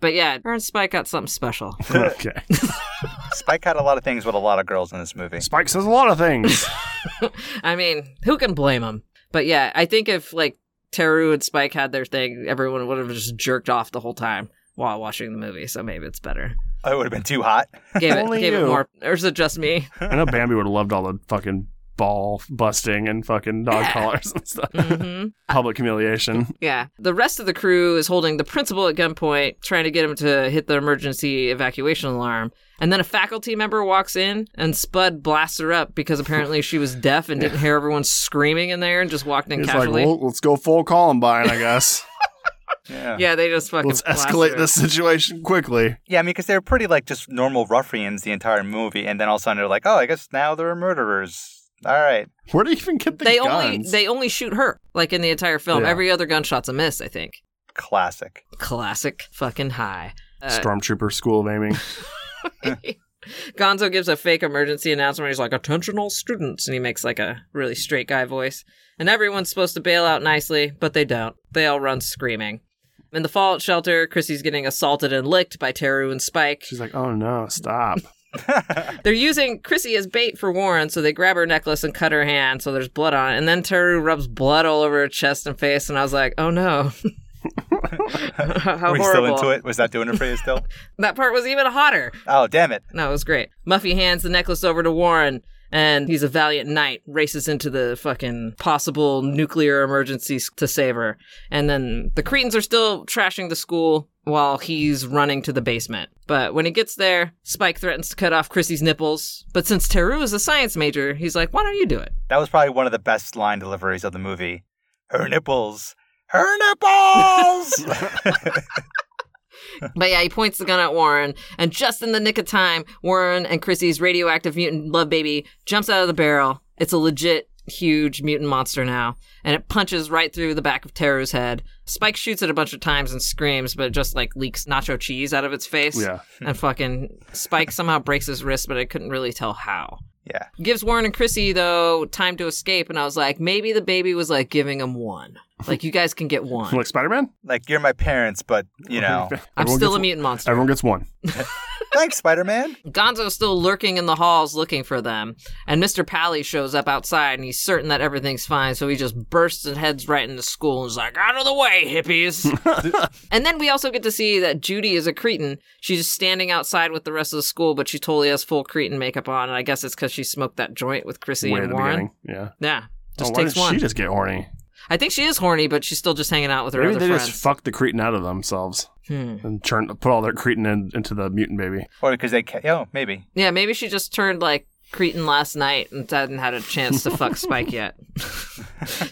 Speaker 7: But yeah, her and Spike got something special.
Speaker 6: *laughs*
Speaker 7: *laughs*
Speaker 6: okay.
Speaker 8: Spike had a lot of things with a lot of girls in this
Speaker 6: *laughs*
Speaker 8: movie.
Speaker 6: Spike says a lot of *laughs* things.
Speaker 7: I mean, who can blame him? But yeah, I think if like Teru and Spike had their thing, everyone would have just jerked off the whole time while watching the movie. So maybe it's
Speaker 6: *laughs*
Speaker 7: better.
Speaker 8: Oh, it would have been too hot.
Speaker 7: Gave it,
Speaker 6: Only
Speaker 7: gave it
Speaker 6: you.
Speaker 7: more. Or is it just
Speaker 6: *laughs*
Speaker 7: me?
Speaker 6: I know Bambi would have loved all the fucking ball busting and fucking dog collars and stuff.
Speaker 7: *laughs* hmm
Speaker 6: Public humiliation.
Speaker 7: Yeah. The rest of the crew is holding the principal at gunpoint, trying to get him to hit the emergency evacuation alarm. And then a faculty member walks in and Spud blasts her up because apparently she was deaf and didn't hear everyone screaming in there and just walked in
Speaker 6: He's like,
Speaker 7: casually.
Speaker 6: well, let's go full Columbine,
Speaker 7: *laughs*
Speaker 6: I guess.
Speaker 8: Yeah.
Speaker 7: yeah, they just fucking
Speaker 6: let's
Speaker 7: blast her
Speaker 6: escalate
Speaker 7: up.
Speaker 6: this situation quickly.
Speaker 8: Yeah, I mean, because they were pretty like just normal ruffians the entire movie, and then all of a sudden they're like, oh, I guess now they're murderers. All right.
Speaker 6: Where do you even get the
Speaker 7: They only
Speaker 6: guns?
Speaker 7: they only shoot her like in the entire film.
Speaker 6: Yeah.
Speaker 7: Every other gunshot's a miss, I think.
Speaker 8: Classic.
Speaker 7: Classic fucking high. Uh,
Speaker 6: Stormtrooper School of Aiming.
Speaker 7: Gonzo gives a fake emergency announcement. He's like, "Attention, all students," and he makes like a really straight guy voice. And everyone's supposed to bail out nicely, but they don't. They all run screaming. In the fallout shelter, Chrissy's getting assaulted and licked by Teru and Spike.
Speaker 6: *laughs* She's like, oh no,
Speaker 7: *laughs*
Speaker 6: stop.
Speaker 7: They're using Chrissy as bait for Warren, so they grab her necklace and cut her hand, so there's blood on it. And then Teru rubs blood all over her chest and face, and I was like, "Oh
Speaker 8: *laughs*
Speaker 7: no." *laughs* How
Speaker 8: were you still
Speaker 7: horrible.
Speaker 8: into it? Was that doing it for you still?
Speaker 7: That part was even hotter.
Speaker 8: oh, damn it.
Speaker 7: No, it was great. Muffy hands the necklace over to Warren, and he's a valiant knight, races into the fucking possible nuclear emergency s- to save her. And then the Cretans are still trashing the school while he's running to the basement. But when he gets there, Spike threatens to cut off Chrissy's nipples. But since Teru is a science major, he's like, why don't you do it?
Speaker 8: That was probably one of the best line deliveries of the movie. Her nipples. Her nipples!
Speaker 7: But yeah, he points the gun at Warren, and just in the nick of time, Warren and Chrissy's radioactive mutant love baby jumps out of the barrel. It's a legit huge mutant monster now, and it punches right through the back of Teru's head. Spike shoots it a bunch of times and screams, but it just like leaks nacho cheese out of its face.
Speaker 6: Yeah.
Speaker 7: And fucking Spike somehow breaks his wrist, but I couldn't really tell how.
Speaker 8: yeah.
Speaker 7: Gives Warren and Chrissy, though, time to escape, and I was like, maybe the baby was like giving him one. Like, you guys can get one.
Speaker 6: *laughs* Like Spider Man?
Speaker 8: Like, you're my parents, but, you know.
Speaker 7: I'm still a mutant monster.
Speaker 6: Everyone gets one.
Speaker 8: Thanks, Spider Man.
Speaker 7: Gonzo's still lurking in the halls looking for them, and Mr. Pally shows up outside and he's certain that everything's fine, so he just bursts and heads right into school and is like, Out of the way,
Speaker 6: *laughs*
Speaker 7: hippies! and then we also get to see that Judy is a Cretan. She's just standing outside with the rest of the school, but she totally has full Cretan makeup on, and I guess it's because she smoked that joint with Chrissy
Speaker 6: Way at
Speaker 7: and
Speaker 6: the
Speaker 7: Warren.
Speaker 6: beginning. Yeah.
Speaker 7: Yeah. Just
Speaker 6: oh, why
Speaker 7: takes
Speaker 6: did
Speaker 7: one.
Speaker 6: she just get horny?
Speaker 7: I think she is horny, but she's still just hanging out with her
Speaker 6: Maybe
Speaker 7: other
Speaker 6: they
Speaker 7: friends.
Speaker 6: just fucked the cretin out of themselves
Speaker 7: Hmm.
Speaker 6: and churned, put all their cretin in, into the mutant baby.
Speaker 8: Or because they, ca- oh, maybe.
Speaker 7: Yeah, maybe she just turned like Cretan last night and hadn't had a chance to fuck Spike yet.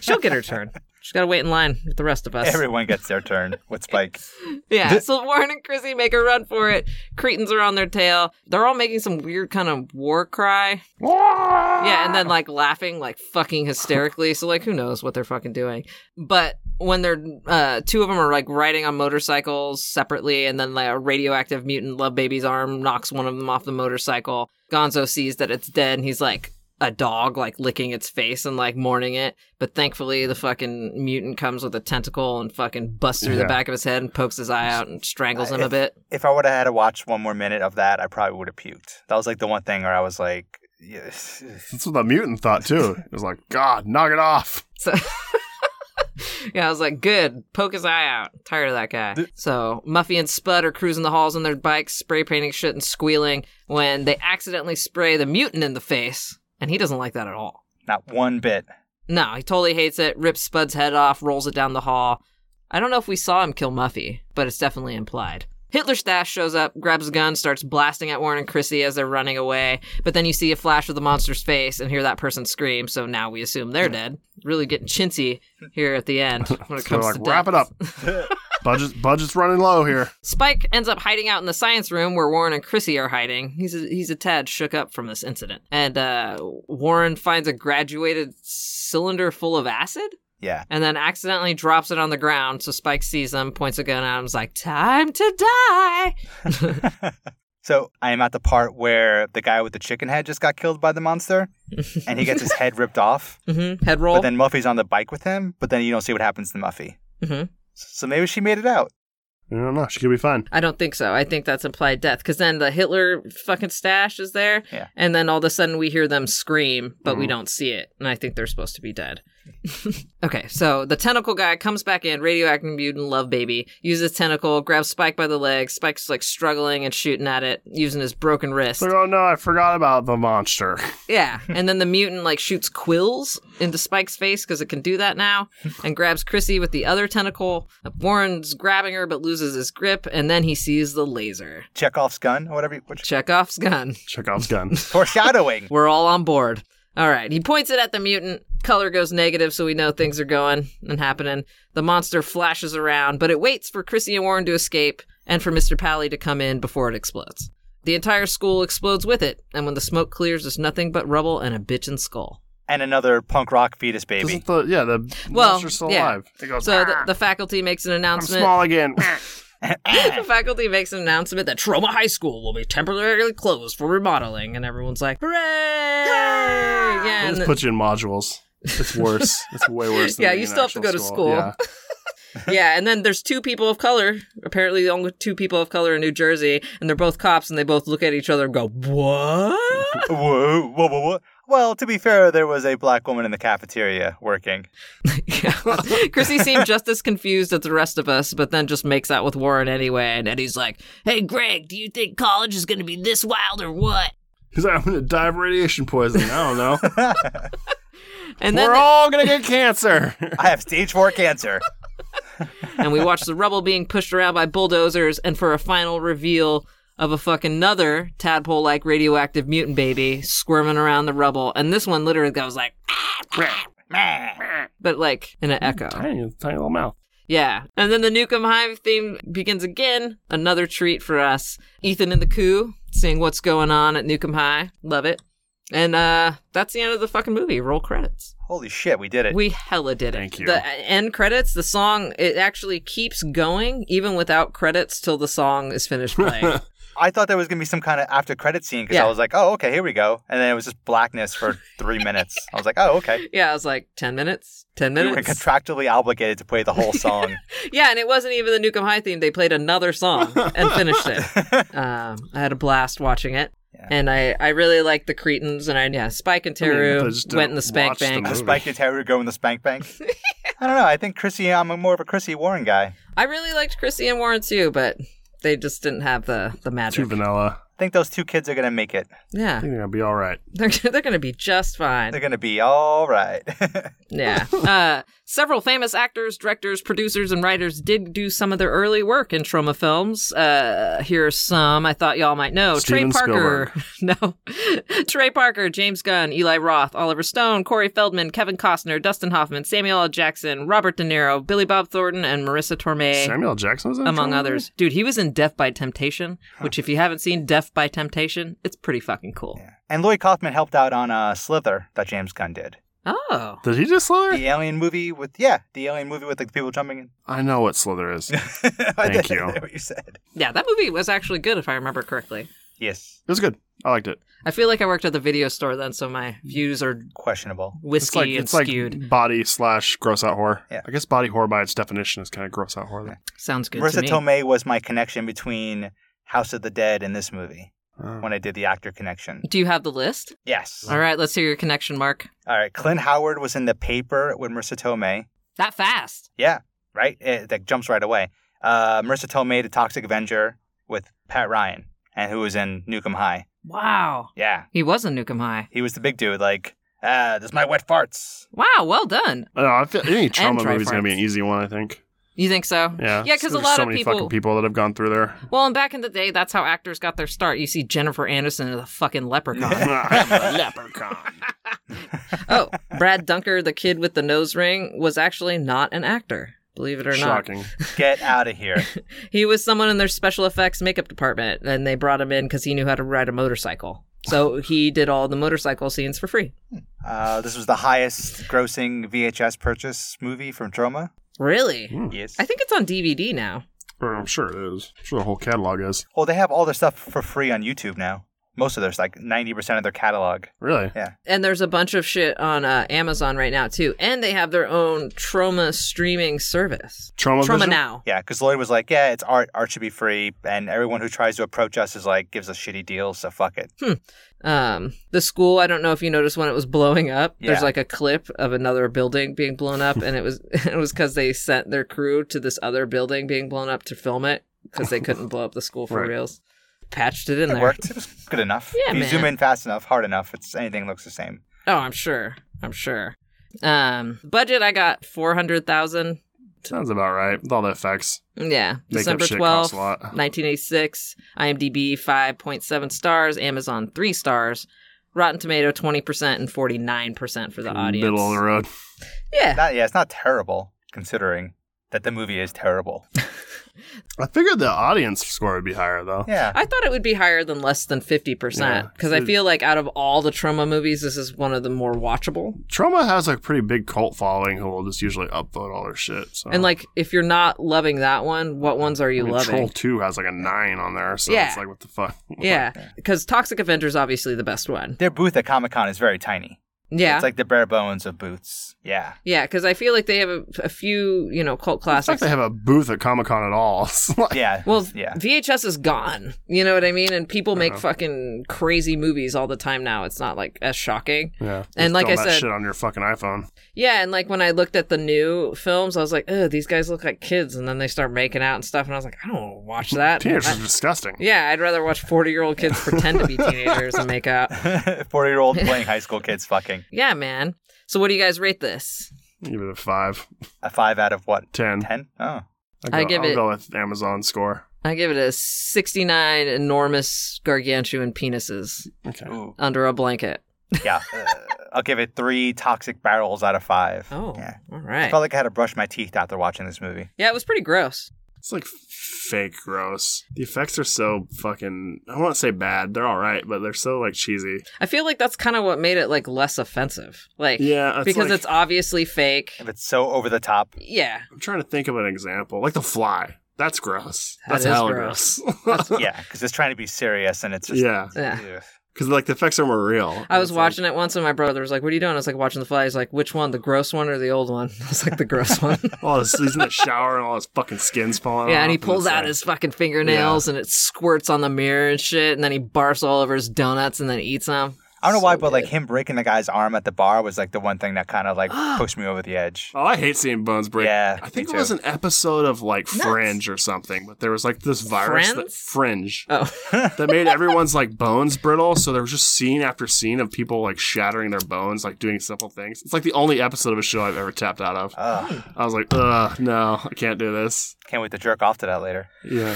Speaker 7: She'll get her turn. She's got to wait in line with the rest of us.
Speaker 8: Everyone gets their turn with Spike.
Speaker 7: Yeah, so Warren and Chrissy make a run for it. Cretans are on their tail. They're all making some weird kind of war cry. Yeah, and then like laughing, like fucking hysterically. So like, who knows what they're fucking doing? But when they're uh, two of them are like riding on motorcycles separately, and then like a radioactive mutant love baby's arm knocks one of them off the motorcycle. Gonzo sees that it's dead, and he's like, a dog like licking its face and like mourning it. But thankfully, the fucking mutant comes with a tentacle and fucking busts through the
Speaker 6: Yeah.
Speaker 7: back of his head and pokes his eye out and strangles him a bit.
Speaker 8: If I would have had to watch one more minute of that, I probably would have puked. That was like the one thing where I was like, yes.
Speaker 6: That's what the mutant thought too. It was like, God, knock it off.
Speaker 7: So. Yeah, I was like, good, poke his eye out. Tired of that guy. So, Muffy and Spud are cruising the halls on their bikes, spray painting shit and squealing when they accidentally spray the mutant in the face, and he doesn't like that at all.
Speaker 8: not one bit.
Speaker 7: No, he totally hates it. Rips Spud's head off, rolls it down the hall. I don't know if we saw him kill Muffy, but it's definitely implied. Hitler Stash shows up, grabs a gun, starts blasting at Warren and Chrissy as they're running away. But then you see a flash of the monster's face and hear that person scream, so now we assume they're dead. Really getting chintzy here at the
Speaker 6: *laughs*
Speaker 7: end when it
Speaker 6: So
Speaker 7: comes
Speaker 6: they're like,
Speaker 7: to
Speaker 6: wrap
Speaker 7: death.
Speaker 6: it up. *laughs* budget, budget's running low here.
Speaker 7: Spike ends up hiding out in the science room where Warren and Chrissy are hiding. He's a, he's a tad shook up from this incident, and uh, Warren finds a graduated cylinder full of acid
Speaker 8: *laughs* Yeah.
Speaker 7: and then accidentally drops it on the ground. So Spike sees him, points a gun at him, is like, "Time to die!"
Speaker 8: So I am at the part where the guy with the chicken head just got killed by the monster and he gets his head ripped off.
Speaker 7: Mm-hmm. Head
Speaker 8: But
Speaker 7: roll.
Speaker 8: then Muffy's on the bike with him, but then you don't see what happens to Muffy.
Speaker 7: Mhm.
Speaker 8: So maybe she made it out.
Speaker 6: I don't know. She could be fine.
Speaker 7: I don't think so. I think that's implied death because then the Hitler fucking stash is there,
Speaker 8: Yeah.
Speaker 7: and then all of a sudden we hear them scream, but we don't see it, and I think they're supposed to be dead. okay, so the tentacle guy comes back in, radioactive mutant love baby, uses tentacle, grabs Spike by the leg. Spike's like struggling and shooting at it using his broken wrist.
Speaker 6: It's like, oh no, I forgot about the monster.
Speaker 7: Yeah, and then the mutant like shoots quills into Spike's face because it can do that now, and grabs Chrissy with the other tentacle. Warren's grabbing her but loses his grip, and then he sees the laser.
Speaker 8: Chekhov's gun or whatever. Which,
Speaker 7: Chekhov's gun.
Speaker 6: Chekhov's gun.
Speaker 8: *laughs* foreshadowing.
Speaker 7: We're all on board. All right, he points it at the mutant. Color goes negative, so we know things are going and happening. The monster flashes around, but it waits for Chrissy and Warren to escape and for Mr. Pally to come in before it explodes. The entire school explodes with it, and when the smoke clears, there's nothing but rubble and a bitchin' skull.
Speaker 8: and another punk rock fetus
Speaker 6: Isn't
Speaker 8: baby.
Speaker 6: the yeah the
Speaker 7: Well,
Speaker 6: monster's still
Speaker 7: yeah.
Speaker 6: alive? It goes.
Speaker 7: So the,
Speaker 6: "Ah,
Speaker 7: the faculty makes an
Speaker 6: I'm
Speaker 7: announcement. *laughs*
Speaker 6: small again.
Speaker 7: the faculty makes an announcement that Troma High School will be temporarily closed for remodeling, and everyone's like, "Hooray!" Yeah,
Speaker 6: Let's
Speaker 7: and
Speaker 6: put you in modules. It's worse. It's way worse. Than
Speaker 7: Yeah,
Speaker 6: being
Speaker 7: you
Speaker 6: in
Speaker 7: still have to go
Speaker 6: actual
Speaker 7: to school.
Speaker 6: Yeah.
Speaker 7: yeah, and then there's two people of color. Apparently, the only two people of color in New Jersey, and they're both cops, and they both look at each other and go,
Speaker 8: *laughs*
Speaker 7: "What?"
Speaker 8: whoa, whoa, whoa, whoa. Well, to be fair, there was a black woman in the cafeteria working.
Speaker 7: yeah. *laughs* Chrissy seemed just as confused as the rest of us, but then just makes out with Warren anyway, and Eddie's like, "Hey, Greg, do you think college is going to be this wild or what?"
Speaker 6: He's like, I'm gonna die of radiation poisoning. I don't know.
Speaker 7: *laughs* And then
Speaker 6: We're all gonna
Speaker 7: *laughs*
Speaker 6: get cancer.
Speaker 8: I have stage four cancer.
Speaker 7: and we watch the rubble being pushed around by bulldozers and for a final reveal of a fucking another tadpole like radioactive mutant baby squirming around the rubble and this one literally goes like but like in an echo
Speaker 6: tiny, tiny little mouth.
Speaker 7: yeah and then the nukem hive theme begins again another treat for us ethan and the coup seeing what's going on at nukem high love it and uh that's the end of the fucking movie roll credits
Speaker 8: Holy shit, we did it.
Speaker 7: we hella did it.
Speaker 6: Thank you.
Speaker 7: The end credits, the song, it actually keeps going even without credits till the song is
Speaker 6: *laughs*
Speaker 7: finished playing.
Speaker 8: I thought there was going to be some kind of after credit scene because
Speaker 7: Yeah.
Speaker 8: I was like, oh, okay, here we go. And then it was just
Speaker 7: *laughs*
Speaker 8: blackness for three minutes. I was like, oh, okay.
Speaker 7: yeah, I was like, 10 minutes? 10
Speaker 8: We were
Speaker 7: minutes?
Speaker 8: contractually obligated to play the whole song.
Speaker 7: *laughs* yeah, and it wasn't even the Nukem High theme. They played another song and finished it.
Speaker 6: *laughs*
Speaker 7: Um, I had a blast watching it. And I, I really liked the Cretans. And I, yeah, Spike and Teru
Speaker 6: I just
Speaker 7: went in
Speaker 6: don't
Speaker 7: the Spank
Speaker 6: watch them.
Speaker 7: Bank.
Speaker 8: the
Speaker 6: Movie.
Speaker 8: Spike and Terry go in the Spank Bank.
Speaker 7: *laughs*
Speaker 8: I don't know. I think Chrissy, I'm more of a Chrissy Warren guy.
Speaker 7: I really liked Chrissy and Warren too, but they just didn't have the, the magic.
Speaker 6: Too vanilla.
Speaker 8: think those two kids are gonna make it.
Speaker 6: I
Speaker 7: Yeah,
Speaker 6: think they're gonna be all right.
Speaker 7: they're *laughs* they're gonna be just fine.
Speaker 8: They're gonna be all right. *laughs*
Speaker 7: Yeah. Uh, several famous actors, directors, producers, and writers did do some of their early work in trauma films. Uh, here are some I thought y'all might know:
Speaker 6: Steven
Speaker 7: Trey Parker, *laughs* no, Trey Parker, James Gunn, Eli Roth, Oliver Stone, Corey Feldman, Kevin Costner, Dustin Hoffman, Samuel L. Jackson, Robert De Niro, Billy Bob Thornton, and Marissa Tomei.
Speaker 6: Samuel L. Jackson was in
Speaker 7: among
Speaker 6: Troy?
Speaker 7: others, dude, he was in Death by Temptation, which if you haven't seen Death by Temptation, it's pretty fucking cool.
Speaker 8: and Lloyd Kaufman helped out on uh, Slither that James Gunn did.
Speaker 7: Oh,
Speaker 6: Did he just slither?
Speaker 8: The Alien movie with yeah, the Alien movie with like the people jumping in. *laughs*
Speaker 6: I know what slither
Speaker 7: *laughs*
Speaker 6: is. It
Speaker 8: I
Speaker 6: Thank
Speaker 8: didn't
Speaker 6: you.
Speaker 8: know What you said.
Speaker 7: yeah, that movie was actually good if I remember correctly.
Speaker 8: Yes,
Speaker 6: was good. I liked it.
Speaker 7: I feel like I worked at the video store then, so my views are
Speaker 8: questionable.
Speaker 7: whiskey
Speaker 6: It's like
Speaker 7: and
Speaker 6: it's like
Speaker 7: skewed.
Speaker 6: body slash gross out horror.
Speaker 8: Yeah.
Speaker 6: I guess body horror by its definition is kind of gross out horror. Though.
Speaker 7: Sounds good to
Speaker 8: Marissa
Speaker 7: me.
Speaker 8: Tomei was my connection between House of the Dead and this movie
Speaker 6: Uh,
Speaker 8: when I did the actor connection.
Speaker 7: Do you have the list?
Speaker 8: Yes.
Speaker 7: All right, let's hear your connection, Mark.
Speaker 8: All right. Clint Howard was in the paper with Marissa Tomei.
Speaker 7: That fast.
Speaker 8: Yeah, right. It, that jumps right away. Uh, Marissa Tomei, The Toxic Avenger, with Pat Ryan, and who was in Nukem High.
Speaker 7: Wow.
Speaker 8: Yeah,
Speaker 7: He was in Nukem High.
Speaker 8: he was the big dude. Like, ah, this is my wet farts.
Speaker 7: Wow, well done.
Speaker 6: I know. I feel any trauma
Speaker 7: dry
Speaker 6: movie is gonna be
Speaker 7: farts.
Speaker 6: an easy one. I think.
Speaker 7: You think so?
Speaker 6: Yeah.
Speaker 7: Yeah, because a
Speaker 6: There's
Speaker 7: lot
Speaker 6: so
Speaker 7: of
Speaker 6: many
Speaker 7: people,
Speaker 6: fucking people that have gone through there.
Speaker 7: Well, and back in the day, that's how actors got their start. You see Jennifer Aniston as a fucking leprechaun.
Speaker 6: I'm a leprechaun.
Speaker 7: oh, Brad Dunker, the kid with the nose ring, was actually not an actor. Believe it or not.
Speaker 6: Shocking.
Speaker 7: *laughs*
Speaker 8: Get out of here.
Speaker 7: He was someone in their special effects makeup department, and they brought him in because he knew how to ride a motorcycle. So he did all the motorcycle scenes for free.
Speaker 8: Uh, this was the highest grossing VHS purchase movie from Troma.
Speaker 7: Really?
Speaker 8: Yes.
Speaker 7: I think it's on DVD now.
Speaker 6: Or I'm sure it is. I'm sure the whole catalog is.
Speaker 8: Well, they have all their stuff for free on YouTube now. Most of their, like 90% of their catalog.
Speaker 6: Really?
Speaker 8: Yeah.
Speaker 7: And there's a bunch of shit on uh, Amazon right now, too. And they have their own trauma streaming service.
Speaker 6: Trauma.
Speaker 7: Trauma
Speaker 6: Vision?
Speaker 7: Now.
Speaker 8: Yeah, because Lloyd was like, yeah, it's art. Art should be free. And everyone who tries to approach us is like, gives us shitty deals, so fuck it.
Speaker 7: Um, the school, I don't know if you noticed when it was blowing up,
Speaker 8: Yeah.
Speaker 7: there's like a clip of another building being blown up. And it was *laughs* it was because they sent their crew to this other building being blown up to film it because they couldn't blow up the school for
Speaker 6: Right.
Speaker 7: reals. Patched it in
Speaker 8: It
Speaker 7: there.
Speaker 8: worked. It was good enough.
Speaker 7: Yeah,
Speaker 8: if you
Speaker 7: man.
Speaker 8: zoom in fast enough, hard enough, it's anything looks the same.
Speaker 7: Oh, I'm sure. I'm sure. Um, budget I got four hundred thousand.
Speaker 6: Sounds about right. With all the effects.
Speaker 7: Yeah,
Speaker 6: Makeup
Speaker 7: December
Speaker 6: shit costs
Speaker 7: twelfth,
Speaker 6: a lot.
Speaker 7: nineteen eighty six. IMDb five point seven stars. Amazon three stars. Rotten Tomato twenty percent and forty nine percent for the audience.
Speaker 6: Middle of the road.
Speaker 7: Yeah,
Speaker 8: Not, yeah, it's not terrible considering that the movie
Speaker 7: *laughs*
Speaker 8: is terrible.
Speaker 6: I figured the audience score would be higher though.
Speaker 8: Yeah.
Speaker 7: I thought it would be higher than less than fifty
Speaker 6: Yeah,
Speaker 7: percent because I
Speaker 6: it-
Speaker 7: feel like out of all the trauma movies, this is one of the more watchable.
Speaker 6: Trauma has a pretty big cult following who will just usually upload all their shit. So.
Speaker 7: And like, if you're not loving that one, what ones are you
Speaker 6: I mean,
Speaker 7: loving?
Speaker 6: Troll Two has like a nine on there, so
Speaker 7: Yeah.
Speaker 6: it's like what the fuck.
Speaker 7: Yeah, because Toxic Avenger is obviously the best one.
Speaker 8: Their booth at Comic Con is very tiny.
Speaker 7: Yeah,
Speaker 8: It's like the bare bones of booths. Yeah.
Speaker 7: Yeah, because I feel like they have a, a few, you know, cult
Speaker 6: It's like
Speaker 7: classics.
Speaker 6: they have a booth at Comic Con at all. *laughs* It's like-
Speaker 8: Yeah. *laughs*
Speaker 7: well,
Speaker 8: yeah.
Speaker 7: VHS is gone. You know what I mean? And people make
Speaker 6: Uh-huh.
Speaker 7: fucking crazy movies all the time now. It's not like as shocking.
Speaker 6: yeah.
Speaker 7: And like
Speaker 6: Film
Speaker 7: I
Speaker 6: that
Speaker 7: said-
Speaker 6: shit on your fucking iPhone.
Speaker 7: Yeah, and like when I looked at the new films, I was like, "Oh, these guys look like kids," and then they start making out and stuff, and I was like, "I don't want to
Speaker 6: *laughs*
Speaker 7: watch that."
Speaker 6: Teenagers
Speaker 7: I-
Speaker 6: are disgusting.
Speaker 7: yeah, I'd rather watch forty-year-old kids pretend *laughs* to be teenagers and make out.
Speaker 8: 40
Speaker 7: *laughs*
Speaker 8: year old playing high school kids fucking.
Speaker 7: Yeah, man. So, what do you guys rate this?
Speaker 6: Give it a five,
Speaker 8: A five out of what?
Speaker 6: ten.
Speaker 8: 10? Oh.
Speaker 6: I'll
Speaker 7: I
Speaker 6: go-
Speaker 7: give
Speaker 6: I'll
Speaker 7: it-
Speaker 6: go with Amazon score.
Speaker 7: I give it a sixty-nine enormous gargantuan penises
Speaker 6: Okay.
Speaker 8: Ooh.
Speaker 7: under a blanket.
Speaker 8: Yeah. Uh, I'll give it three toxic barrels out of five.
Speaker 7: Oh,
Speaker 8: Yeah.
Speaker 7: all right.
Speaker 8: I felt like I had to brush my teeth after watching this movie.
Speaker 7: Yeah, it was pretty gross.
Speaker 6: It's like fake gross. The effects are so fucking. I won't say bad. They're all right, but they're so like cheesy.
Speaker 7: I feel like that's kind of what made it like less offensive. Like
Speaker 6: Yeah, it's
Speaker 7: because
Speaker 6: like-
Speaker 7: it's obviously fake.
Speaker 8: If it's so over
Speaker 6: *laughs*
Speaker 8: the top,
Speaker 7: Yeah.
Speaker 6: I'm trying to think of an example. Like The Fly. That's gross.
Speaker 7: That
Speaker 6: That's
Speaker 7: is
Speaker 6: hella
Speaker 7: gross.
Speaker 6: gross.
Speaker 8: yeah, because it's trying to be serious and it's just.
Speaker 6: yeah.
Speaker 7: Yeah.
Speaker 8: Ugh.
Speaker 6: *laughs* Because like the effects are more real.
Speaker 7: I was
Speaker 6: It's like-
Speaker 7: watching it once and my brother was like, What are you doing? I was like watching the fly. He's like, Which one? The gross one or the old one? *laughs* I was like, the gross one. *laughs*
Speaker 6: all this, he's in the shower and all his fucking skin's falling off.
Speaker 7: yeah, and he pulls
Speaker 6: it's
Speaker 7: out
Speaker 6: like-
Speaker 7: his fucking fingernails and it squirts on the mirror and shit, and then he barfs all over his donuts and then eats them.
Speaker 8: I don't know why, but like him breaking the guy's arm at the bar was like the one thing that kind of like pushed me over the edge.
Speaker 6: Oh, I hate seeing bones break.
Speaker 8: Yeah,
Speaker 6: I think
Speaker 8: me
Speaker 6: it was
Speaker 8: too.
Speaker 6: an episode of like Fringe or something, but there was like this virus that
Speaker 7: Friends?
Speaker 6: Fringe
Speaker 7: Oh, *laughs*
Speaker 6: that made everyone's like bones brittle. So there was just scene after scene of people like shattering their bones, like doing simple things. It's like the only episode of a show I've ever tapped out of.
Speaker 8: Ugh,
Speaker 6: I was like, ugh, no, I can't do this.
Speaker 8: can't wait to jerk off to that later.
Speaker 6: Yeah,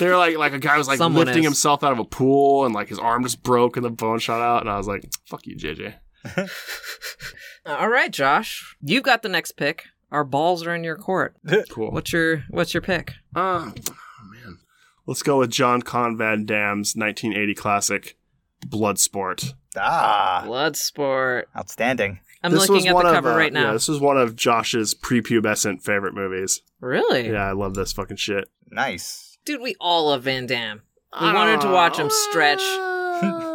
Speaker 6: they were like, like a guy was like
Speaker 7: Someone
Speaker 6: lifting
Speaker 7: is.
Speaker 6: himself out of a pool, and like his arm just broke and the bone shot out, and I was like, fuck you, JJ.
Speaker 7: all right, Josh, you've got the next pick. Our balls are in your court.
Speaker 6: Cool.
Speaker 7: What's your What's your pick?
Speaker 6: Uh, oh, man. Let's go with John Con Van Dam's 1980 classic, Bloodsport.
Speaker 8: Ah,
Speaker 7: Bloodsport.
Speaker 8: outstanding.
Speaker 7: I'm looking at the cover
Speaker 6: uh,
Speaker 7: right now.
Speaker 6: Yeah, this was one of Josh's prepubescent favorite movies.
Speaker 7: really,
Speaker 6: Yeah, I love this fucking shit.
Speaker 8: Nice.
Speaker 7: dude, we all love Van Damme. We wanted to watch him
Speaker 6: *laughs*
Speaker 7: stretch,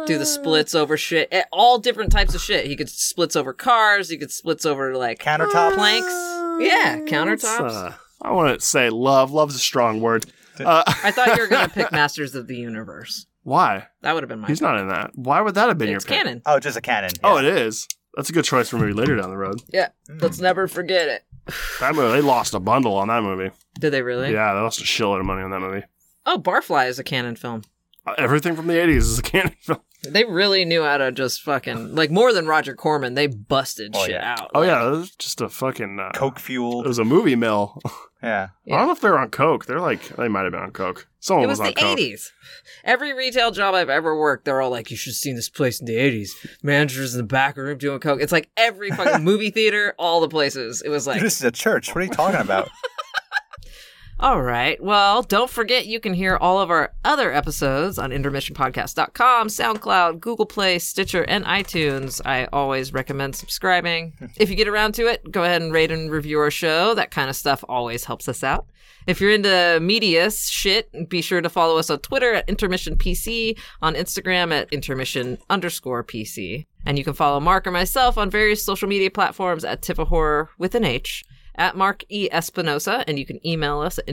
Speaker 7: do the splits over shit, eh, all different types of shit. He could splits over cars. He could splits over like
Speaker 8: Countertop.
Speaker 7: planks. Yeah, countertops.
Speaker 6: Uh, I want to say love. Love's a strong word. Uh,
Speaker 7: I thought you were gonna pick Masters of the Universe.
Speaker 6: *laughs* why?
Speaker 7: That would have been my.
Speaker 6: He's
Speaker 7: pick.
Speaker 6: not in that. Why would that have been
Speaker 7: It's
Speaker 6: your pick?
Speaker 7: canon.
Speaker 8: Oh, just a cannon.
Speaker 6: Oh,
Speaker 8: yeah. Hmm.
Speaker 6: it is. That's a good choice for a movie later down the road.
Speaker 7: Yeah, let's never forget it.
Speaker 6: That movie, they lost a bundle on that movie.
Speaker 7: Did they really?
Speaker 6: Yeah, they lost a shitload of money on that movie.
Speaker 7: Oh, Barfly is a canon film.
Speaker 6: Uh, Everything from the 80s is a *laughs* canon film.
Speaker 7: They really knew how to just fucking like more than Roger Corman. They busted
Speaker 8: Oh,
Speaker 7: shit
Speaker 8: yeah.
Speaker 7: out.
Speaker 6: Oh,
Speaker 7: Like,
Speaker 6: yeah, it was just a fucking. Uh,
Speaker 8: coke
Speaker 6: It
Speaker 8: fueled.
Speaker 6: was a movie mill. *laughs*
Speaker 8: Yeah.
Speaker 6: I don't know if they were on Coke. They're like, they might have been on Coke. Someone
Speaker 7: It was
Speaker 6: on
Speaker 7: the
Speaker 6: Coke.
Speaker 7: eighties. Every retail job I've ever worked, they're all like, "You should have seen this place in the eighties. Managers in the back room doing coke." It's like every
Speaker 6: *laughs*
Speaker 7: fucking movie theater, all the places. It was like,
Speaker 8: Dude, this is a church. What are you talking about?
Speaker 7: All right. Well, don't forget you can hear all of our other episodes on intermissionpodcast.com, SoundCloud, Google Play, Stitcher, and iTunes. I always recommend subscribing. If you get around to it, go ahead and rate and review our show. That kind of stuff always helps us out. If you're into media shit, be sure to follow us on Twitter at intermissionpc, on Instagram at intermission underscore PC. And you can follow Mark or myself on various social media platforms at Tip of Horror with an H at Mark E. Espinosa, and you can email us at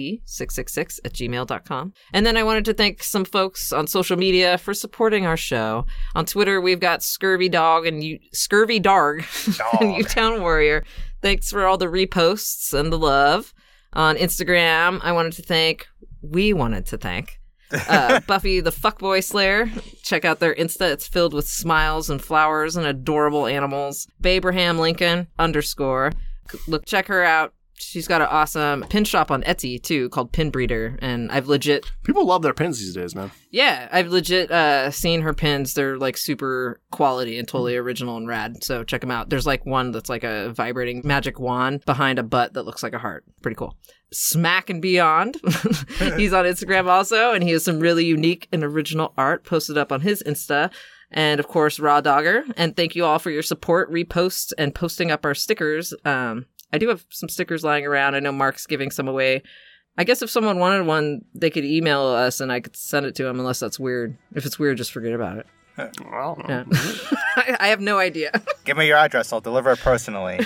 Speaker 7: intermissionpc666 at gmail.com. And then I wanted to thank some folks on social media for supporting our show. On Twitter, we've got Scurvy Dog and you, Scurvy Darg *laughs* and
Speaker 8: Dog.
Speaker 7: Utown Warrior. Thanks for all the reposts and the love. On Instagram, I wanted to thank, we wanted to thank, uh, Buffy the Fuckboy Slayer. Check out their Insta. It's filled with smiles and flowers and adorable animals. Babraham Lincoln underscore. C- Look, check her out. She's got an awesome pin shop on Etsy too called Pin Breeder. And I've legit,
Speaker 6: People love their pins these days, man.
Speaker 7: yeah, I've legit uh, seen her pins. They're like super quality and totally original and rad. So check them out. There's like one that's like a vibrating magic wand behind a butt that looks like a heart. Pretty cool. Smack and Beyond. *laughs* He's on Instagram also, and he has some really unique and original art posted up on his Insta. And of course, Raw Dogger. And thank you all for your support, reposts, and posting up our stickers. Um, I do have some stickers lying around. I know Mark's giving some away. I guess if someone wanted one, they could email us and I could send it to them, unless that's weird. If it's weird, just forget about it.
Speaker 6: I don't know.
Speaker 7: Yeah. *laughs* I, I have no idea. *laughs*
Speaker 8: Give me your address. I'll deliver it personally.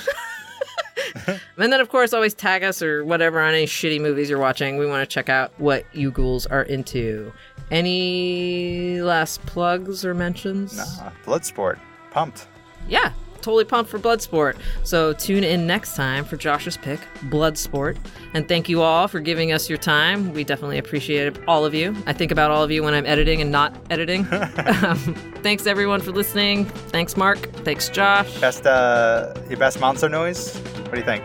Speaker 7: And then, of course, always tag us or whatever on any shitty movies you're watching. We want to check out what you ghouls are into. Any last plugs or mentions?
Speaker 8: nah, Bloodsport. Uh, Pumped.
Speaker 7: Yeah, totally pumped for Bloodsport. So tune in next time for Josh's pick, Bloodsport. And thank you all for giving us your time. We definitely appreciate it, all of you. I think about all of you when I'm editing and not editing. um, thanks, everyone, for listening. Thanks, Mark. Thanks, Josh.
Speaker 8: Best uh, your best monster noise. What do you think?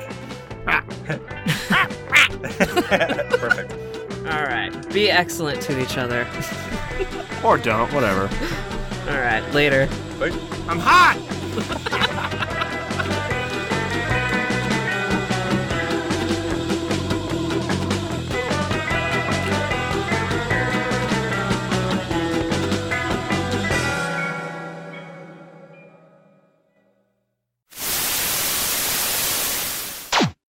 Speaker 6: Ah.
Speaker 8: *laughs* Perfect.
Speaker 7: All right. Be excellent to each other. *laughs*
Speaker 6: Or don't, whatever.
Speaker 7: All right. Later.
Speaker 6: I'm hot!